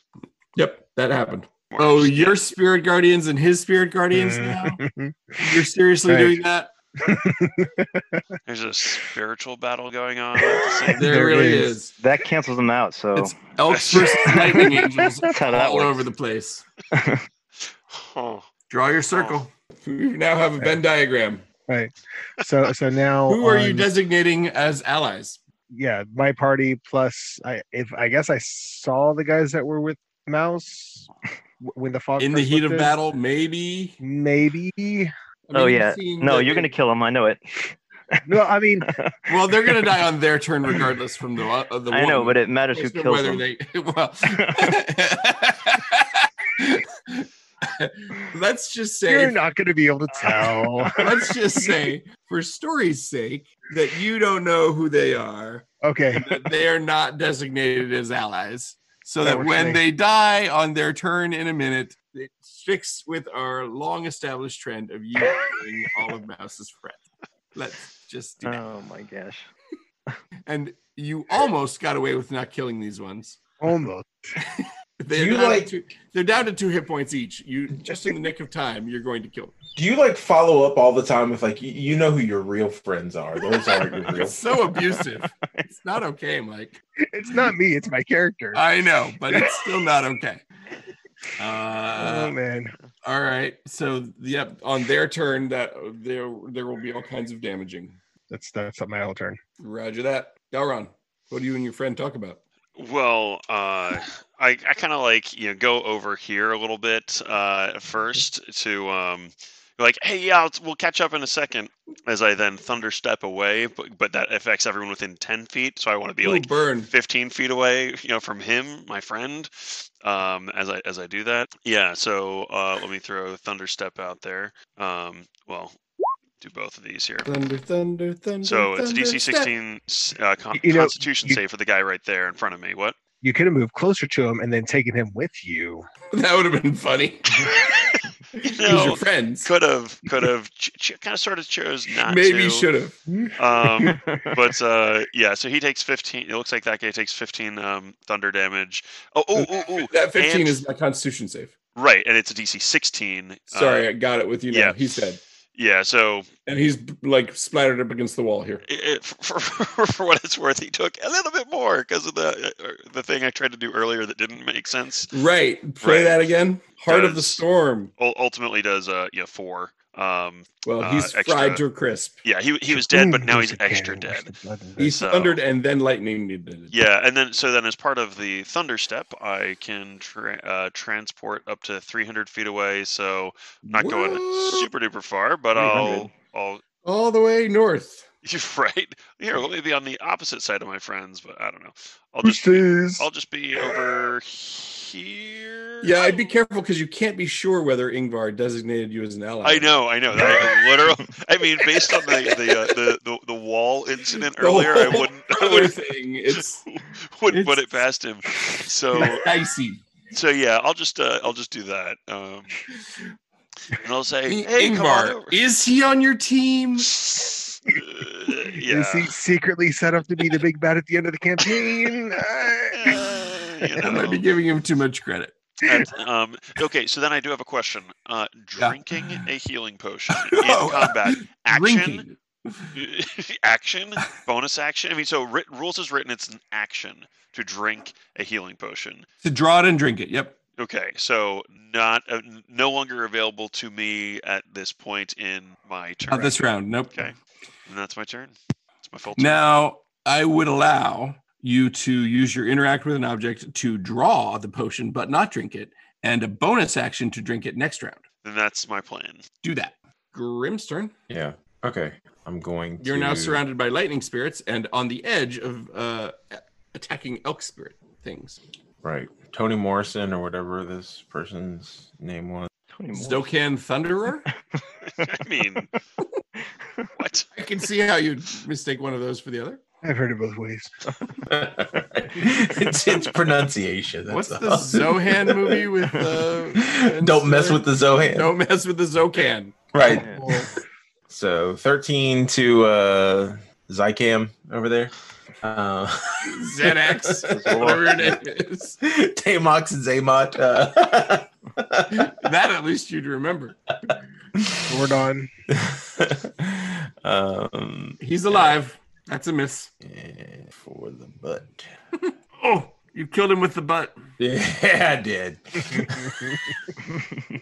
Yep, that happened. Oh, your spirit guardians and his spirit guardians Mm. now. You're seriously Right. doing that? There's a spiritual battle going on. At the [LAUGHS] same There, There really is. is. That cancels them out. So It's elks [LAUGHS] versus [LAUGHS] lightning angels that's how that all works. over the place. Oh, Draw your circle. Oh. You now have a Venn diagram. right. [LAUGHS] So so now Who are you on- designating as allies? yeah, my party plus I if I guess I saw the guys that were with Mouse w- when the fog In the first heat of lifted. battle, maybe. Maybe I oh mean, yeah. seeing No, that you're they- gonna kill him. I know it. no. [LAUGHS] I mean, Well, they're gonna die on their turn regardless from the uh, of the I know, one. but it matters who Question of kills whether them. they [LAUGHS] well. let's just you're say not going to [LAUGHS] be able to tell. let's just say for story's sake that you don't know who they are. Okay, that They are not designated as allies. So That that works for when me. they die on their turn in a minute, it sticks with our long established trend of you being all of Mouse's friends. Let's just do that. Oh my gosh. and you almost got away with not killing these ones. almost. They're, You down, like- to, they're down to two hit points each. You just in the nick of time, you're going to kill them. Do you like follow up all the time with like you, you know who your real friends are? Those are your [LAUGHS] real. It's so abusive. It's not okay, Mike. It's not me. It's my character. I know, but it's still not okay. oh Uh, man. all right. So yep, on their turn, that there there will be all kinds of damaging. That's that's my whole turn. Roger that, Galron. What do you and your friend talk about? Well, uh, I, I kind of like you know go over here a little bit uh, first to um, like hey yeah I'll, we'll catch up in a second as I then thunder step away but but that affects everyone within ten feet so I want to be Ooh, like burn. 15 feet away you know from him my friend um, as I as I do that yeah so uh, let me throw thunder step out there um, well do both of these here Thunder, thunder, thunder. so it's a thunder, DC step. 16 s- uh, con- You know, Constitution you- save for the guy right there in front of me what. You could have moved closer to him and then taken him with you. That would have been funny. [LAUGHS] Because No, your friends. could have could have ch- ch- kind of sort of chose not Maybe to. should have. [LAUGHS] [LAUGHS] um but uh yeah so he takes 15 it looks like that guy takes 15 um thunder damage oh oh oh, oh. That 15 And- is my constitution save. right and it's a dc 16 uh, Sorry, I got it with you now. yeah. He said Yeah, so and he's like splattered up against the wall here. it, [LAUGHS] for, for, for what it's worth, he took a little bit more because of the uh, the thing I tried to do earlier that didn't make sense. Right. Play Right. that again. Heart of the Does- storm. Ul- ultimately, does uh yeah four. Um, Well, Uh, he's extra. fried to a crisp. yeah, he he was dead, but now he's extra dead. He So- thundered and then lightning needed it. uh, Yeah, and then so then as part of the thunder step, I can tra- uh, transport up to 300 feet away. So I'm not going What? super duper far, but I'll 300. I'll [LAUGHS] all the way north. you're right here. Let me be on the opposite side of my friends, but I don't know. I'll just Pussies. I'll just be over here. Yeah, I'd be careful because you can't be sure whether Ingvar designated you as an ally. I know, [LAUGHS] I know. That [LAUGHS] literal. I mean, based on the the, uh, the the the wall incident The earlier, I whole wouldn't I Other wouldn't, thing, [LAUGHS] it's [LAUGHS] wouldn't put it's- it past him. So dicey. so yeah, I'll just uh, I'll just do that. Um, and I'll say, I- hey, come on Ingvar, over." is he on your [LAUGHS] team? Uh, Is he yeah. secretly set up to be the big bad at the end of [LAUGHS] the campaign? Uh, Uh, [LAUGHS] you I might be know. giving him too much credit. And, um, okay, so then I do have a question. Uh, Yeah. Oh, uh, drinking a healing [LAUGHS] potion in No. combat action, Drinking. [LAUGHS] action, bonus action. I mean, so writ- rules is written. It's an action to drink a healing potion. To draw it and drink it. Yep. Okay, so not uh, n- no longer available to me at this point in my turn. Not this round. Nope. Okay, and that's my turn. It's my full turn. Now, I would allow you to use your interact with an object to draw the potion, but not drink it, and a bonus action to drink it next round. Then that's my plan. [LAUGHS] Do that. Grimstern, Yeah. Okay. I'm going. you're now to- surrounded by lightning spirits and on the edge of uh, attacking elk spirit things. Right. Tony Morrison or whatever this person's name was. [LAUGHS] Tony Moore. Zdokan Thunderer? I [LAUGHS] mean, what? I can see how you'd mistake one of those for the other. I've heard it both ways. it's, it's pronunciation. That's What's the all. [LAUGHS] Zohan movie with, uh, Ben Don't mess Stiller? with the Zohan. Don't mess with the Zokan. Right. Yeah. [LAUGHS] So 13 to uh Zycam over there. Uh [LAUGHS] Xanax, whatever your name is. Tamox and Zaymot. Uh, [LAUGHS] That at least you'd remember. Zordon. um He's alive. That's a miss. and for the butt. [LAUGHS] Oh, you killed him with the butt. Yeah, I did. [LAUGHS]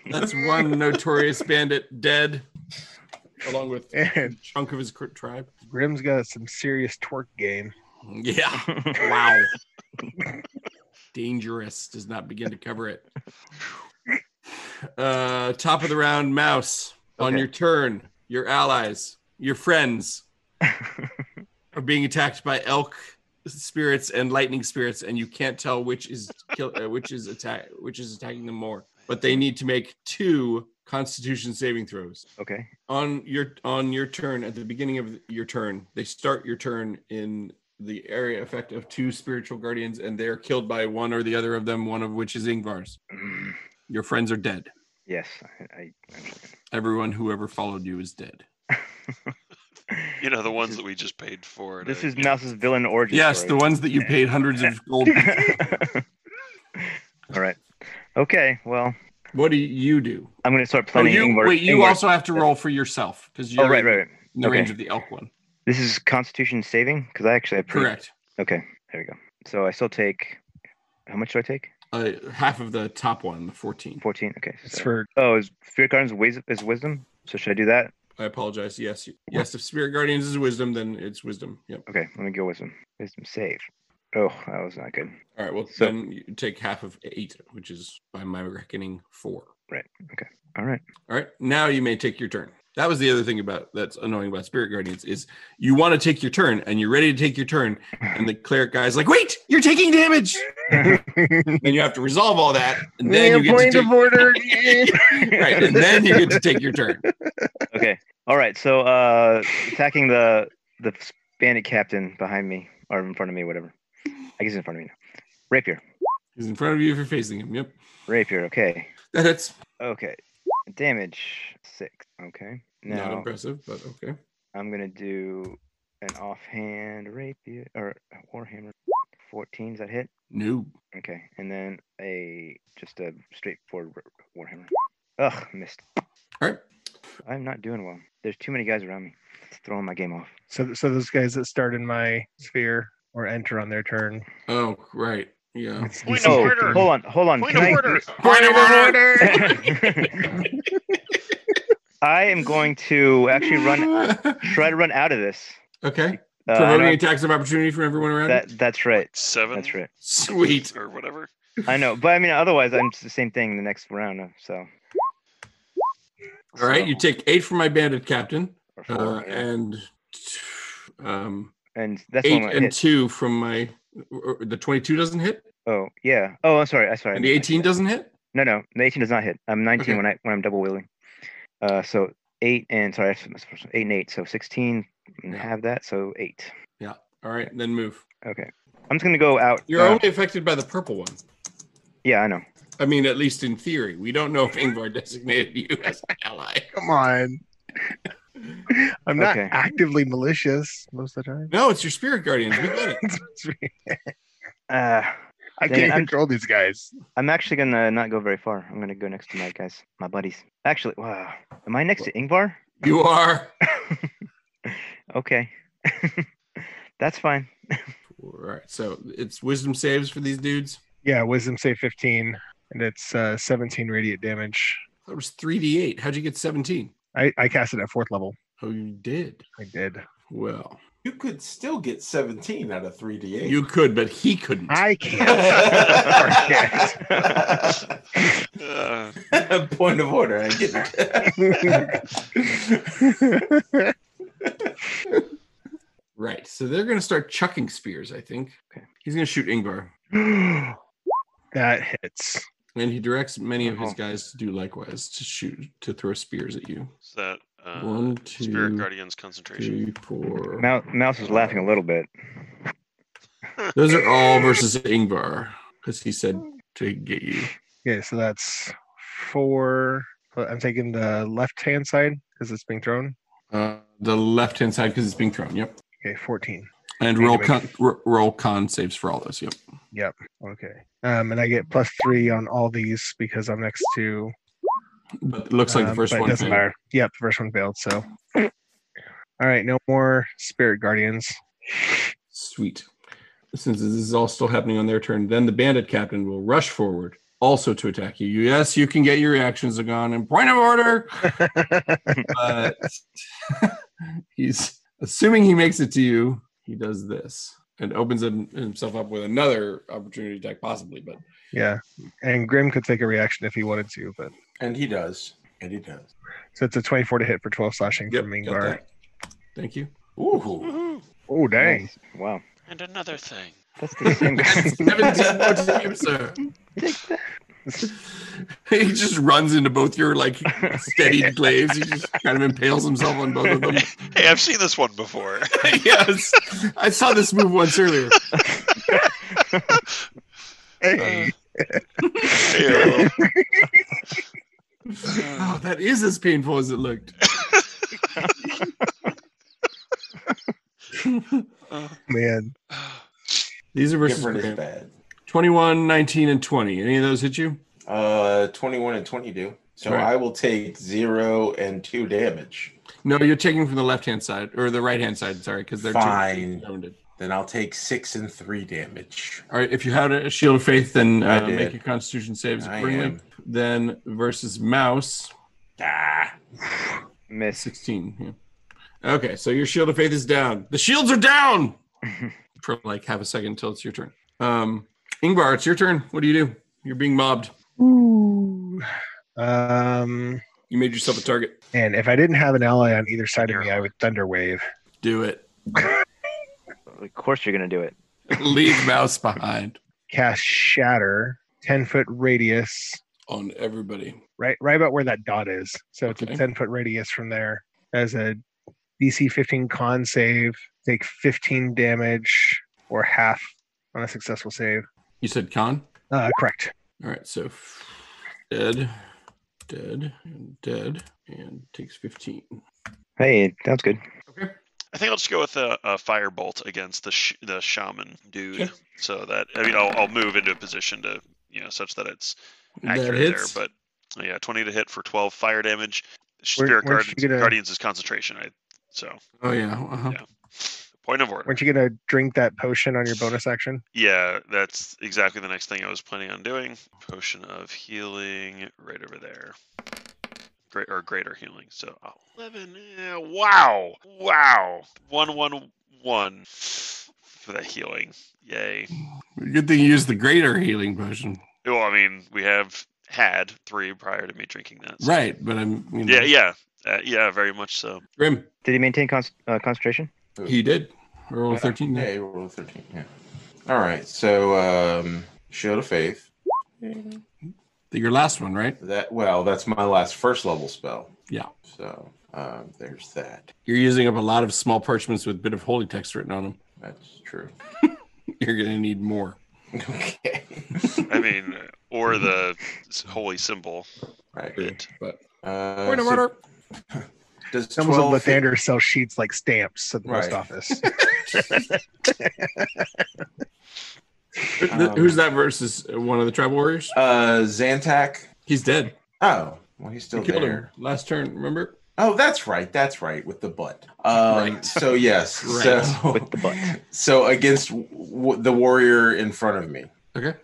That's one notorious bandit dead, along with a And chunk of his cr- tribe. Grim's got some serious twerk game. Yeah. Wow. Dangerous does not begin to cover it. Uh, top of the round, Mouse. On Okay. your turn, your allies, your friends are being attacked by elk spirits and lightning spirits, and you can't tell which is kill, uh, which is attack which is attacking them more. But they need to make two Constitution saving throws [LAUGHS] okay. [CLEARS THROAT] on your on your turn at the beginning of your turn they start your turn in the area effect of two spiritual guardians and they're killed by one or the other of them one of which is ingvar's Mm, your friends are dead Yes, I. I I'm checking. everyone who ever followed you is dead You know the ones is- that we just paid for. This to is get- Mouse's villain origin. yes story. the ones that you paid hundreds of gold [LAUGHS] All right. Okay. Well, [LAUGHS] what do you do I'm going to start oh planning. you Ingvar- wait you Ingvar- also have to roll for yourself because you're Oh, right, right, right. in the okay. range of the elk one This is Constitution saving because I actually have. pretty- correct Okay. There we go. So I still take. How much do I take? uh, half of the top one the 14 Fourteen. Okay. It's so- for Oh, is Fear Garden's wis- is wisdom? So should I do that? i apologize yes you- yes if spirit guardians is wisdom then it's wisdom yep Okay. Let me go wisdom. Wisdom save. Oh, that was not good. All right. Well, So- then you take half of eight, which is by my reckoning four. All right. All right. Now you may take your turn. That was the other thing about that's annoying about Spirit Guardians is you want to take your turn and you're ready to take your turn, and the cleric guy's like, "Wait, you're taking [LAUGHS] damage," and you have to resolve all that, and then you get to point take, of order. [LAUGHS] right, and then you get to take your turn. Okay. All right. So uh attacking the the bandit captain behind me or in front of me, whatever. I guess he's in front of me now. Rapier. He's in front of you if you're facing him. Yep, Rapier. Okay. that hits. Okay. Damage six. Okay. Not Now impressive, but okay. I'm gonna do an offhand rapier or warhammer. Fourteen. Does that hit? No, Okay. And then a just a straightforward war- warhammer. Ugh, missed. All right. I'm not doing well. There's too many guys around me. It's throwing my game off. So, so those guys that start in my sphere or enter on their turn. Oh, right. Yeah. It's Point DC of 15. Oh, order. hold on, hold on. Point Can of I- [LAUGHS] order. [LAUGHS] Point of order. I am going to [LAUGHS] actually run, try to run out of this. [LAUGHS] okay. Uh, I Promoting don't- attacks of opportunity for everyone around. you? that that's right. Seven. That's right. Sweet. Or whatever. I know, but I mean, otherwise, I'm it's the same thing in the next round. So, All right. You take eight from my bandit captain, or four, uh, yeah. and um, and that's eight one I and hit. two from my. or- or The twenty-two doesn't hit, Oh yeah. Oh, I'm sorry. I sorry. and the eighteen doesn't hit. No, no, the 18 does not hit. I'm 19 Okay. when I when I'm double wheeling. Uh, so eight and sorry, that's that's the first one. eight and eight. So 16 and Yeah. have that. So eight. All right, then move. Okay, I'm just gonna go out. You're uh, only affected by the purple one. yeah, I know. I mean, at least in theory, we don't know if Ingvar designated you as an ally. Come on. [LAUGHS] I'm not Okay. actively malicious most of the time. [LAUGHS] No, it's your spirit guardians. We got it. Uh, I Dang it, can't I'm- control these guys. I'm actually gonna not go very far. I'm gonna go next to my guys, my buddies. Actually, wow. Am I next to Ingvar? You are. [LAUGHS] Okay, that's fine. All right, so it's wisdom saves for these dudes. Yeah, wisdom save 15, and it's uh, 17 radiant damage. That was three d eight. How'd you get seventeen? I, I cast it at fourth level. Oh, you did. I did. Well, You could still get 17 out of 3d8. [LAUGHS] you could, but he couldn't. [LAUGHS] I can't. Uh, [LAUGHS] Point of order. I get [LAUGHS] it. Right. So they're going to start chucking spears, I think. Okay. He's going to shoot Ingvar. that hits. And he directs many of his Oh. guys to do likewise to shoot, to throw spears at you. is that uh, One, Spirit two, Guardian's concentration? Three, four. Mouse, Mouse is laughing a little bit. Those are all versus Ingvar because he said to get you. Okay, so that's four. but I'm taking the left hand side because it's being thrown. Uh, the left hand side because it's being thrown. Yep. Okay, 14. And Need to roll make- con, r- roll con saves for all those. Yep. Okay. Um, and I get plus three on all these because I'm next to. But it looks like the um, first but it one. doesn't failed. matter. Yep, the first one failed. So, all right, no more spirit [LAUGHS] guardians. Sweet. Since this is all still happening on their turn, then the bandit captain will rush forward also to attack you. Yes, you can get your reactions gone in point of order, but [LAUGHS] he's assuming he makes it to you. He does this and opens him- himself up with another opportunity attack, possibly. But yeah, and Grim could take a reaction if he wanted to, but and he does. And he does. so it's a 24 to hit for 12 slashing Yep, from got Mingar. that. Thank you. Ooh. Woohoo! [LAUGHS] Oh, dang. Nice. Wow, And another thing. that's the same [LAUGHS] guy. 17 more to you, sir. [LAUGHS] he just runs into both your like [LAUGHS] steady glaives. He just kind of impales himself on both of them. [LAUGHS] Hey, I've seen this one before. [LAUGHS] yes, I saw this move once earlier. Uh, Uh, Uh, Hey. Yeah, well, Oh, that is as painful as it looked. man. These are versus Different is Graham. bad. 21, 19, and 20. Any of those hit you? Uh, 21 and 20 do. So Right. I will take zero and two damage. No, you're taking from the left hand side or the right hand side, sorry, because they're two- Fine. rounded. Then I'll take six and three damage. All right, if you had a shield of faith, then I uh, did. make your constitution saves I accordingly. am. Then versus mouse, Ah. Miss. 16. Yeah. Okay, so your shield of faith is down. The shields are down for like half a second until it's your turn. Um, Ingvar, it's your turn. What do you do? You're being mobbed. Ooh. Um, You made yourself a target. and if I didn't have an ally on either side of You're me, I would thunder wave. Do it. [LAUGHS] Of course, you're gonna do it. Leave mouse behind Cast shatter, 10 foot radius, on everybody. right right about where that dot is. So it's Okay. a 10 foot radius from there. As a DC 15 con save, take 15 damage or half on a successful save. You said con? Uh, correct. All right, so f- dead, dead, and dead, and takes 15. Hey, that's good. Okay. I think I'll just go with a, a firebolt against the sh- the shaman dude. Okay. So that I mean, I'll, I'll move into a position to you know such that it's That accurate hits. there. But yeah, twenty to hit for twelve fire damage, Spirit weren't Guardians, you gonna- Guardians is concentration. I, so Oh yeah. Uh-huh. Yeah. point of order. Weren't you gonna drink that potion on your bonus action? Yeah, that's exactly the next thing I was planning on doing. Potion of healing, right over there. Great or greater healing. So oh, eleven. eh, wow, wow. One, one, one for that healing. Yay. Good thing you used the greater healing potion. Well, I mean, we have had three prior to me drinking that. so- Right, but I'm. You know, Yeah, yeah, uh, yeah. Very much so. Grim. Did he maintain con- uh, concentration? He did. Roll a thirteen. Yeah, you roll a 13. Yeah. All right. So, um, Shield of Faith. Your last one, right? That Well, that's my last first level spell. Yeah. So, um, there's that. You're using up a lot of small parchments with a bit of holy text written on them. That's true. [LAUGHS] [LAUGHS] You're gonna need more. Okay. I mean, or the [LAUGHS] s- holy symbol. right. Bit. But Uh, Point of so order. Does Someone's let 12 fit- Lathander sell sheets like stamps at the post Right. [LAUGHS] office. Th- th- Who's that versus uh, one of the tribal warriors? Uh, Zantac. He's dead. Oh, well, he's still You killed him there. last turn. Remember? Oh, that's right. That's right. With the butt. Um, Right. So, [LAUGHS] yes. Right. So, With the butt. [LAUGHS] so against w- w- the warrior in front of me. Okay.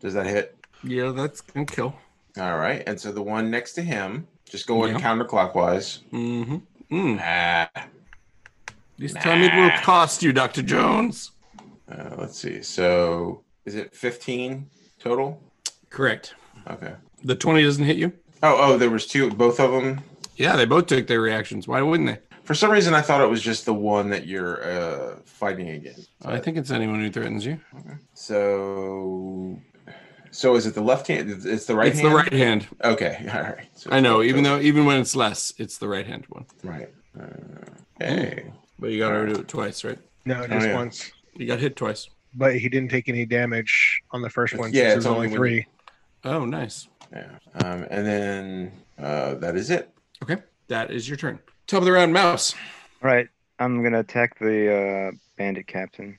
Does that hit? Yeah, that's gonna kill. All right. And so the one next to him, just going Yeah. counterclockwise. Mm-hmm. Mm. Ah. This time it will cost you, Doctor Jones. Uh, let's see. So is it 15 total? Correct. Okay. The twenty doesn't hit you. Oh, oh, there was two, both of them. Yeah, they both took their reactions. Why wouldn't they? For some reason, I thought it was just the one that you're uh, fighting against. I think it's anyone who threatens you. So, so is it the left hand? It's the right it's hand. the right hand. Okay. [LAUGHS] All right. So I know. it's Even both though, even when it's less, it's the right hand one. total. Right. Uh, hey. But you got to do it twice, right? no, just Oh, yeah. once. You got hit twice. But he didn't take any damage on the first one. Yeah, since it's there's only only when- three. Oh, nice. Yeah. Um, and then uh, that is it. Okay, that is your turn. Top of the round, mouse. All right, I'm gonna attack the uh, bandit captain.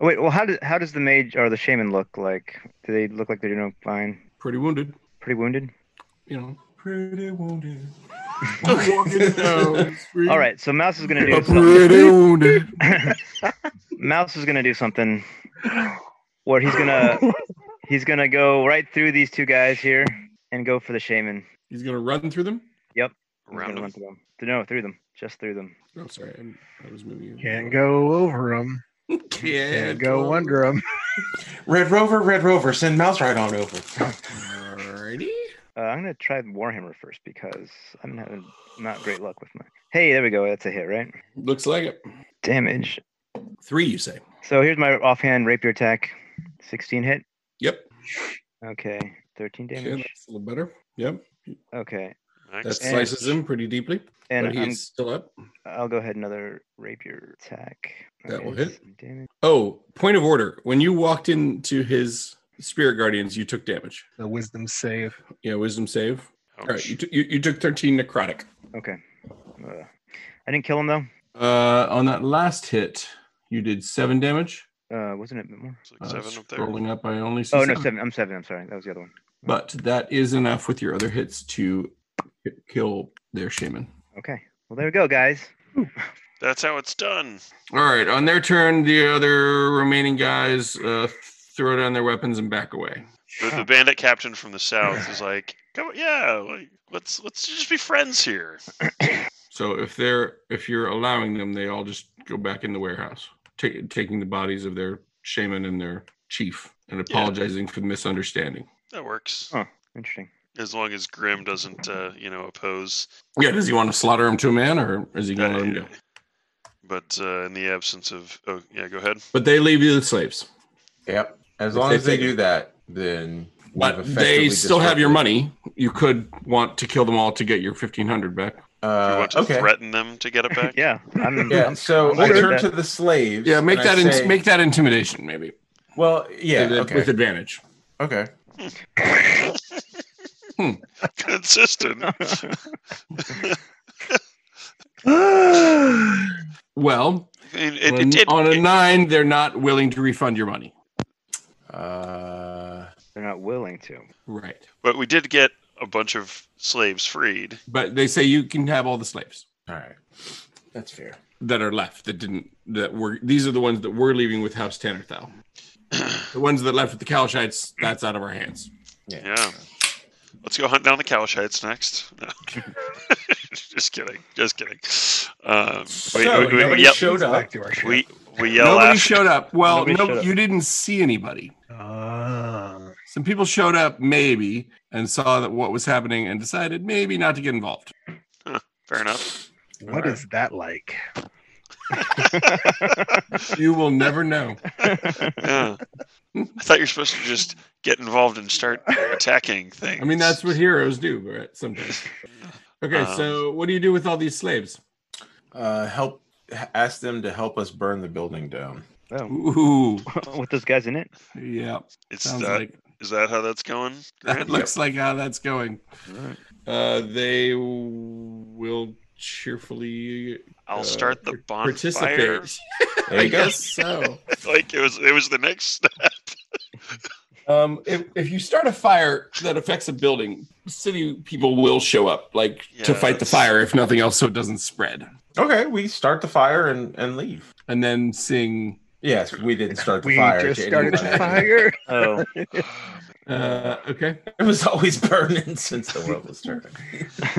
Oh, wait, well, how does how does the mage or the shaman look like? Do they look like they're doing fine? Pretty wounded. Pretty wounded. You know. Pretty wounded. All right, so mouse is gonna do something. Pretty wounded. [LAUGHS] mouse is gonna do something where he's gonna he's gonna go right through these two guys here and go for the shaman. He's gonna run through them. He's Round gonna of run through them. No, through them, just through them. Oh, sorry, I'm, I was moving. Can't go over him. Can't Can't go under him. [LAUGHS] Red Rover, Red Rover, send Mouse right on over. [LAUGHS] Alrighty. Uh, I'm gonna try Warhammer first because I'm having not great luck with my. Hey, there we go. That's a hit, right? Looks like it. Damage. Three, you say? So here's my offhand rapier attack. 16 hit. Yep. Okay. 13 Okay, damage. that's a little better. Yep. Okay. Max. That And- slices him pretty deeply, And but he I'm- is still up. I'll go ahead another rapier attack. That will Okay, hit. some Damage. Oh, point of order. When you walked into his spirit guardians, you took damage. The wisdom save. Yeah, wisdom save. All right, Ouch. you, t- you you took thirteen necrotic. Okay. Uh, I didn't kill him though. Uh, on that last hit, you did seven damage. Uh, wasn't it a bit more? It's Uh, like seven up there. Scrolling up, I only see. Oh no, seven. seven. I'm seven. I'm sorry. That was the other one. But that is enough with your other hits to k- kill their shaman. Okay. Well, there we go, guys. That's how it's done. All right, on their turn, the other remaining guys uh, throw down their weapons and back away. The, the bandit captain from the [LAUGHS] south is like, come on, yeah, like, let's let's just be friends here. So if they're if you're allowing them, they all just go back in the warehouse, ta- taking the bodies of their shaman and their chief, and Yeah. apologizing for the misunderstanding. That works. Huh. Interesting. As long as Grim doesn't, uh, you know, oppose. Yeah, does he want to slaughter him to a man, or is he Uh, gonna let him go? But uh, in the absence of, oh yeah, go ahead. But they leave you the slaves. Yep. As If long they as they take it. do that, then we've But they effectively still have your disrupted- money. You could want to kill them all to get your fifteen hundred back. Do you Uh, want to okay. threaten them to get it [LAUGHS] back? Yeah. I'm, [LAUGHS] Yeah. I'm- So I'm I good turn at to that. the slaves. Yeah, make and I that in, say- make that intimidation maybe. Well, yeah. with, Okay. with advantage. okay. [LAUGHS] [LAUGHS] Consistent. Well, I mean, it, on, it, it, on a it- nine, they're not willing to refund your money. Uh, They're not willing to. Right. but we did get a bunch of slaves freed. But they say you can have all the slaves All right, that's fair. that are left that didn't that were these are the ones that we're leaving with House [CLEARS THROAT] Tannerthal. the ones that left with the Kalshites, that's out of our hands. Yeah. Let's go hunt down the cowshites next. No. [LAUGHS] just kidding. Just kidding. Um, we, So we, we, nobody yell, showed up. Back to our ship. we, we yell Nobody after. showed up. Well, Nobody no, showed up. you didn't see anybody. Ah. Some people showed up maybe and saw that what was happening and decided maybe not to get involved. Fair enough. What is that like? You will never know. Yeah. I thought you're supposed to just get involved and start attacking things. I mean, that's what heroes do, right? Sometimes. Okay, Um, so what do you do with all these slaves? Uh, help. h- Ask them to help us burn the building down. Oh, Ooh, [LAUGHS] with those guys in it? yeah, it's sounds that, like is that how that's going? that Grant? looks like how that's going. Alright. Uh, they will cheerfully I'll uh, start the bonfire. participate. There I you go. guess so. [LAUGHS] like it was, it was the next step. Um, if, if you start a fire that affects a building, city people will show up, like to Yeah, fight the that's- fire, if nothing else, so it doesn't spread. Okay, we start the fire and and leave. And then sing. Yes, we didn't start the We fire. just to started [LAUGHS] the anyone. fire. Oh, [LAUGHS] Uh, okay. It was always [LAUGHS] burning since the world was turning.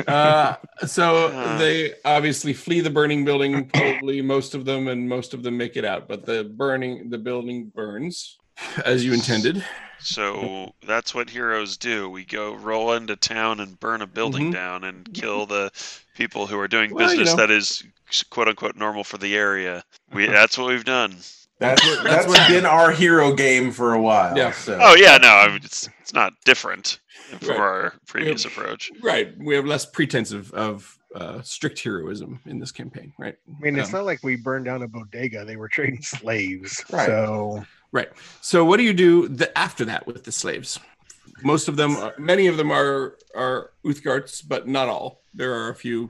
Uh, so Uh. they obviously flee the burning building, probably most of them, and most of them make it out. But the burning, the building burns as you intended. So that's what heroes do. We go roll into town and burn a building Mhm. down and kill the people who are doing Well, you business know. Uh-huh. that is quote unquote normal for the area. We that's what we've done. That's what, That's that's what been our hero game for a while. Yeah. So. Oh yeah, no, I mean, it's it's not different from Right. our previous approach. Right. We have less pretense of, of uh, strict heroism in this campaign. Right. I mean, it's Um, not like we burned down a bodega. They were trading [LAUGHS] slaves. Right. So So what do you do th- after that with the slaves? Most of them, are, many of them are are Uthgarts, but not all. There are a few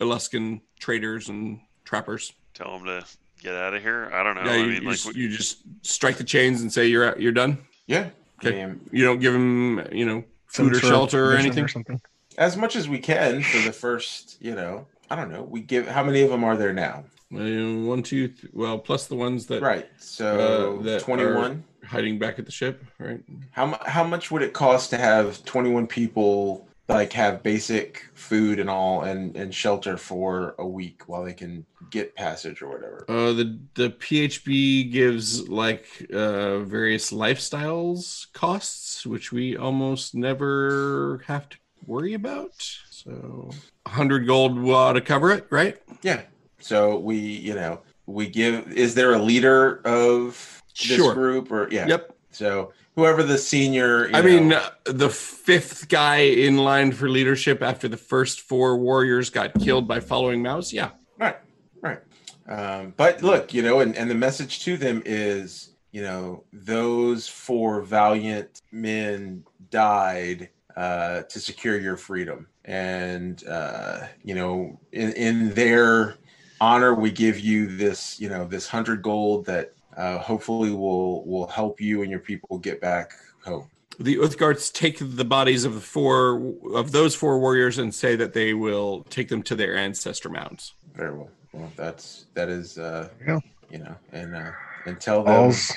Aluskan traders and trappers. Tell them to get out of here. I don't know. yeah, Oh, I you, mean, you like, just, we- you just strike the chains and say you're out, you're done. Yeah. Okay. Game. You don't give them, you know, some food or sort of shelter or provision anything. or something. As much as we can for the first, you know, I don't know. We give how many of them are there now? Uh, one, two, th- well, plus the ones that Right. So Uh, that 21. are hiding back at the ship, right? How mu- how much would it cost to have 21 people like have basic food and all and and shelter for a week while they can get passage or whatever? Uh, the the PHB gives like uh, various lifestyles costs, which we almost never have to worry about. So, hundred gold ought to cover it, right? Yeah. So we, you know, we give is there a leader of this Sure. group or yeah. Yep. So whoever the senior you I mean, know- uh, the fifth guy in line for leadership after the first four warriors got killed by following mouse. Yeah. Right, right. Um, but look, you know, and, and the message to them is, you know, those four valiant men died uh, to secure your freedom. And, uh, you know, in, in their honor, we give you this, you know, this hundred gold that uh, hopefully will will help you and your people get back home. the Uthgarts take the bodies of the four of those four warriors and say that they will take them to their ancestor mounds. Very well. Well, that's that is, uh, you go. you know, and uh, and tell them. All's,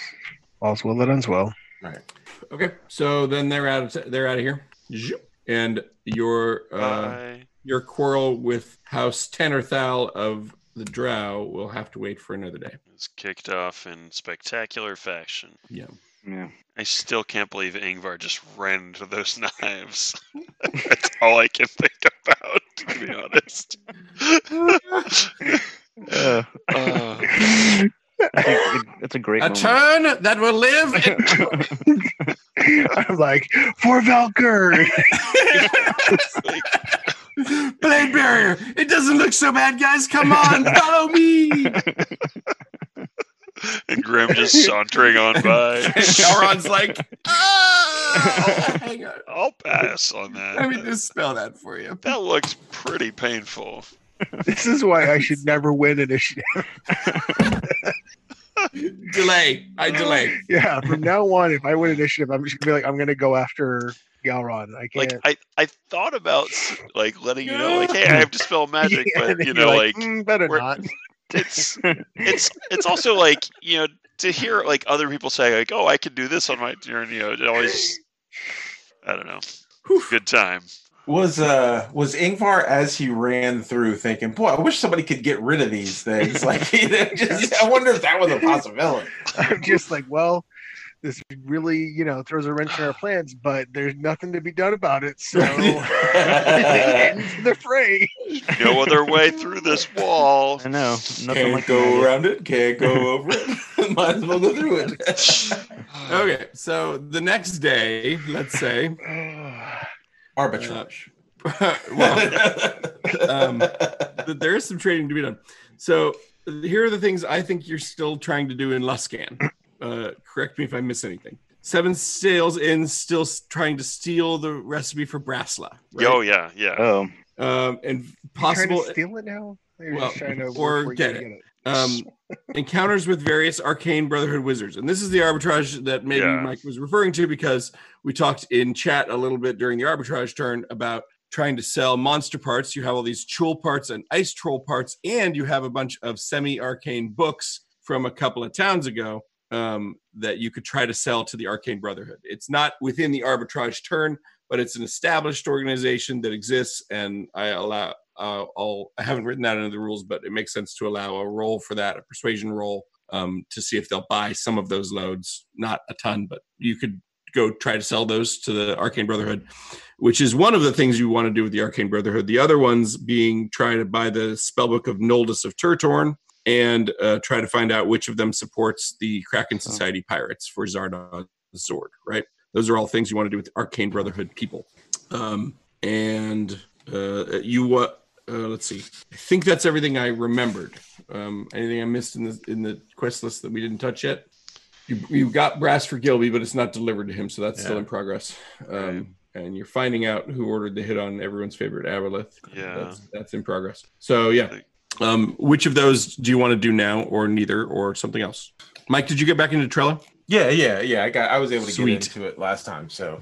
all's well that ends well. [LAUGHS] Right. Okay, so then they're out. Of, they're out of here. Zhup. And your uh, bye. your quarrel with House Tenorthal of the Drow will have to wait for another day. It's kicked off in spectacular fashion. [LAUGHS] yeah. I still can't believe Ingvar just ran into those [LAUGHS] [LAUGHS] knives. That's all I can think about, to be honest. Uh, Uh, that's, a, that's a great A moment. turn that will live. I'm like, for [LAUGHS] Valkyr. [LAUGHS] Blade barrier. It doesn't look so bad, guys. Come [LAUGHS] on, follow me. and Grim just sauntering on by. Elrond's [LAUGHS] like, oh, hang on. I'll pass on that. Let me just spell that for you. that looks pretty painful. this is why I should never win initiative. delay. I [SIGHS] delay. Yeah, [LAUGHS] from now on, if I win initiative, I'm just gonna be like, I'm gonna go after Galron. I Like can't. I, I thought about s- like letting you know, like, hey, I have dispel [LAUGHS] magic, [LAUGHS] Yeah, and but then you you're know, like, "Mm, better we're- [LAUGHS] not. it's it's it's also like you know to hear like other people say like, oh, I can do this on my turn. You know, it always, I don't know, good time. Was uh was Ingvar as he ran through thinking, boy, I wish somebody could get rid of these things. [LAUGHS] Like you know, just, I wonder if that was a possibility. I'm just like, well, this really, you know, throws a wrench in our plans, but there's nothing to be done about it. [LAUGHS] So end the [SIGHS] fray. No other way through this wall. [LAUGHS] [LAUGHS] I know. Nothing [LAUGHS] Can't like go that. around it, can't go over it. [LAUGHS] Might as well go through it. [LAUGHS] Okay, so the next day, let's say, [LAUGHS] Arbitrage. Uh, well, [LAUGHS] um, th- there is some trading to be done. So here are the things I think you're still trying to do in Luscan. Uh, correct me if I miss anything. Seven Sales in still s- trying to steal the recipe for Brasla. Right? Oh yeah, yeah. Oh, Um, and possible Possible trying to steal it now. They're Well, just trying to work or where you get can um, encounters with various arcane brotherhood wizards and this is the arbitrage that maybe Yeah. mike was referring to because we talked in chat a little bit during the arbitrage turn about trying to sell monster parts you have all these chul parts and ice troll parts and you have a bunch of semi arcane books from a couple of towns ago um, that you could try to sell to the arcane brotherhood it's not within the arbitrage turn but it's an established organization that exists and i allow uh, I'll, I haven't written that into the rules, but it makes sense to allow a roll for that, a persuasion roll, um, to see if they'll buy some of those loads. Not a ton, but you could go try to sell those to the Arcane Brotherhood, which is one of the things you want to do with the Arcane Brotherhood. The other ones being try to buy the spellbook of Noldus of Turtorn and uh, try to find out which of them supports the Kraken Society pirates for Zardoz Zord, right? Those are all things you want to do with Arcane Brotherhood people. Um, and uh, you uh, uh, let's see. I think that's everything I remembered. Um, anything I missed in the in the quest list that we didn't touch yet? You, you got brass for Gilby, but it's not delivered to him, so that's still Yeah. in progress. Um, and you're finding out who ordered the hit on everyone's favorite Aboleth. Yeah. that's, that's in progress. So yeah, um, which of those do you want to do now, or neither, or something else? Mike, did you get back into Trello? Yeah, yeah, yeah. I got I was able to Sweet. get into it last time, so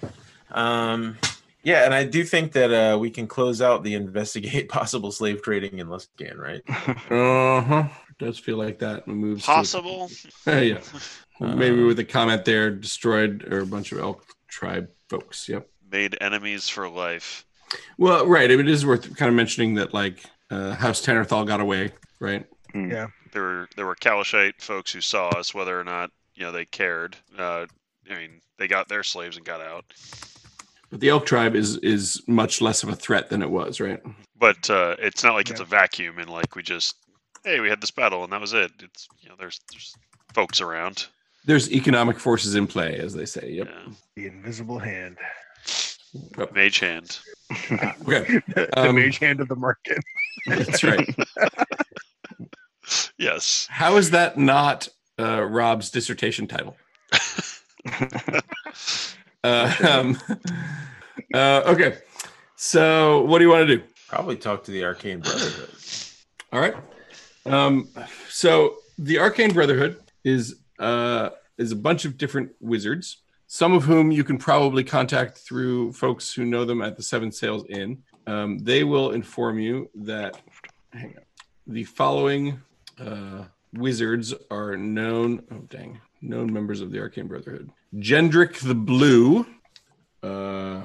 um yeah, and I do think that uh we can close out the [LAUGHS] investigate possible slave trading in Luscan, right? Uh huh. Does feel like that It moves to- Possible. [LAUGHS] yeah. Maybe with a comment there, destroyed or a bunch of elk tribe folks. Yep. Made enemies for life. Well, right. I mean, it is worth kind of mentioning that like uh, House Tannerthal got away, right? Hmm. There were there were Kalashite folks who saw us, whether or not you know they cared. Uh, I mean, they got their slaves and got out. But the elk tribe is is much less of a threat than it was, right? But uh, it's not like it's Yeah. a vacuum and like we just hey we had this battle and that was it. It's you know there's there's folks around. There's economic forces in play, as they say. Yep. Yeah. The invisible [LAUGHS] hand, Yep. Mage hand. Okay. the Um, mage hand of the market. That's right. Yes. How is that not uh, Rob's dissertation title? uh, um, [LAUGHS] uh, okay. So, what do you want to do? Probably talk to the arcane brotherhood. All right. Um, so the Arcane Brotherhood is uh, is a bunch of different wizards, some of whom you can probably contact through folks who know them at the Seven Sails Inn. Um, they will inform you that hang on, the following uh, wizards are known. Oh dang, known members of the Arcane Brotherhood: Gendrick the Blue, uh,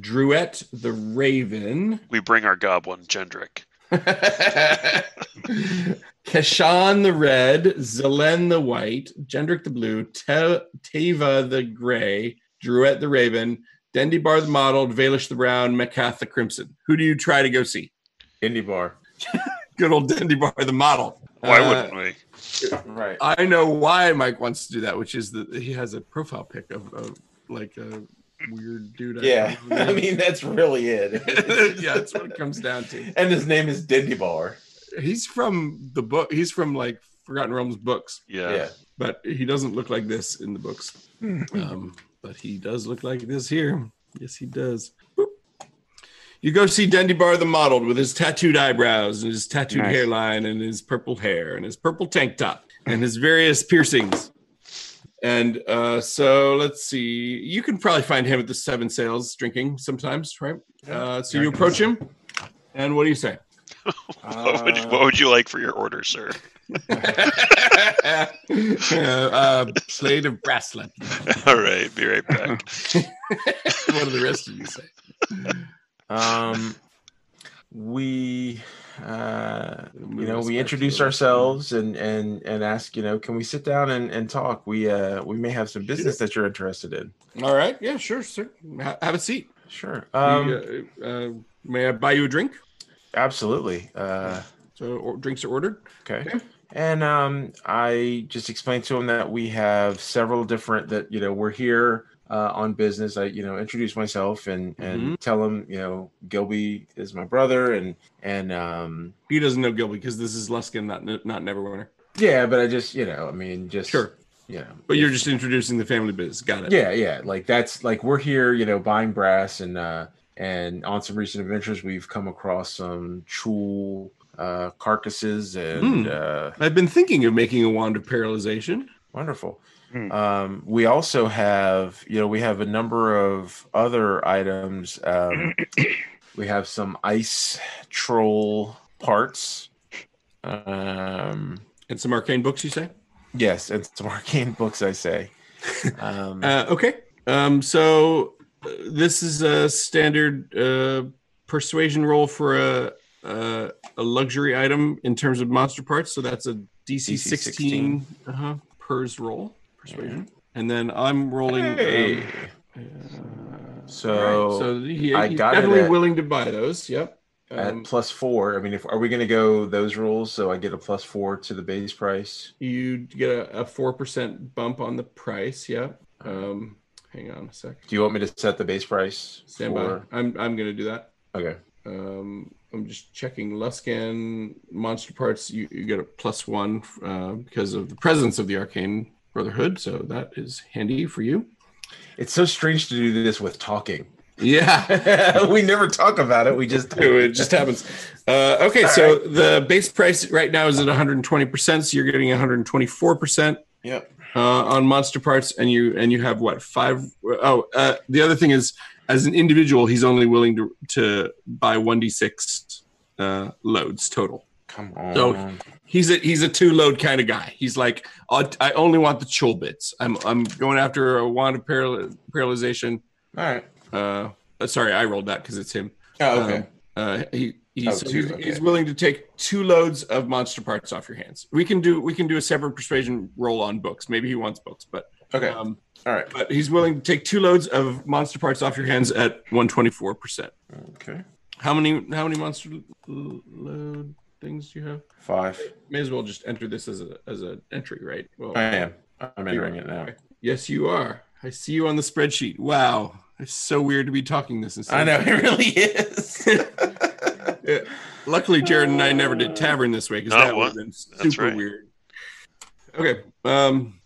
Druette the Raven. We bring our goblin Gendrick. [LAUGHS] Keshan the red, Zelen the white, Jendrik the blue, Te- Teva the gray, Druette the raven, Dendibar the mottled, Valish the brown, Mekath the crimson. Who do you try to go see? Indie bar. Good old Dendibar the model. Why Uh, wouldn't we? Right. [LAUGHS] I know why Mike wants to do that, which is that he has a profile pic of, of like a weird dude. I Yeah. [LAUGHS] don't know. I mean that's really it. [LAUGHS] yeah, that's what it comes down to. And his name is Dindy Bar. He's from the book. He's from like Forgotten Realms books. Yeah. Yeah. but he doesn't look like this in the books. Um, but he does look like this here. Yes, he does. Boop. You go see Dendibar the Mottled with his tattooed eyebrows and his tattooed Nice. hairline and his purple hair and his purple tank top and his various piercings. And uh, so let's see. You can probably find him at the Seven Sails drinking sometimes, right? Uh, so you approach him, and what do you say? [LAUGHS] what, would you, what would you like for your order, sir? uh, uh, plate of bracelet. All right, be right back. What do the rest of you say? Um, we, uh, you know, us we back introduce to- ourselves and and and ask, you know, can we sit down and and talk? We uh we may have some business that you're interested in. All right. Yeah, sure, sir. Ha- have a seat. Sure. Um, You, uh, uh, may I buy you a drink? absolutely. Uh, So or, drinks are ordered. okay. And um, I just explained to him that we have several different that you know we're here uh, on business. I you know introduce myself and and Mm-hmm. tell him you know Gilby is my brother and and um He doesn't know Gilby because this is Luskin, not not Neverwinter. yeah, but I just you know I mean just Sure, you know but you're just introducing the family biz. Got it. yeah yeah like that's like we're here you know buying brass and uh and on some recent adventures we've come across some chul uh carcasses and Hmm. uh I've been thinking of making a wand of paralyzation. wonderful Hmm. um we also have you know we have a number of other items [CLEARS THROAT] um we have some ice troll parts um And some arcane books, you say? yes and some [LAUGHS] arcane books i say um [LAUGHS] Uh, okay. Um, so uh, this is a standard uh, persuasion roll for a, a a luxury item in terms of monster parts. So that's a DC, 16, 16. Uh-huh, pers roll persuasion, and then I'm rolling. um, hey. uh, so right, so he, I he's got it definitely at- willing to buy those. Yep. at Um, plus four. I mean, if are we going to go those rules? So I get a plus four to the base price. you get a four percent bump on the price. Yep. Uh-huh. Um, hang on a sec. Do you want me to set the base price? Stand by. I'm I'm gonna do that. Okay. Um, I'm just checking Luskin monster parts. You, you get a plus one uh, because of the presence of the arcane brotherhood, so that is handy for you. It's so strange to do this with talking. [LAUGHS] Yeah, [LAUGHS] we never talk about it. We just it just happens. Uh, okay, so the base price right now is at 120, percent so you're getting 124 percent Yep. uh, on monster parts, and you and you have what five? Oh, uh, the other thing is, as an individual, he's only willing to to buy 1d6 uh, loads total. Come on. So- He's a he's a two load kind of guy. He's like I, I only want the chul bits. I'm I'm going after a wand of paral- paralyzation. All right. Uh, uh, sorry, I rolled that because it's him. Oh, Um, uh, he he- Oh, so two, he's, okay. he's willing to take two loads of monster parts off your hands. We can do we can do a separate persuasion roll on books. Maybe he wants books, but okay. um, All right. but he's willing to take two loads of monster parts off your hands at one twenty four percent. Okay. How many how many monster l- load things do you have? Five. Oh, May as well just enter this as a as an entry, right? Well, I am. I'm entering it now. Yes, you are. I see you on the spreadsheet. Wow, it's so weird to be talking this. Instead. I know it [LAUGHS] really is. [LAUGHS] Yeah. Luckily, Jared and I never did tavern this way because Not that would one. have been That's super right. weird. Okay. Um,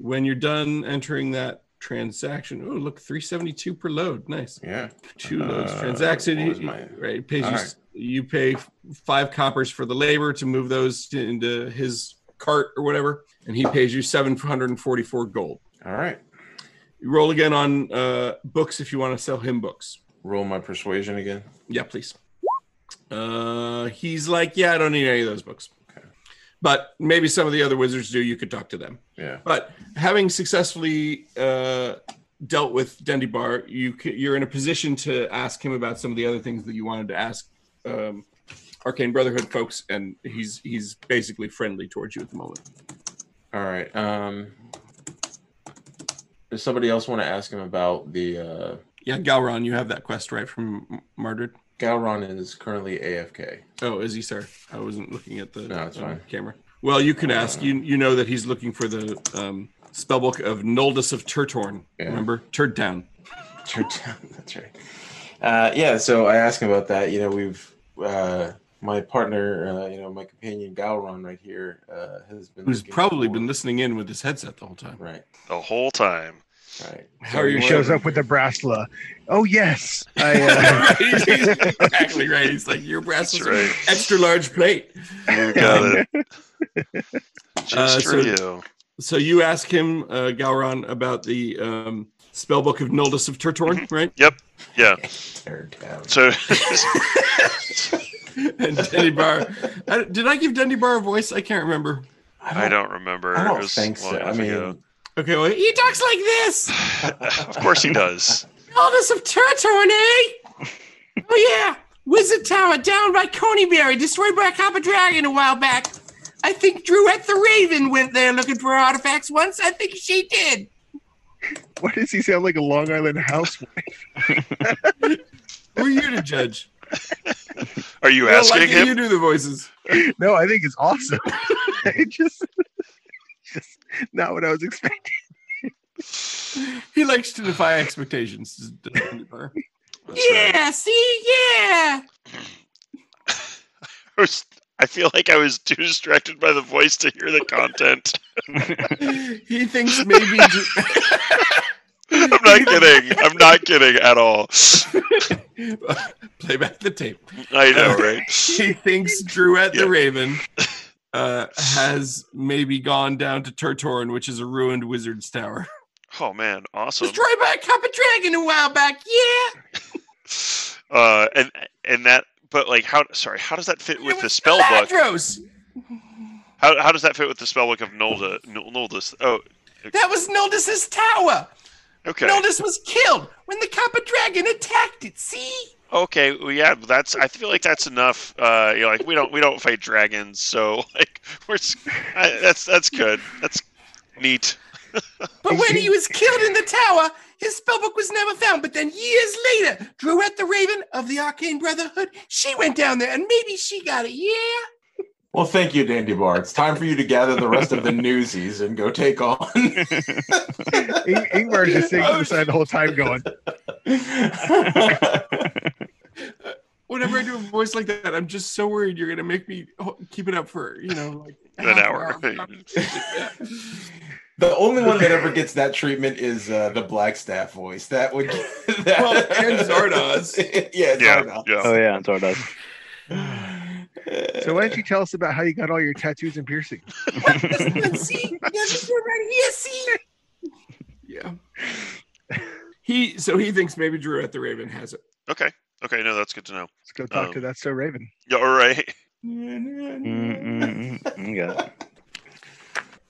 when you're done entering that transaction, oh look, three seventy two per load. Nice. yeah. Two loads Uh, transaction. what was you- my- Right. it Pays you, All s- you pay five coppers for the labor to move those to, into his cart or whatever, and he pays you seven hundred and forty four gold. All right. You roll again on uh, books if you want to sell him books. Roll my persuasion again. Yeah, please. Uh, he's like, yeah, I don't need any of those books. Okay. But maybe some of the other wizards do. You could talk to them. Yeah. But having successfully uh, dealt with Dendibar, you c- you're in a position to ask him about some of the other things that you wanted to ask um, Arcane Brotherhood folks, and he's he's basically friendly towards you at the moment. All right. Um, does somebody else want to ask him about the uh, Yeah, Galron, you have that quest right from M- Mardred. Galron is currently [LAUGHS] AFK. Oh, is he, sir? I wasn't looking at the No, it's uh, fine. Uh, camera. Well, you can ask. You you know that he's looking for the um, spellbook of Noldus of Turtorn. Yeah. Remember, Turd Down. Turn down. That's right. Uh, yeah. So I asked him about that. You know, we've uh, my partner, uh, you know, my companion Galron right here uh, has been Who's looking probably for- been listening in with his headset the whole time. right. [LAUGHS] The whole time. All right. How are He you? shows up with [LAUGHS] the brassla. Oh yes, I, uh, [LAUGHS] right, he's [LAUGHS] exactly right. He's like your brass That's is right. extra large plate. Got it. [LAUGHS] Uh, Just so- for you. So you ask him, uh, Gowron, about the um, spellbook of Noldus of Mm-hmm. Turtorn, right? [LAUGHS] Yeah. Tear down. So [LAUGHS] and Dendy Bar. I, did I give Dendy Bar a voice? I can't remember. I don't remember. I It don't was think long so. I enough mean, ago. Okay, well, he talks like [LAUGHS] this. of course he does. Eldest of Turtorn, eh? Oh yeah, Wizard Tower down by Coneyberry, destroyed by a copper dragon a while back. I think Druette the Raven went there looking for artifacts once. I think she did. why does he sound like a Long Island house? Who are you to judge? Are you Well, asking like, him? You do the voices. No, I think it's awesome. [LAUGHS] it just, just not what I was expecting. He likes to defy expectations. [LAUGHS] yeah, That's right. see, yeah. I, was, I feel like I was too distracted by the voice to hear the content. [LAUGHS] [LAUGHS] He thinks [LAUGHS] maybe. I'm not kidding. I'm not kidding at all. [LAUGHS] Play back the tape. I know, right? [LAUGHS] He thinks Druette Yeah. [LAUGHS] the Raven uh, has maybe gone down to Turtorn, which is a ruined wizard's tower. Oh man, awesome. Destroyed by a copper dragon a while back, yeah. Uh, and and that, but like, how? Sorry, how does that fit with the spell book? Ladros. How, how does that fit with the spell book of Nolda? Nol- Noldus? Oh, That was Noldus's tower. okay. Noldus was killed when the copper dragon attacked it. See? Okay, well, yeah, that's. I feel like that's enough. Uh, you know, like we don't we don't fight dragons, so [LAUGHS] like we're. s I that's that's good. That's neat. But when he was killed in the tower, his spellbook was never found. But then years later, Druette the Raven of the Arcane Brotherhood, she went down there and maybe she got it. Yeah. Well, thank you, Dandy Bar. It's time for you to gather the rest [LAUGHS] of the newsies and go take on. [LAUGHS] Ing- Ingvar's just sitting to the side the whole time, going, Whenever I do a voice like that, I'm just so worried you're going to make me ho- keep it up for, you know, like [LAUGHS] An half hour. the only one that ever gets that treatment is uh, the Blackstaff voice. That would. [LAUGHS] That... Well, and Zardoz. [LAUGHS] yeah, Yeah, Zardoz. yeah. Oh yeah, Zardoz. [LAUGHS] "So why don't you tell us about how you got all your tattoos and piercings?" This one, see? Yeah, this one right here, see? Yeah. He so he thinks maybe Drew at the Raven has it. Okay. Okay. No, that's good to know. Let's go Oh. talk to Um, that so Raven. Yeah. All right. [LAUGHS] Mm-hmm. Mm-mm-mm. You got [LAUGHS] it.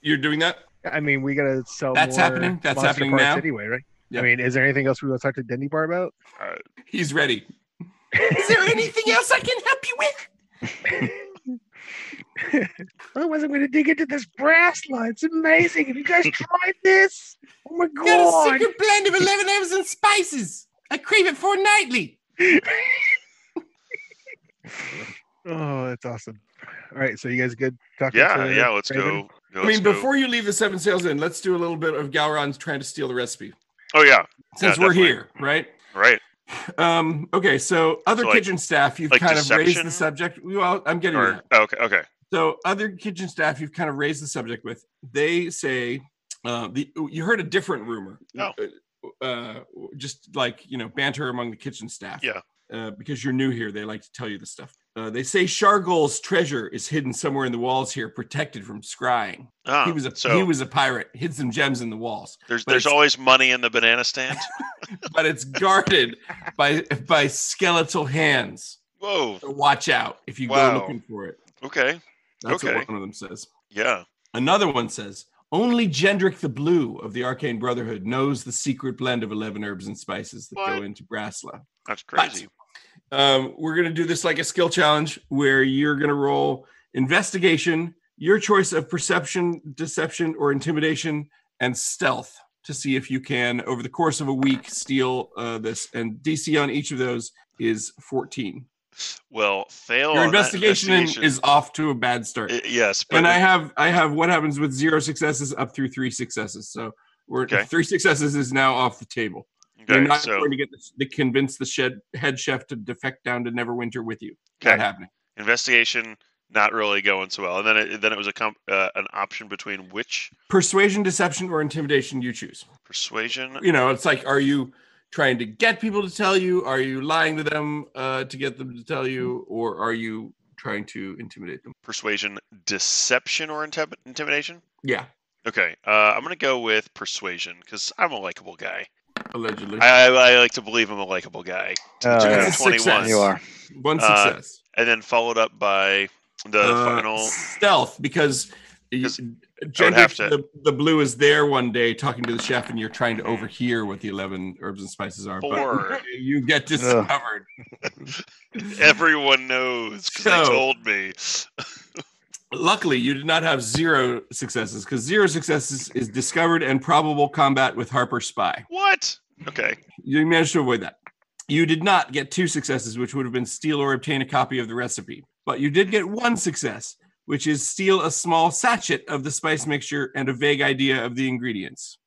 You're doing that? I mean, we gotta sell. That's more happening? That's monster happening parts now? anyway, right? Yeah. I mean, is there anything else we want to talk to Dendy Bar about? [LAUGHS] He's ready. Is there anything else I can help you with? Otherwise, I'm gonna dig into this brass line. It's amazing. Have you guys tried this? Oh my Got a god! secret blend of eleven herbs and spices. I crave it fortnightly. [LAUGHS] Oh, that's awesome. All right, so you guys good? Talking Yeah. to Yeah. Let's Raven? go. Yeah, I let's mean, go. before you leave the Seven Sails Inn, let's do a little bit of Gowron's trying to steal the recipe. Oh yeah. Since Yeah, we're definitely. here, right? Right. Um, okay, so other So, like- kitchen staff, you've like kind of raised deception? the subject. Well, I'm getting to Or that. oh, okay. Okay. So other kitchen staff you've kind of raised the subject with, they say uh, the you heard a different rumor. Oh. Uh, uh, just like you know banter among the kitchen staff. Yeah. Uh, because you're new here, they like to tell you the stuff. Uh, they say Shargol's treasure is hidden somewhere in the walls here, protected from scrying. Ah, he was a so he was a pirate, hid some gems in the walls, there's but there's it's- always money in the banana [LAUGHS] stand. but it's [LAUGHS] guarded by by skeletal hands. Whoa. So watch out if you Wow. go looking for it. Okay. That's Okay. what one of them says. Yeah. Another one says, only Jendrik the Blue of the Arcane Brotherhood knows the secret blend of 11 herbs and spices that go What? into Brasla. That's But- crazy. Um, we're going to do this like a skill challenge where you're going to roll investigation, your choice of perception, deception, or intimidation, and stealth to see if you can, over the course of a week, steal uh, this. And DC on each of those is 14. Well, fail. your on Oh, that investigation, investigation. is off to a bad start I- yes, but and I have I have what happens with zero successes up through three successes. So we're Okay. three successes is now off the table. okay, You're not so going to get the, to convince the shed head chef to defect down to Neverwinter with you. Okay. Not happening. investigation, not really going so well. And then it, then it was a comp, uh, an option between which Persuasion, deception, or intimidation you choose. persuasion. You know, it's like, are you trying to get people to tell you? Are you lying to them uh, to get them to tell you? Or are you trying to intimidate them? persuasion, deception, or intim- intimidation? Yeah, Okay, uh, I'm gonna go with persuasion because I'm a likable guy. allegedly. I, I, I like to believe I'm a likable guy. Oh, Took a yeah. That's a success. 21, You are. One Uh, success. and then followed up by the Uh, final. [LAUGHS] stealth because you- 'Cause Jen have to- Dix- the, the blue is there one day talking to the chef, and you're trying to overhear what the eleven herbs and spices are. Four. But [LAUGHS] you get [LAUGHS] discovered. Everyone knows 'cause So- they told me. Luckily, you did not have zero successes because zero successes is discovered and probable combat with Harper Spy. What? Okay. You managed to avoid that. You did not get two successes, which would have been steal or obtain a copy of the recipe, but you did get one success, which is steal a small sachet of the spice mixture and a vague idea of the ingredients.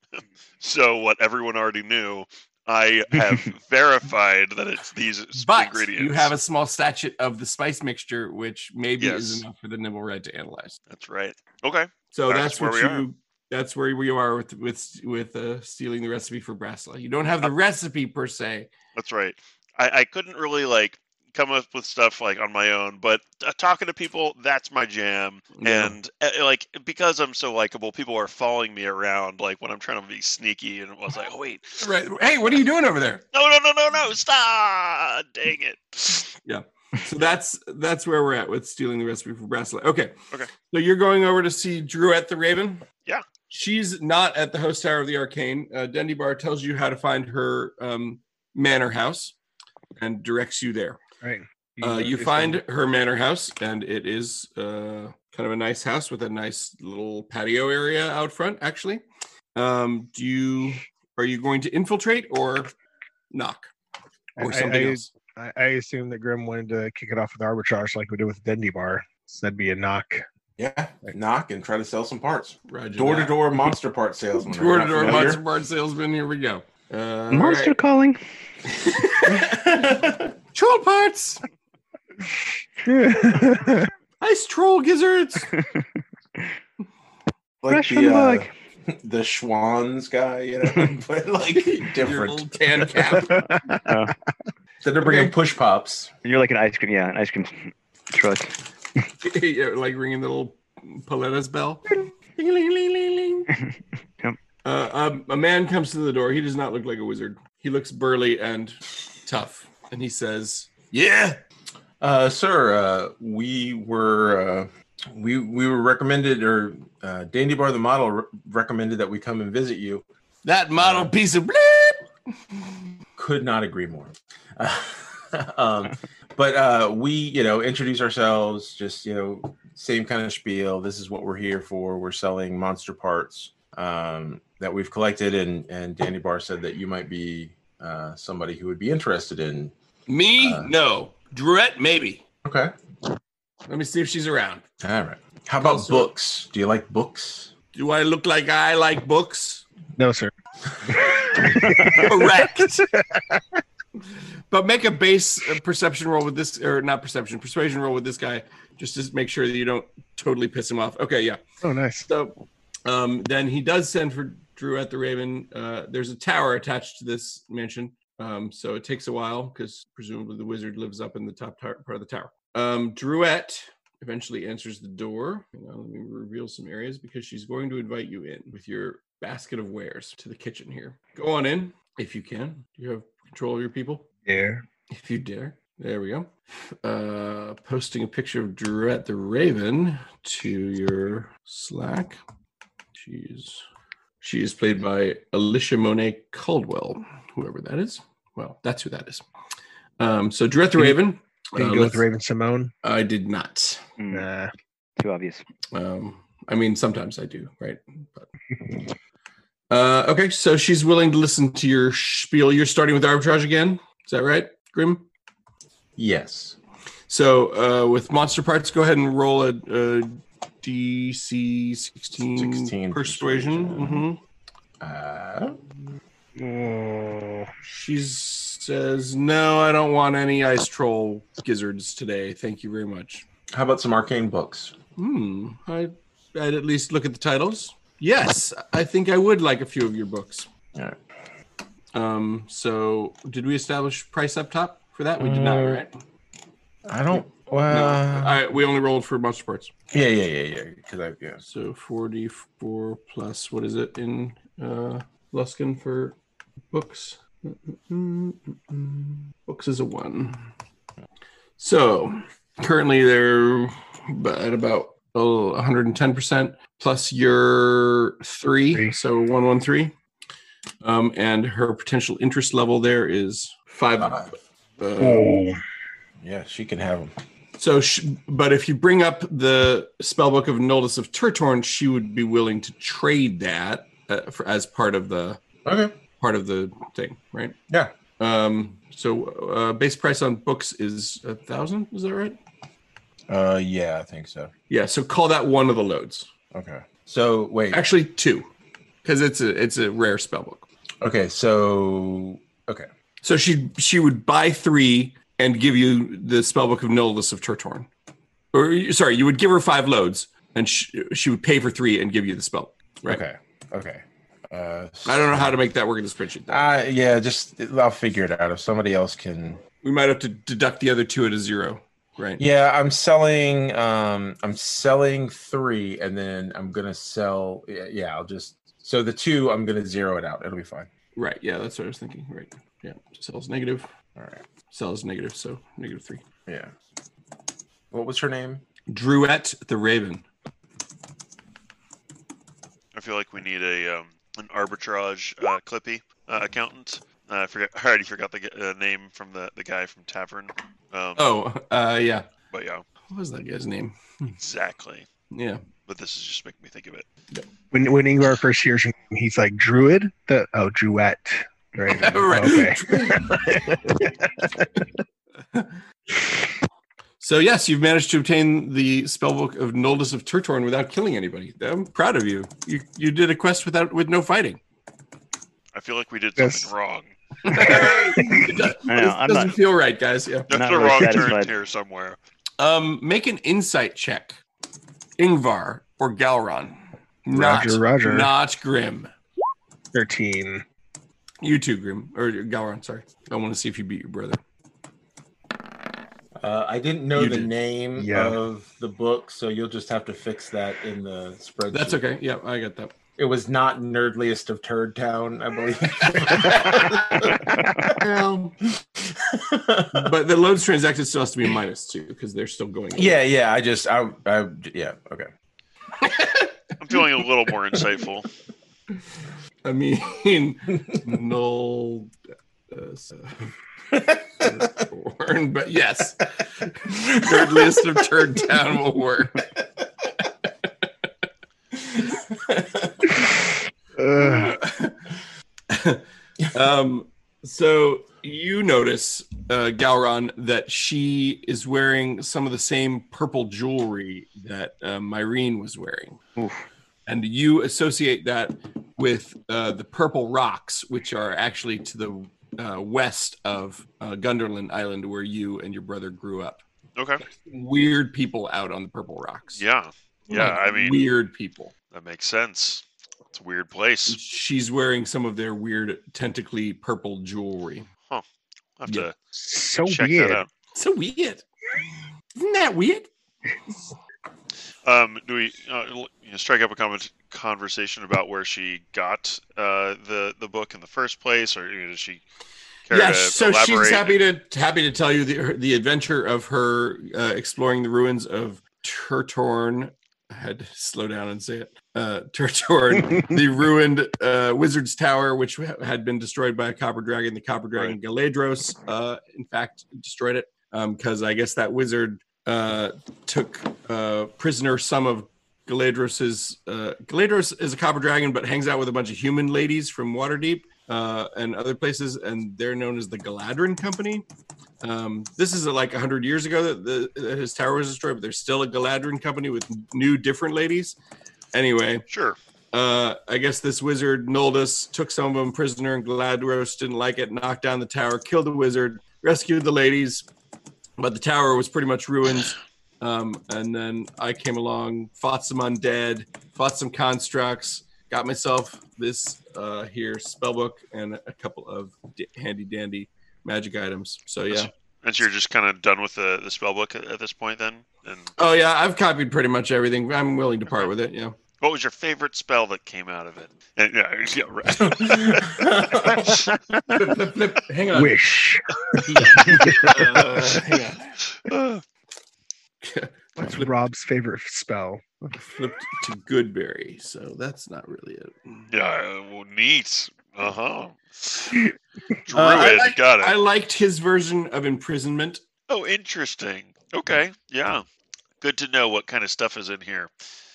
So what everyone already knew, I [LAUGHS] have verified that it's these But ingredients. you have a small sachet of the spice mixture, which maybe Yes. is enough for the Nimble Red to analyze. That's right. Okay. So That's that's, where what we are. you. That's where we are with with with uh, stealing the recipe for Brasla. You don't have the recipe per se. That's right. I, I couldn't really like come up with stuff like on my own, but uh, talking to people, that's my jam. Yeah. And uh, like because I'm so likable, people are following me around. Like when I'm trying to be sneaky, and it was like, oh wait, Right. Hey, what are you doing over there? no, no, no, no, no, stop! Dang it. So that's that's where we're at with stealing the recipe for Brasla. Okay. Okay. So you're going over to see Drew at the Raven. Yeah. She's not at the host tower of the Arcane. Uh, Dendy Bar tells you how to find her um, manor house, and directs you there. Right. Uh, you notice find them. her manor house, and it is uh, kind of a nice house with a nice little patio area out front. Actually, um, do you are you going to infiltrate or knock I- or I- something I- else? I, I assume that Grim wanted to kick it off with arbitrage like we did with Dendy Bar. So that'd be a knock. Yeah, knock and try to sell some parts. Roger Door to that. door monster part salesman. door to door Not familiar? monster bar salesman. Here we go. Uh, Monster calling. alright. [LAUGHS] troll parts. Fresh Ice troll gizzards. Like from the the, uh, mug. [LAUGHS] the Schwans guy, you know, [LAUGHS] but like [LAUGHS] Your different. little tan [LAUGHS] cap. Then they're bringing Okay. push pops. You're like an ice cream. Yeah, an ice cream truck. [LAUGHS] Yeah, like ringing the little Paletta's bell. Ding-a-ling-a-ling-a-ling-a-ling. [LAUGHS] Yep. Uh, um, a man comes to the door. He does not look like a wizard. He looks burly and tough, and he says, "Yeah, Uh, sir, uh, we were uh, we we were recommended, or uh, Dandy Bar the model re- recommended that we come and visit you. that Uh, model piece of bleep." Could not agree more. [LAUGHS] um, but uh, we, you know, introduce ourselves. Just you know, same kind of spiel. This is what we're here for. We're selling monster parts um, that we've collected, and and Dandy Bar said that you might be uh, somebody who would be interested in. Me? Uh. no. Drette, maybe. Okay, Let me see if she's around. all right. How about Also- books? Do you like books? Do I look like I like books? No, sir. Correct. but make a base uh, perception roll with this, or not perception, persuasion roll with this guy, just to make sure that you don't totally piss him off. Okay, yeah. Oh, nice. So um, then he does send for Drew at the Raven. Uh, there's a tower attached to this mansion, um, so it takes a while because presumably the wizard lives up in the top tar- part of the tower. Um, Druette eventually answers the door. Hang on, let me reveal some areas because she's going to invite you in with your basket of wares to the kitchen here. Go on in if you can. Do you have control of your people? Yeah. If you dare. There we go. Uh, posting a picture of Dread the Raven to your Slack. She's she is played by Alicia Monet Caldwell, whoever that is. Well, that's who that is. Um, so Dread the Did you- Raven. Did you uh, go with let's- Raven Simone? I did not. Mm, Nah. too obvious. Um, I mean, sometimes I do, right? But, uh, okay, so she's willing to listen to your spiel. You're starting with arbitrage again. Is that right, Grim? Yes. So uh, with monster parts, go ahead and roll a, a DC 16, 16 persuasion. persuasion. Mhm. Uh, Oh. She says, "No, I don't want any ice troll gizzards today. Thank you very much." How about some arcane books? Hmm. I, I'd at least look at the titles. Yes, I think I would like a few of your books. All right. Um. So, did we establish price up top for that? We did not, Uh, Mm. right? I don't. No. Well, Uh, All right. We only rolled for monster parts. Yeah, yeah, yeah, yeah. Because I yeah. So forty-four plus what is it in uh, Luskin for books? Books is a one. So currently they're at about oh, 110% plus your three, Three. so 113. Um, and her potential interest level there is five. Five. Uh, Yeah, she can have them. so, sh- but if you bring up the spellbook of Noldus of Turtorn, she would be willing to trade that uh, for, as part of the Okay. part of the thing, right? Yeah. Um, so, uh, base price on books is a thousand. Is that right? Uh, yeah, I think so. Yeah. So call that one of the loads. Okay. So wait. Actually, two, because it's a it's a rare spellbook. Okay. So okay. So she she would buy three and give you the spellbook of Noldus of Turtorn, or sorry, you would give her five loads, and she, she would pay for three and give you the spell. Right. Okay. Okay. Uh, I don't know how to make that work in the spreadsheet. though. Uh, yeah, just I'll figure it out. If somebody else can, We might have to deduct the other two at a zero, right? yeah, I'm selling. Um, I'm selling three, and then I'm gonna sell. Yeah, yeah, I'll just so the two. I'm gonna zero it out. It'll be fine. Right. Yeah, that's what I was thinking. Right. Yeah. Sells negative. All right. Sells negative. So negative three. Yeah. What was her name? Druette the Raven. I feel like we need a um, an arbitrage uh, Clippy uh, accountant. Uh, I forgot. I already forgot the g- uh, name from the, the guy from Tavern. Um, Oh, uh, yeah. But yeah, What was that guy's name? exactly. [LAUGHS] Yeah. But this is just making me think of it. when when Ingvar first hears him, he's like Druid. The oh, Druette. Right. [LAUGHS] Right. Okay. [LAUGHS] So yes, you've managed to obtain the spellbook of Noldus of Turtorn without killing anybody. I'm proud of you. You you did a quest without with no fighting. [LAUGHS] I feel like we did something Yes. wrong. it does, I know, not I'm doesn't not- feel right, guys. Yeah. That's not a really wrong turn satisfied. here somewhere. Um, make an insight check. Ingvar or Galron. Not, Roger, roger. Not Grim. Thirteen. You too, Grim or Galron. Sorry, I want to see if you beat your brother. Uh, I didn't know You the did. name Yeah. of the book, so you'll just have to fix that in the spreadsheet. That's okay. Yeah, I got that. It was not nerdliest of Turd Town, I Um, believe. [LAUGHS] but the loads transacted still has to be minus two because they're still going. yeah, yeah. I just, I, I, yeah. Okay. I'm feeling a little more insightful. I mean, [LAUGHS] null. Uh, [LAUGHS] so- Turn, but [LAUGHS] yes, third list of turn down will work. Ugh. um, so you notice, uh, Gowron, that she is wearing some of the same purple jewelry that uh, Myrene was wearing. Oof. And you associate that with uh, the purple rocks, which are actually to the uh, west of uh, Gunderland Island, where you and your brother grew up. Okay. Weird people out on the purple rocks. Yeah, yeah, Like, I mean- weird people. that makes sense. It's a weird place. She's wearing some of their weird tentacly purple jewelry. I'll have to so check weird. that out. So weird. Isn't that weird? Um, do we uh, l- you know, strike up a comment, conversation about where she got uh, the the book in the first place, or you know, does she? Care yeah. to So she's elaborate? happy to happy to tell you the her, the adventure of her uh, exploring the ruins of Turtorn. I had to slow down and say it. Uh, [LAUGHS] Turtorn, the ruined uh, wizard's tower, which ha- had been destroyed by a copper dragon. The copper dragon Galadros, uh, in fact, destroyed it because I guess that wizard uh, took uh, prisoner some of Galadros's. Uh, Galadros is a copper dragon, but hangs out with a bunch of human ladies from Waterdeep uh, and other places, and they're known as the Galadrin Company. Um, this is uh, like 100 years ago that, the, that his tower was destroyed, but there's still a Galadrin Company with new, different ladies. Anyway, Sure. uh, I guess this wizard Noldus took some of them prisoner, and Gladros didn't like it, knocked down the tower, killed the wizard, rescued the ladies, but the tower was pretty much ruined. Um, and then I came along, fought some undead, fought some constructs, got myself this uh, here spellbook and a couple of d- handy dandy magic items. So yeah. And so you're just kind of done with the the spell book at, at this point, then. And Oh yeah, I've copied pretty much everything. I'm willing to part with it. Yeah. what was your favorite spell that came out of it? And, yeah, [LAUGHS] yeah, right. Flip, flip, flip. Hang on. Wish. [LAUGHS] Uh, hang on. Uh, [LAUGHS] What's Rob's favorite spell? Flipped to Goodberry, so that's not really it. yeah, well, neat. Uh huh. Druid, I like- got it. I liked his version of imprisonment. Oh, interesting. Okay, yeah. Good to know what kind of stuff is in here.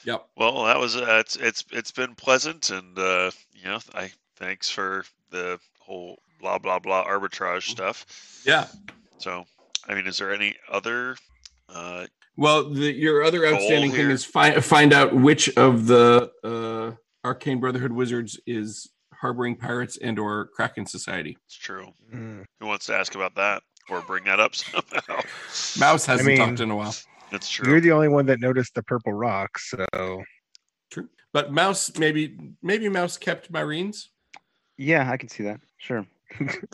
Yep. Well, that was uh, it's it's it's been pleasant, and uh, you know, I thanks for the whole blah blah blah arbitrage Mm-hmm. stuff. Yeah. So, I mean, is there any other? Uh, Well, the, your other Goal outstanding thing here. is find find out which of the uh, arcane Brotherhood wizards is harboring pirates and or Kraken Society. it's true. Mm. Who wants to ask about that or bring that up [LAUGHS] somehow? Mouse hasn't mean- talked in a while. That's You're true. the only one that noticed the purple rock, so True. But Mouse maybe maybe Mouse kept Marines. Yeah, I can see that. [LAUGHS] Sure.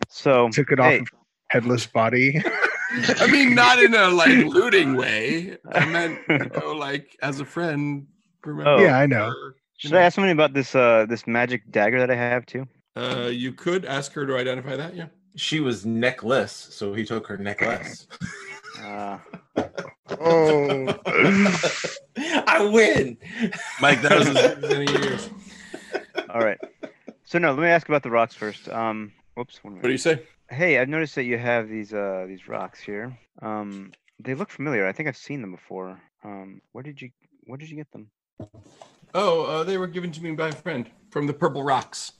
so took it off hey, of headless body. [LAUGHS] I mean, not in a like looting way. I meant you know, like as a friend. Remember? Oh. Yeah, I know. should I ask somebody about this uh this magic dagger that I have too? Uh, you could ask her to identify that. Yeah. she was necklace, so he took her necklace. Uh, Oh, [LAUGHS] I win. Mike, that [LAUGHS] was as good as any of yours. all right. So no, let me ask about the rocks first. Um, whoops. One What do you say? Hey, I've noticed that you have these uh these rocks here. Um, they look familiar. I think I've seen them before. Um, where did you where did you get them? [LAUGHS] Oh, uh, they were given to me by a friend from the Purple Rocks.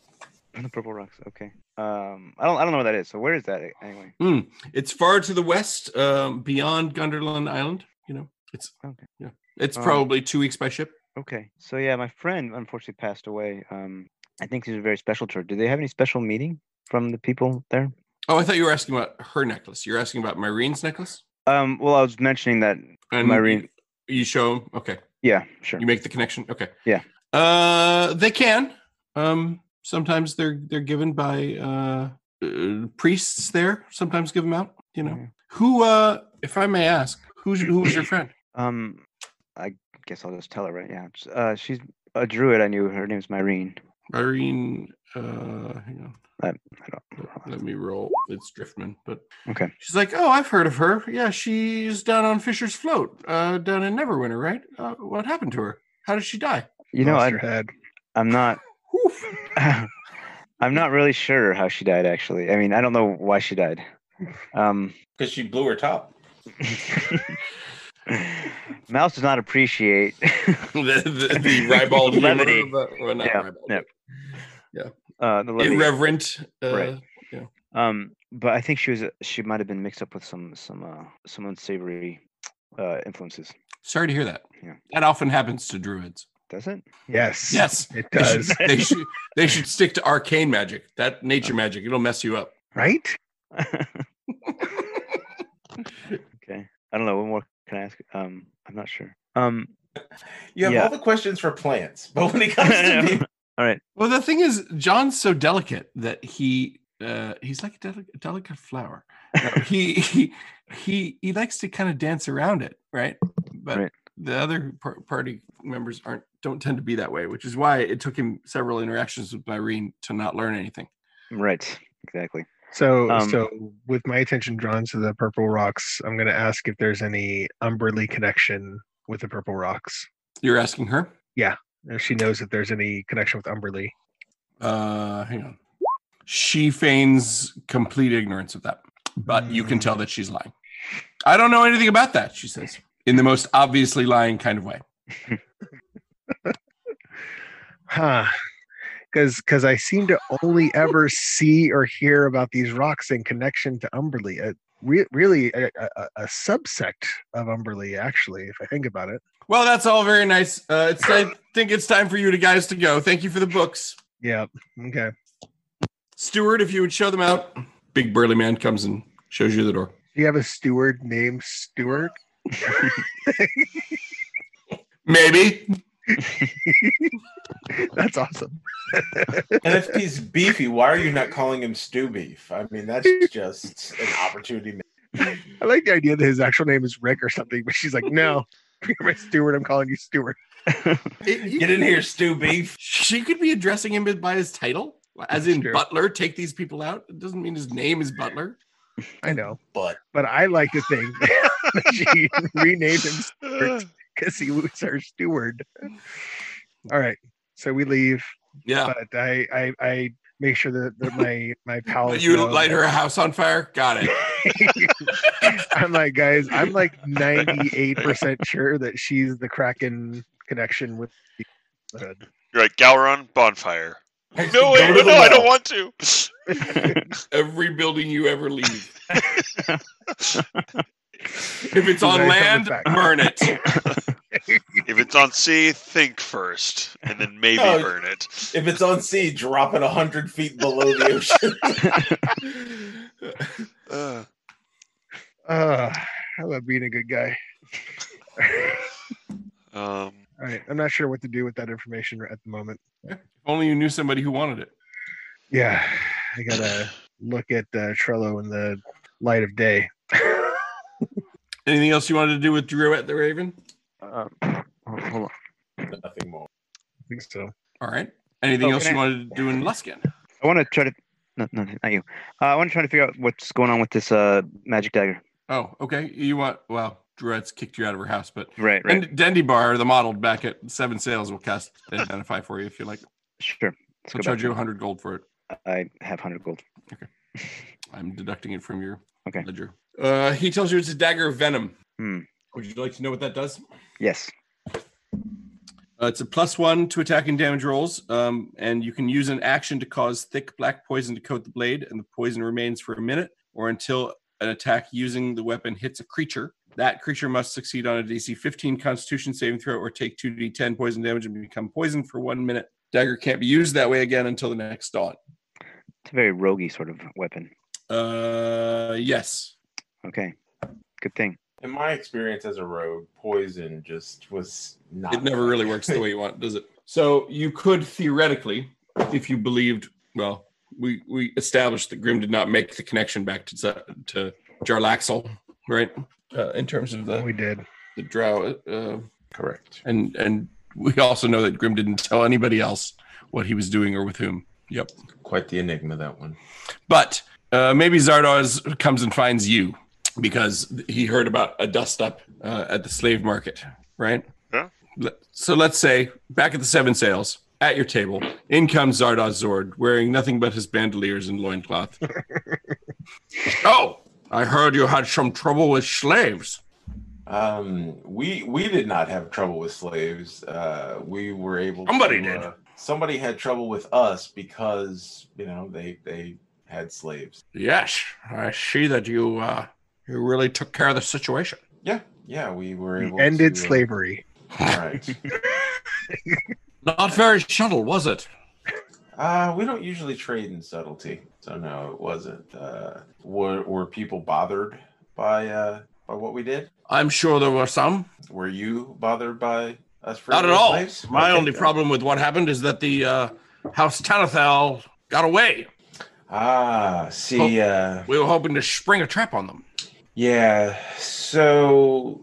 The purple rocks. Okay. Um, I don't I don't know what that is. So where is that a- anyway? It's far to the west, um, beyond Gunderland Island. You know, it's Okay. yeah. It's Um, probably two weeks by ship. Okay. So yeah, my friend unfortunately passed away. Um, I think he's very special to her. Do they have any special meeting from the people there? Oh, I thought you were asking about her necklace. You're asking about Myrene's necklace. Um, well, I was mentioning that. And Myrene. You, you show him. Okay. Yeah, sure. You make the connection. Okay. Yeah. Uh, they can. Um, sometimes they're they're given by uh, uh priests there. Sometimes give them out. You know Yeah. who? Uh, if I may ask, who's who was your friend? Um, I guess I'll just tell her right. Yeah. it's- Uh, she's a druid. I knew her name's Myrene. Irene. Uh, hang on. I don't. Let- Let me roll. It's Driftman, but Okay. She's like, oh, I've heard of her. Yeah, she's down on Fisher's Float, uh, down in Neverwinter, right? Uh, what happened to her? How did she die? You know, lost I, your head. I'm [LAUGHS] not. [LAUGHS] Oof. I'm not really sure how she died. Actually, I mean, I don't know why she died. Um, Because she blew her top. [LAUGHS] Mouse does not appreciate. [LAUGHS] the the, the [LAUGHS] ribald humor, Levity. but- well, not Yeah, ribald, yeah. [LAUGHS] uh, the but levity. Irreverent. Uh, Right. Um, but I think she was. She might have been mixed up with some some uh, some unsavory uh, influences. Sorry to hear that. Yeah. That often happens to druids. Does it? [LAUGHS] Yes. Yes. It They should, [LAUGHS] does. they should they should stick to arcane magic. That Oh. nature magic. It'll mess you up. [LAUGHS] Right? okay. I don't know. What more can I ask? Um, I'm not sure. Um, You have Yeah. all the questions for plants, but when it I comes to know. [LAUGHS] people, Well, the thing is, John's so delicate that he uh, he's like a delicate, delicate flower. No, he, [LAUGHS] he he he likes to kind of dance around it, right? But Right. the other par- party members aren't don't tend to be that way, which is why it took him several interactions with Irene to not learn anything. right. Exactly. [LAUGHS] So, Um, so with my attention drawn to the purple rocks, I'm going to ask if there's any Umberly connection with the purple rocks. You're asking her. If she knows if there's any connection with Umberly. Uh, hang on. She feigns complete ignorance of that, but you can tell that she's lying. I don't know anything about that, she says, in the most obviously lying kind of way. Huh. Because because I seem to only ever see or hear about these rocks in connection to Umberly. A, re- really a, a, a- a subsect of Umberly, actually, if I think about it. Well, that's all very nice. Uh, it's I think it's time for you to guys to go. Thank you for the books, Yeah. Okay. Steward. If you would show them out. Big burly man comes and shows you the door. Do you have a steward named Stewart? [LAUGHS] Maybe. That's awesome. And if he's beefy, why are you not calling him Stew Beef? I mean, that's just an opportunity. I like the idea that his actual name is Rick or something, but she's like, no, [LAUGHS] you're my steward. I'm calling you Stewart. Get in here, Stew Beef. She could be addressing him by his title, as in Sure. Butler. Take these people out. It doesn't mean his name is Butler. I know, But but I like to think [LAUGHS] that she renamed him because he was her steward. All right, so we leave, Mm. Yeah. but I I, I make sure that, that my [LAUGHS] my pals. But you know light that- her house on fire. [LAUGHS] Got it. [LAUGHS] I'm like, guys, I'm like 98% sure that she's the Kraken connection with the hood. You're like Gowron bonfire. No, go wait, to no, the I don't well. want to. Every building you ever leave. If it's on Very land, perfect. burn it. If it's on sea, think first, and then maybe [LAUGHS] Oh. burn it. if it's on sea, drop it a hundred feet below [LAUGHS] the ocean. Uh, Uh, I love being a good guy. [LAUGHS] um, All right, I'm not sure what to do with that information at the moment. If only you knew somebody who wanted it. Yeah, I gotta look at uh, Trello in the light of day. [LAUGHS] Anything else you wanted to do with Drew at the Raven? Um, hold hold on. Nothing more. I think so. All right. Anything Oh, else can you I- wanted to do in Luskin? I want to try to. No, no, not you. Uh, I want to try to figure out what's going on with this uh magic dagger. Oh, okay. You want well, Druid's kicked you out of her house, but Right, right. and Dendy Bar, the model back at Seven Sales, will cast [LAUGHS] identify for you if you like. sure. I'll Let's go back. charge you 100 gold for it. I have hundred gold. I'm deducting it from your Okay. ledger. Uh, he tells you it's a dagger of venom. Hmm. Would you like to know what that does? [LAUGHS] Yes. Uh, it's a plus one to attack and damage rolls, um, and you can use an action to cause thick black poison to coat the blade, and the poison remains for a minute or until an attack using the weapon hits a creature. That creature must succeed on a DC 15 Constitution saving throw or take 2d10 poison damage and become poisoned for one minute. Dagger can't be used that way again until the next dawn. It's a very roguey sort of weapon. Uh, yes. Okay. Good thing. In my experience as a rogue, poison just was not. It never really works the way you want, does it? So you could theoretically, if you believed, well, we we established that Grimm did not make the connection back to Za- to Jarlaxle, right? Uh, in terms of the We did. the Drow, uh, correct. and and we also know that Grimm didn't tell anybody else what he was doing or with whom. Yep. Quite the enigma that one. But uh, maybe Zardoz comes and finds you because he heard about a dust up uh, at the slave market, right? Yeah. Le- So let's say back at the Seven Sails, at your table, in comes Zardoz Zord wearing nothing but his bandoliers and loincloth. oh, I heard you had some trouble with slaves. Um, we we did not have trouble with slaves. Uh, we were able. Somebody to, did. uh, somebody had trouble with us because you know they they had slaves. Yes, I see that you uh, you really took care of the situation. Yeah, yeah, we were We able. ended to, uh, slavery. [LAUGHS] Right. Not very subtle, was it? Uh, we don't usually trade in subtlety, so no, it wasn't. Uh, were were people bothered by uh by what we did? I'm sure there were some. Were you bothered by us? freeing Not at the all. slaves? My Okay, only good. problem with what happened is that the uh, House Tanathel got away. Ah, see, Oh. uh, We were hoping to spring a trap on them. Yeah. So,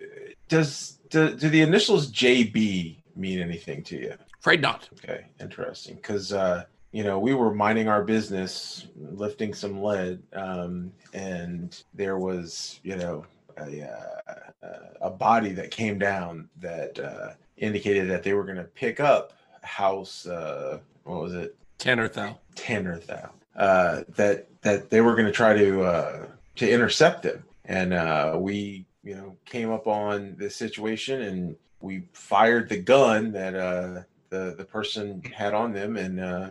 uh, does do, do the initials JB mean anything to you? Afraid not. Okay, interesting. Because uh, you know we were minding our business, lifting some lead, um, and there was you know a uh, uh, a body that came down that uh, indicated that they were going to pick up house. Uh, what was it? Tanathel. Tanner though uh, that that they were going to try to uh, to intercept him, and uh, we you know came up on this situation and we fired the gun that uh, the the person had on them, and uh,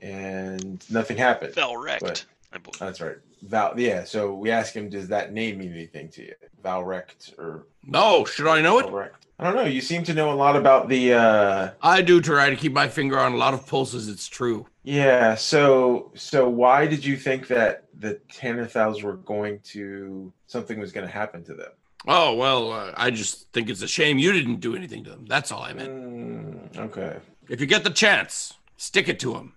and nothing happened. Fell wrecked. But- I believe. That's right, Val. Yeah, so we asked him, does that name mean anything to you, Valrect or No, should I know it? Valrect? I don't know. You seem to know a lot about the. Uh, I do try to keep my finger on a lot of pulses, it's true. Yeah, so so why did you think that the Tanathals were going to something was going to happen to them? Oh well, uh, I just think it's a shame you didn't do anything to them. That's all I meant. Mm, okay. If you get the chance, stick it to them.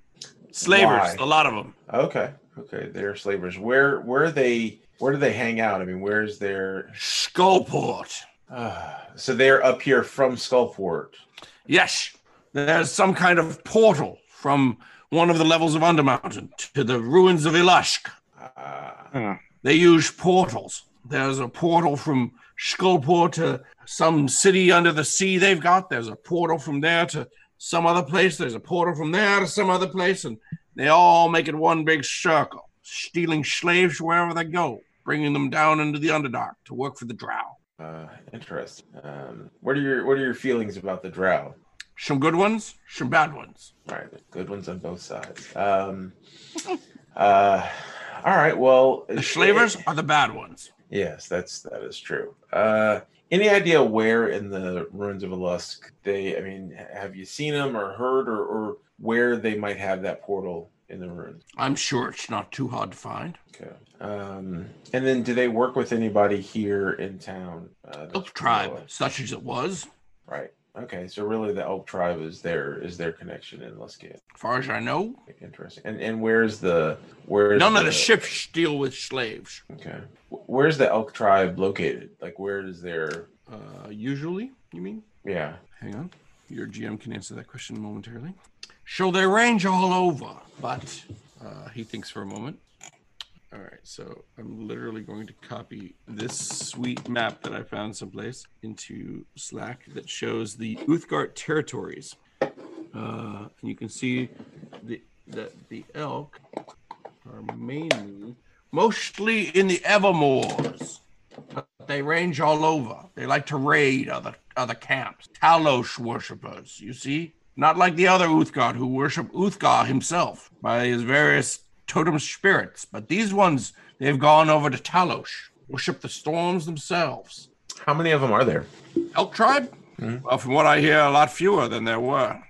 Slavers, Why? a lot of them. Okay. Okay. They're slavers. Where where are they where do they hang out? I mean, where's their [SIGHS] Skullport. uh, so they're up here from Skullport. Yes, there's some kind of portal from one of the levels of Undermountain to the ruins of Ilashk. Uh, Huh. They use portals. There's a portal from Skullport to some city under the sea they've got. There's a portal from there to some other place. There's a portal from there to some other place. And they all make it one big circle, stealing slaves wherever they go, bringing them down into the Underdark to work for the Drow. uh interesting. Um what are your what are your feelings about the drow? Some good ones, some bad ones. All right, good ones on both sides. Um [LAUGHS] uh all right, well The slavers are the bad ones. Yes, that's that is true. Uh, any idea where in the ruins of Alusk they? I mean, have you seen them or heard or, or where they might have that portal in the ruins? I'm sure it's not too hard to find. Okay. Um, and then, do they work with anybody here in town? Uh, Elk tribe, such as it was, right? Okay, so really, the Elk tribe is their is their connection in Luskia. as far as I know. Interesting. And and where's the where's None of the ships deal with slaves. Okay, Wh- where's the Elk tribe located? Like, where is their? Uh, usually, you mean? Yeah. Hang on. Your GM can answer that question momentarily. So they range all over, but uh, he thinks for a moment. All right, so I'm literally going to copy this sweet map that I found someplace into Slack that shows the Uthgart territories. Uh, and you can see the, that the elk are mainly, mostly in the Evermoors. But they range all over. They like to raid other other camps. Talos worshippers, you see? Not like the other Uthgar who worship Uthgar himself by his various totem spirits, but these ones they've gone over to Talos, worship the storms themselves. How many of them are there? Elk tribe? Mhm. Well, from what I hear, a lot fewer than there were.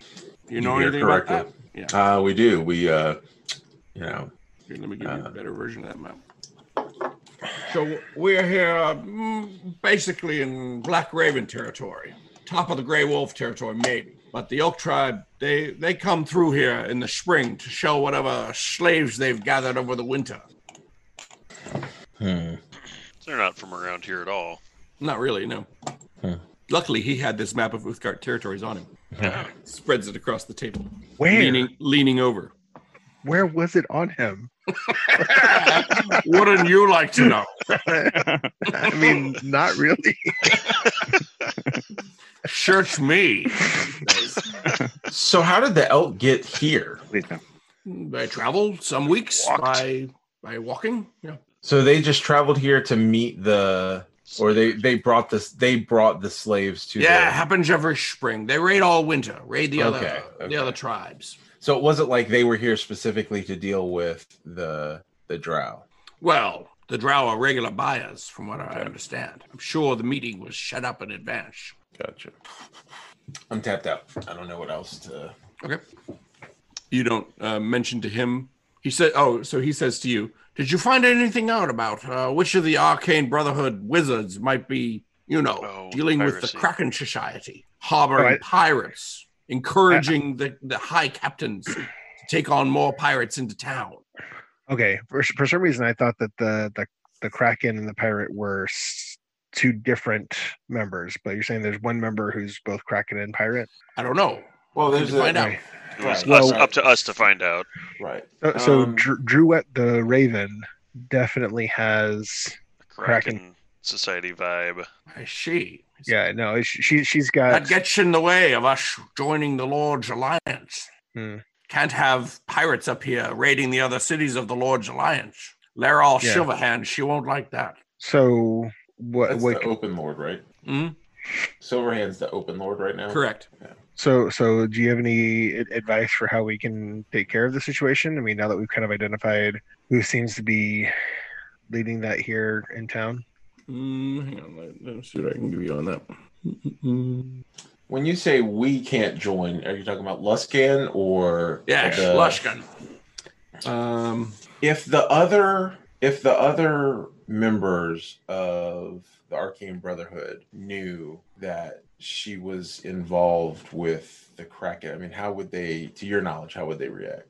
You know hear anything about correctly. that? Yeah. Uh, we do. We, uh, you know, Here, let me give you Uh, a better version of that map. So we're here mm, basically in Black Raven territory, top of the Grey Wolf territory, maybe. But the Elk Tribe, they they come through here in the spring to show whatever slaves they've gathered over the winter. hmm. They're not from around here at all. Not really, no. Hmm. Luckily, he had this map of Uthgard territories on him. Yeah. Spreads it across the table, Where? leaning leaning over. [LAUGHS] Where was it on him? Wouldn't you like to know? I [LAUGHS] mean, not really. Search me. so how did the elk get here? Please no. By Mm, travel, some weeks by by walking. Yeah. So they just traveled here to meet the, or they they brought this they brought the slaves to. Yeah, it The, happens every spring. They raid all winter, raid the Okay, other okay. the other tribes. so it wasn't like they were here specifically to deal with the the drow. Well, the Drow are regular buyers, from what I understand. I'm sure the meeting was set up in advance. Gotcha. I'm tapped out. I don't know what else to. Okay. You don't uh, mention to him. He said, "Oh, so he says to you, did you find anything out about uh, which of the Arcane Brotherhood wizards might be, you know, Oh, dealing with piracy. the Kraken Society, harboring Alright. pirates, encouraging the the high captains to take on more pirates into town?" Okay, for, s- for some reason, I thought that the the the Kraken and the pirate were s- two different members, but you're saying there's one member who's both Kraken and pirate. I don't know. Well, there's a- find out. Right. It was Right. us, Well- uh, up to us to find out. Right. So, Uh, so Um, Dr- Druette the Raven definitely has. Kraken. Kraken, society vibe. I see. Yeah, no, she she- she's got. That gets in the way of us joining the Lord's Alliance. Hmm. Can't have pirates up here raiding the other cities of the Lord's Alliance. Laral Yeah. Silverhand, she won't like that. so what That's what the open lord, right? Hmm? Silverhand's the open lord right now. Correct. So, so do you have any ad- advice for how we can take care of the situation? I mean, now that we've kind of identified who seems to be leading that here in town. Mm, hang on, let- let me see what I can give you on that. Hmm. When you say we can't join, are you talking about Luskan or Yeah, the- uh, Lushkin. Um, if the other if the other members of the the Arcane Brotherhood knew that she was involved with the Kraken, I mean, how would they, to your knowledge, how would they react?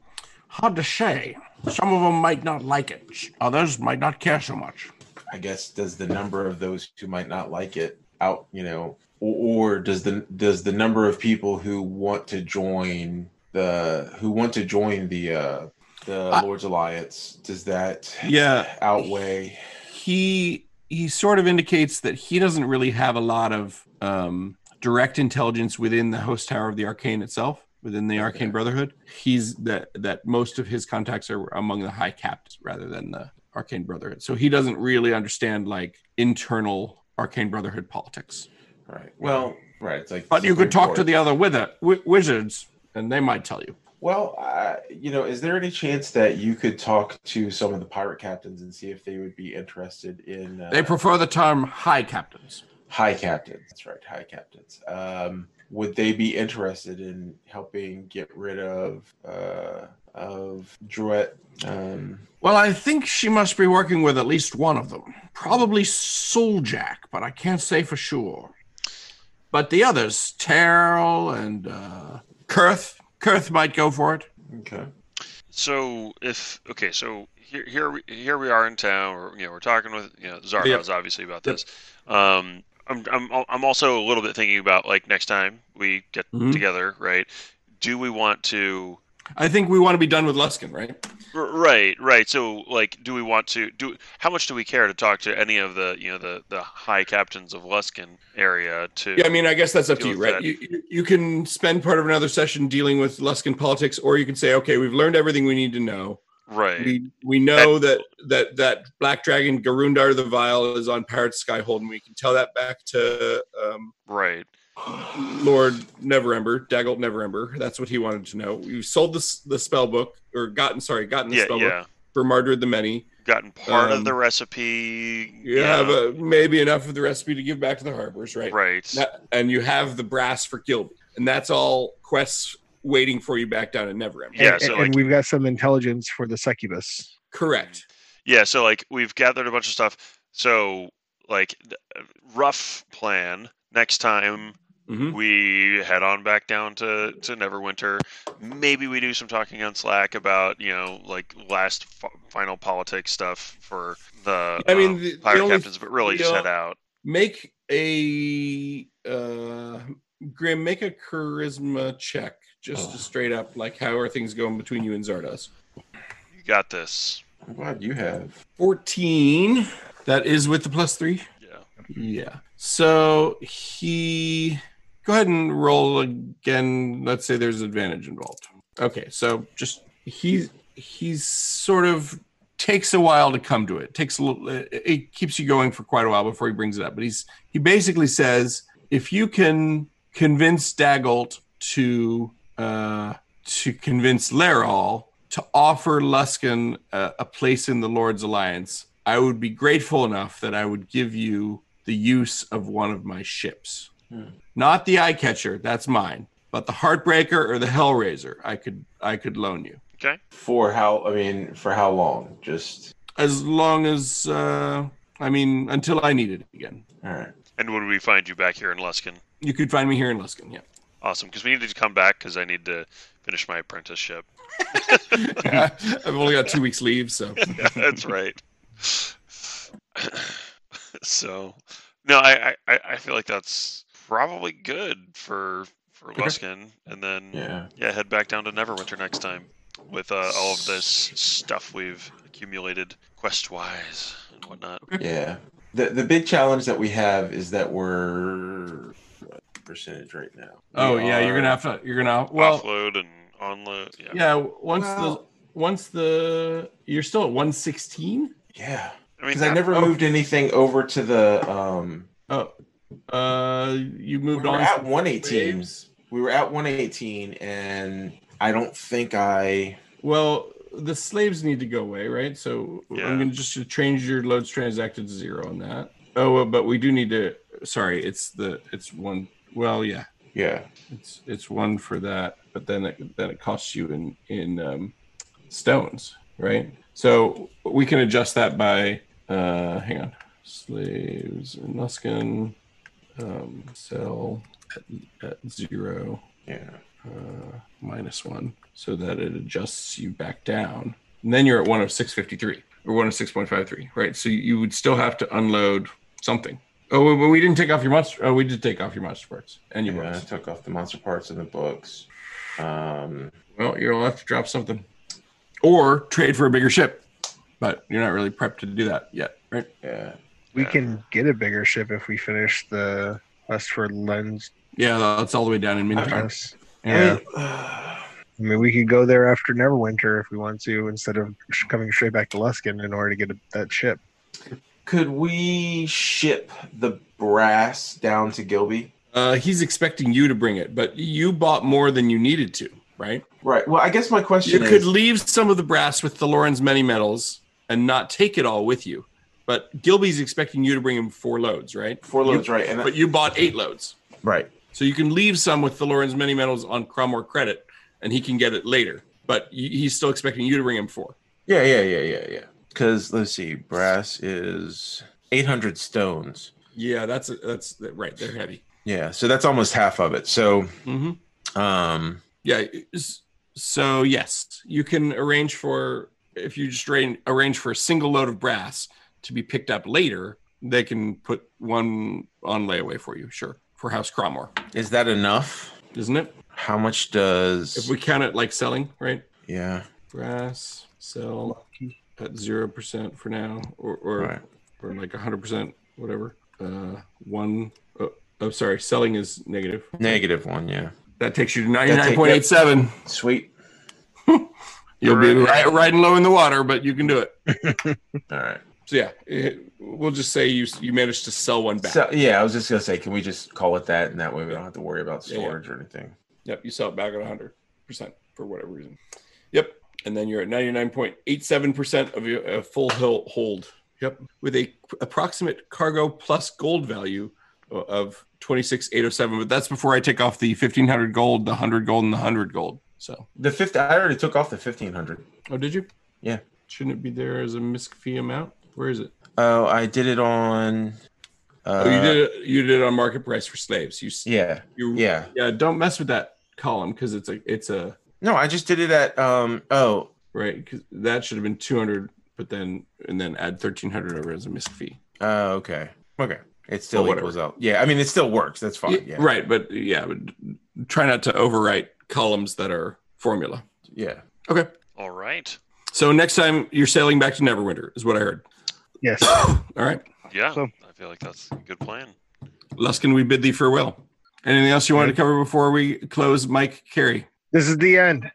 Hard to say. Some of them might not like it. Others might not care so much. I guess does the number of those who might not like it out, you know, or, or does the does the number of people who want to join the who want to join the uh the I- Lord's Alliance does that Yeah, outweigh? he he sort of indicates that he doesn't really have a lot of um, direct intelligence within the host tower of the arcane itself within the arcane Okay. brotherhood he's that that most of his contacts are among the high capped rather than the arcane brotherhood so he doesn't really understand like internal arcane brotherhood politics Right. Well, right. It's like but you could Supreme talk to Court. the other wither, wi- wizards and they might tell you Well, uh, you know, is there any chance that you could talk to some of the pirate captains and see if they would be interested in uh, they prefer the term high captains high captains? That's right, high captains. Um, would they be interested in helping get rid of uh, of Druet? Um, Well, I think she must be working with at least one of them. Probably Souljack, but I can't say for sure. But the others, Terrell and uh, Kurth. Kurth might go for it. okay. So if okay, so here here we, here we are in town. Or, you know, we're talking with you know Zardoz obviously about Yep. this. Um, I'm I'm al- I'm also a little bit thinking about like next time we get Mhm. together, right? Do we want to? I think we want to be done with Luskin, right? r- Right, right. So like, do we want to do? How much do we care to talk to any of the you know the the high captains of Luskin area to? Yeah, I mean, I guess that's up to Deal you, with right? that. You, you, you can spend part of another session dealing with Luskin politics, or you can say, okay, we've learned everything we need to know. right. We, we know that, that that Black Dragon Garundar the Vile is on Pirate Skyhold, and we can tell that back to um, Right. Lord Neverember, Dagult Neverember. That's what he wanted to know. You sold this the spell book or gotten sorry, gotten the Yeah, spell book yeah. for Margaret the Many. Gotten part Um, of the recipe. You have a, maybe enough of the recipe to give back to the harbors, right? right. That- and you have the brass for Gilby. And that's all quests waiting for you back down at Neverember. Yeah, and, so, and- and like- we've got some intelligence for the succubus. Correct. Yeah, so like we've gathered a bunch of stuff. So like th- rough plan. Next time Mhm. we head on back down to to Neverwinter. Maybe we do some talking on Slack about you know like last f- final politics stuff for the I mean, um, the- the pirate only- captains, but really the just o- head out. Make a uh Grim, make a charisma check just to straight up like how are things going between you and Zardos? You got this. I'm glad you have. 14. That is with the plus three. Yeah. Yeah. So he go ahead and roll again. Let's say there's advantage involved. Okay, so just he he's sort of takes a while to come to it. Takes a little. It, it keeps you going for quite a while before he brings it up. But he's he basically says if you can convince Dagolt to uh, to convince Lerol to offer Luskin a, a place in the Lord's Alliance, I would be grateful enough that I would give you the use of one of my ships. Hmm. Not the Eye Catcher, that's mine, but the Heartbreaker or the Hellraiser, I could I could loan you For how? I mean, for how long? Just as long as uh, I mean until I need it again. all right. And when we find you back here in Luskin, You could find me here in Luskin. Yeah. [LAUGHS] awesome. Because we needed to come back because I need to finish my apprenticeship. [LAUGHS] I've only got two weeks leave, so That's right. [LAUGHS] so, no, I, I- I I feel like that's probably good for for Luskin, and then yeah. Yeah. head back down to Neverwinter next time with uh, all of this stuff we've accumulated quest wise and whatnot. Yeah. The the big challenge that we have is that we're what percentage right now. Oh We yeah, you're are- gonna have to. You're gonna well. Offload and onload. Yeah. Yeah, once the Well- once the you're still at 116. Yeah. I mean, Because I never Oh. moved anything over to the um Oh, uh, you we moved were on. at 118. waves. We were at 118 and I don't think I Well, the slaves need to go away, right? So Yeah. I'm gonna just change your loads transacted to zero on that. Oh, well, but we do need to. Sorry, it's the it's one. Well, yeah, yeah. it's it's one for that, but then it, then it costs you in in um, stones, right? So we can adjust that by. Uh, hang on. slaves in Nuskin um, sell at, at zero Yeah. uh, minus one so that it adjusts you back down. And then you're at 106.53 or 106.53, right? So you- you would still have to unload something. Oh, but we didn't take off your monster. Oh, we did take off your monster parts and your And I books. took off the monster parts in the books. Um, Well, you'll have to drop something or trade for a bigger ship, but you're not really prepped to do that yet, right? yeah. We Yeah. can get a bigger ship if we finish the quest for lens. Yeah, that's all the way down in Mintar. Yes. Yeah. Yeah. I mean, we could go there after Neverwinter if we want to, instead of sh- coming straight back to Luskin in order to get a, that ship. [SIGHS] Could we ship the brass down to Gilby? Uh, he's expecting you to bring it, but you bought more than you needed to, right? Right. Well, I guess my You question could is, leave some of the brass with the Lorenz many medals and not take it all with you. But Gilby's expecting you to bring him four loads, right? four You- loads, right? And But you bought eight loads. right. So you can leave some with the Lorenz many medals on Cromwell credit and he can get it later. But y- he's still expecting you to bring him four. Yeah, yeah, yeah, yeah, yeah. Because let's see, brass is eight hundred stones. Yeah, that's that's right. They're heavy. Yeah, so that's almost half of it. So, hmm um, Yeah. s- So yes, you can arrange for if you just arrange, arrange for a single load of brass to be picked up later, they can put one on layaway for you. Sure, for House Cromwell, is that enough? isn't it? How much If does? we count it like selling, right? yeah, Brass sell at zero percent for now, or or, right. or like hundred percent, whatever. Uh, one. Oh, oh, sorry, selling is negative. Negative one. Yeah, That takes you to take- ninety nine point eight seven. sweet. You'll be Right. right, riding low in the water, but you can do it. All right. So yeah, it, we'll just say you you managed to sell one back. So yeah, I was just gonna say, can we just call it that, and that way we don't have to worry about Yeah, yeah. storage or anything. yep, you sell it back at 100 percent for whatever reason. Yep, and then you're at 99.87 percent of your uh, full hil- hold. Yep, with a approximate cargo plus gold value o- of 26,807. But that's before I take off the 1,500 gold, the 100 gold, and the 100 gold. So The fifth, I already took off the fifteen hundred. oh, did you? Yeah. Shouldn't it be there as a misc fee amount? Where is it? Oh, I did it on. Uh, oh, you did it. You did it on market price for slaves. You s- Yeah, you yeah. Yeah, don't mess with that column because it's a it's a No, I just did it at. Um. Oh, right 'cause that should have been two hundred, but then and then add thirteen hundred over as a misc fee. Uh, okay. Okay. It still whatever. equals out. Yeah. I mean, it still works. That's fine. Oh, Yeah. Yeah, Right, but yeah, but try not to overwrite columns that are formula. Yeah. Okay, All right. so next time you're sailing back to Neverwinter is what I heard. Yes. All right, Yeah, So- I feel like that's a good plan. Luskin, we bid thee farewell. Anything else you wanted to cover before we close, Mike Carey? this is the end.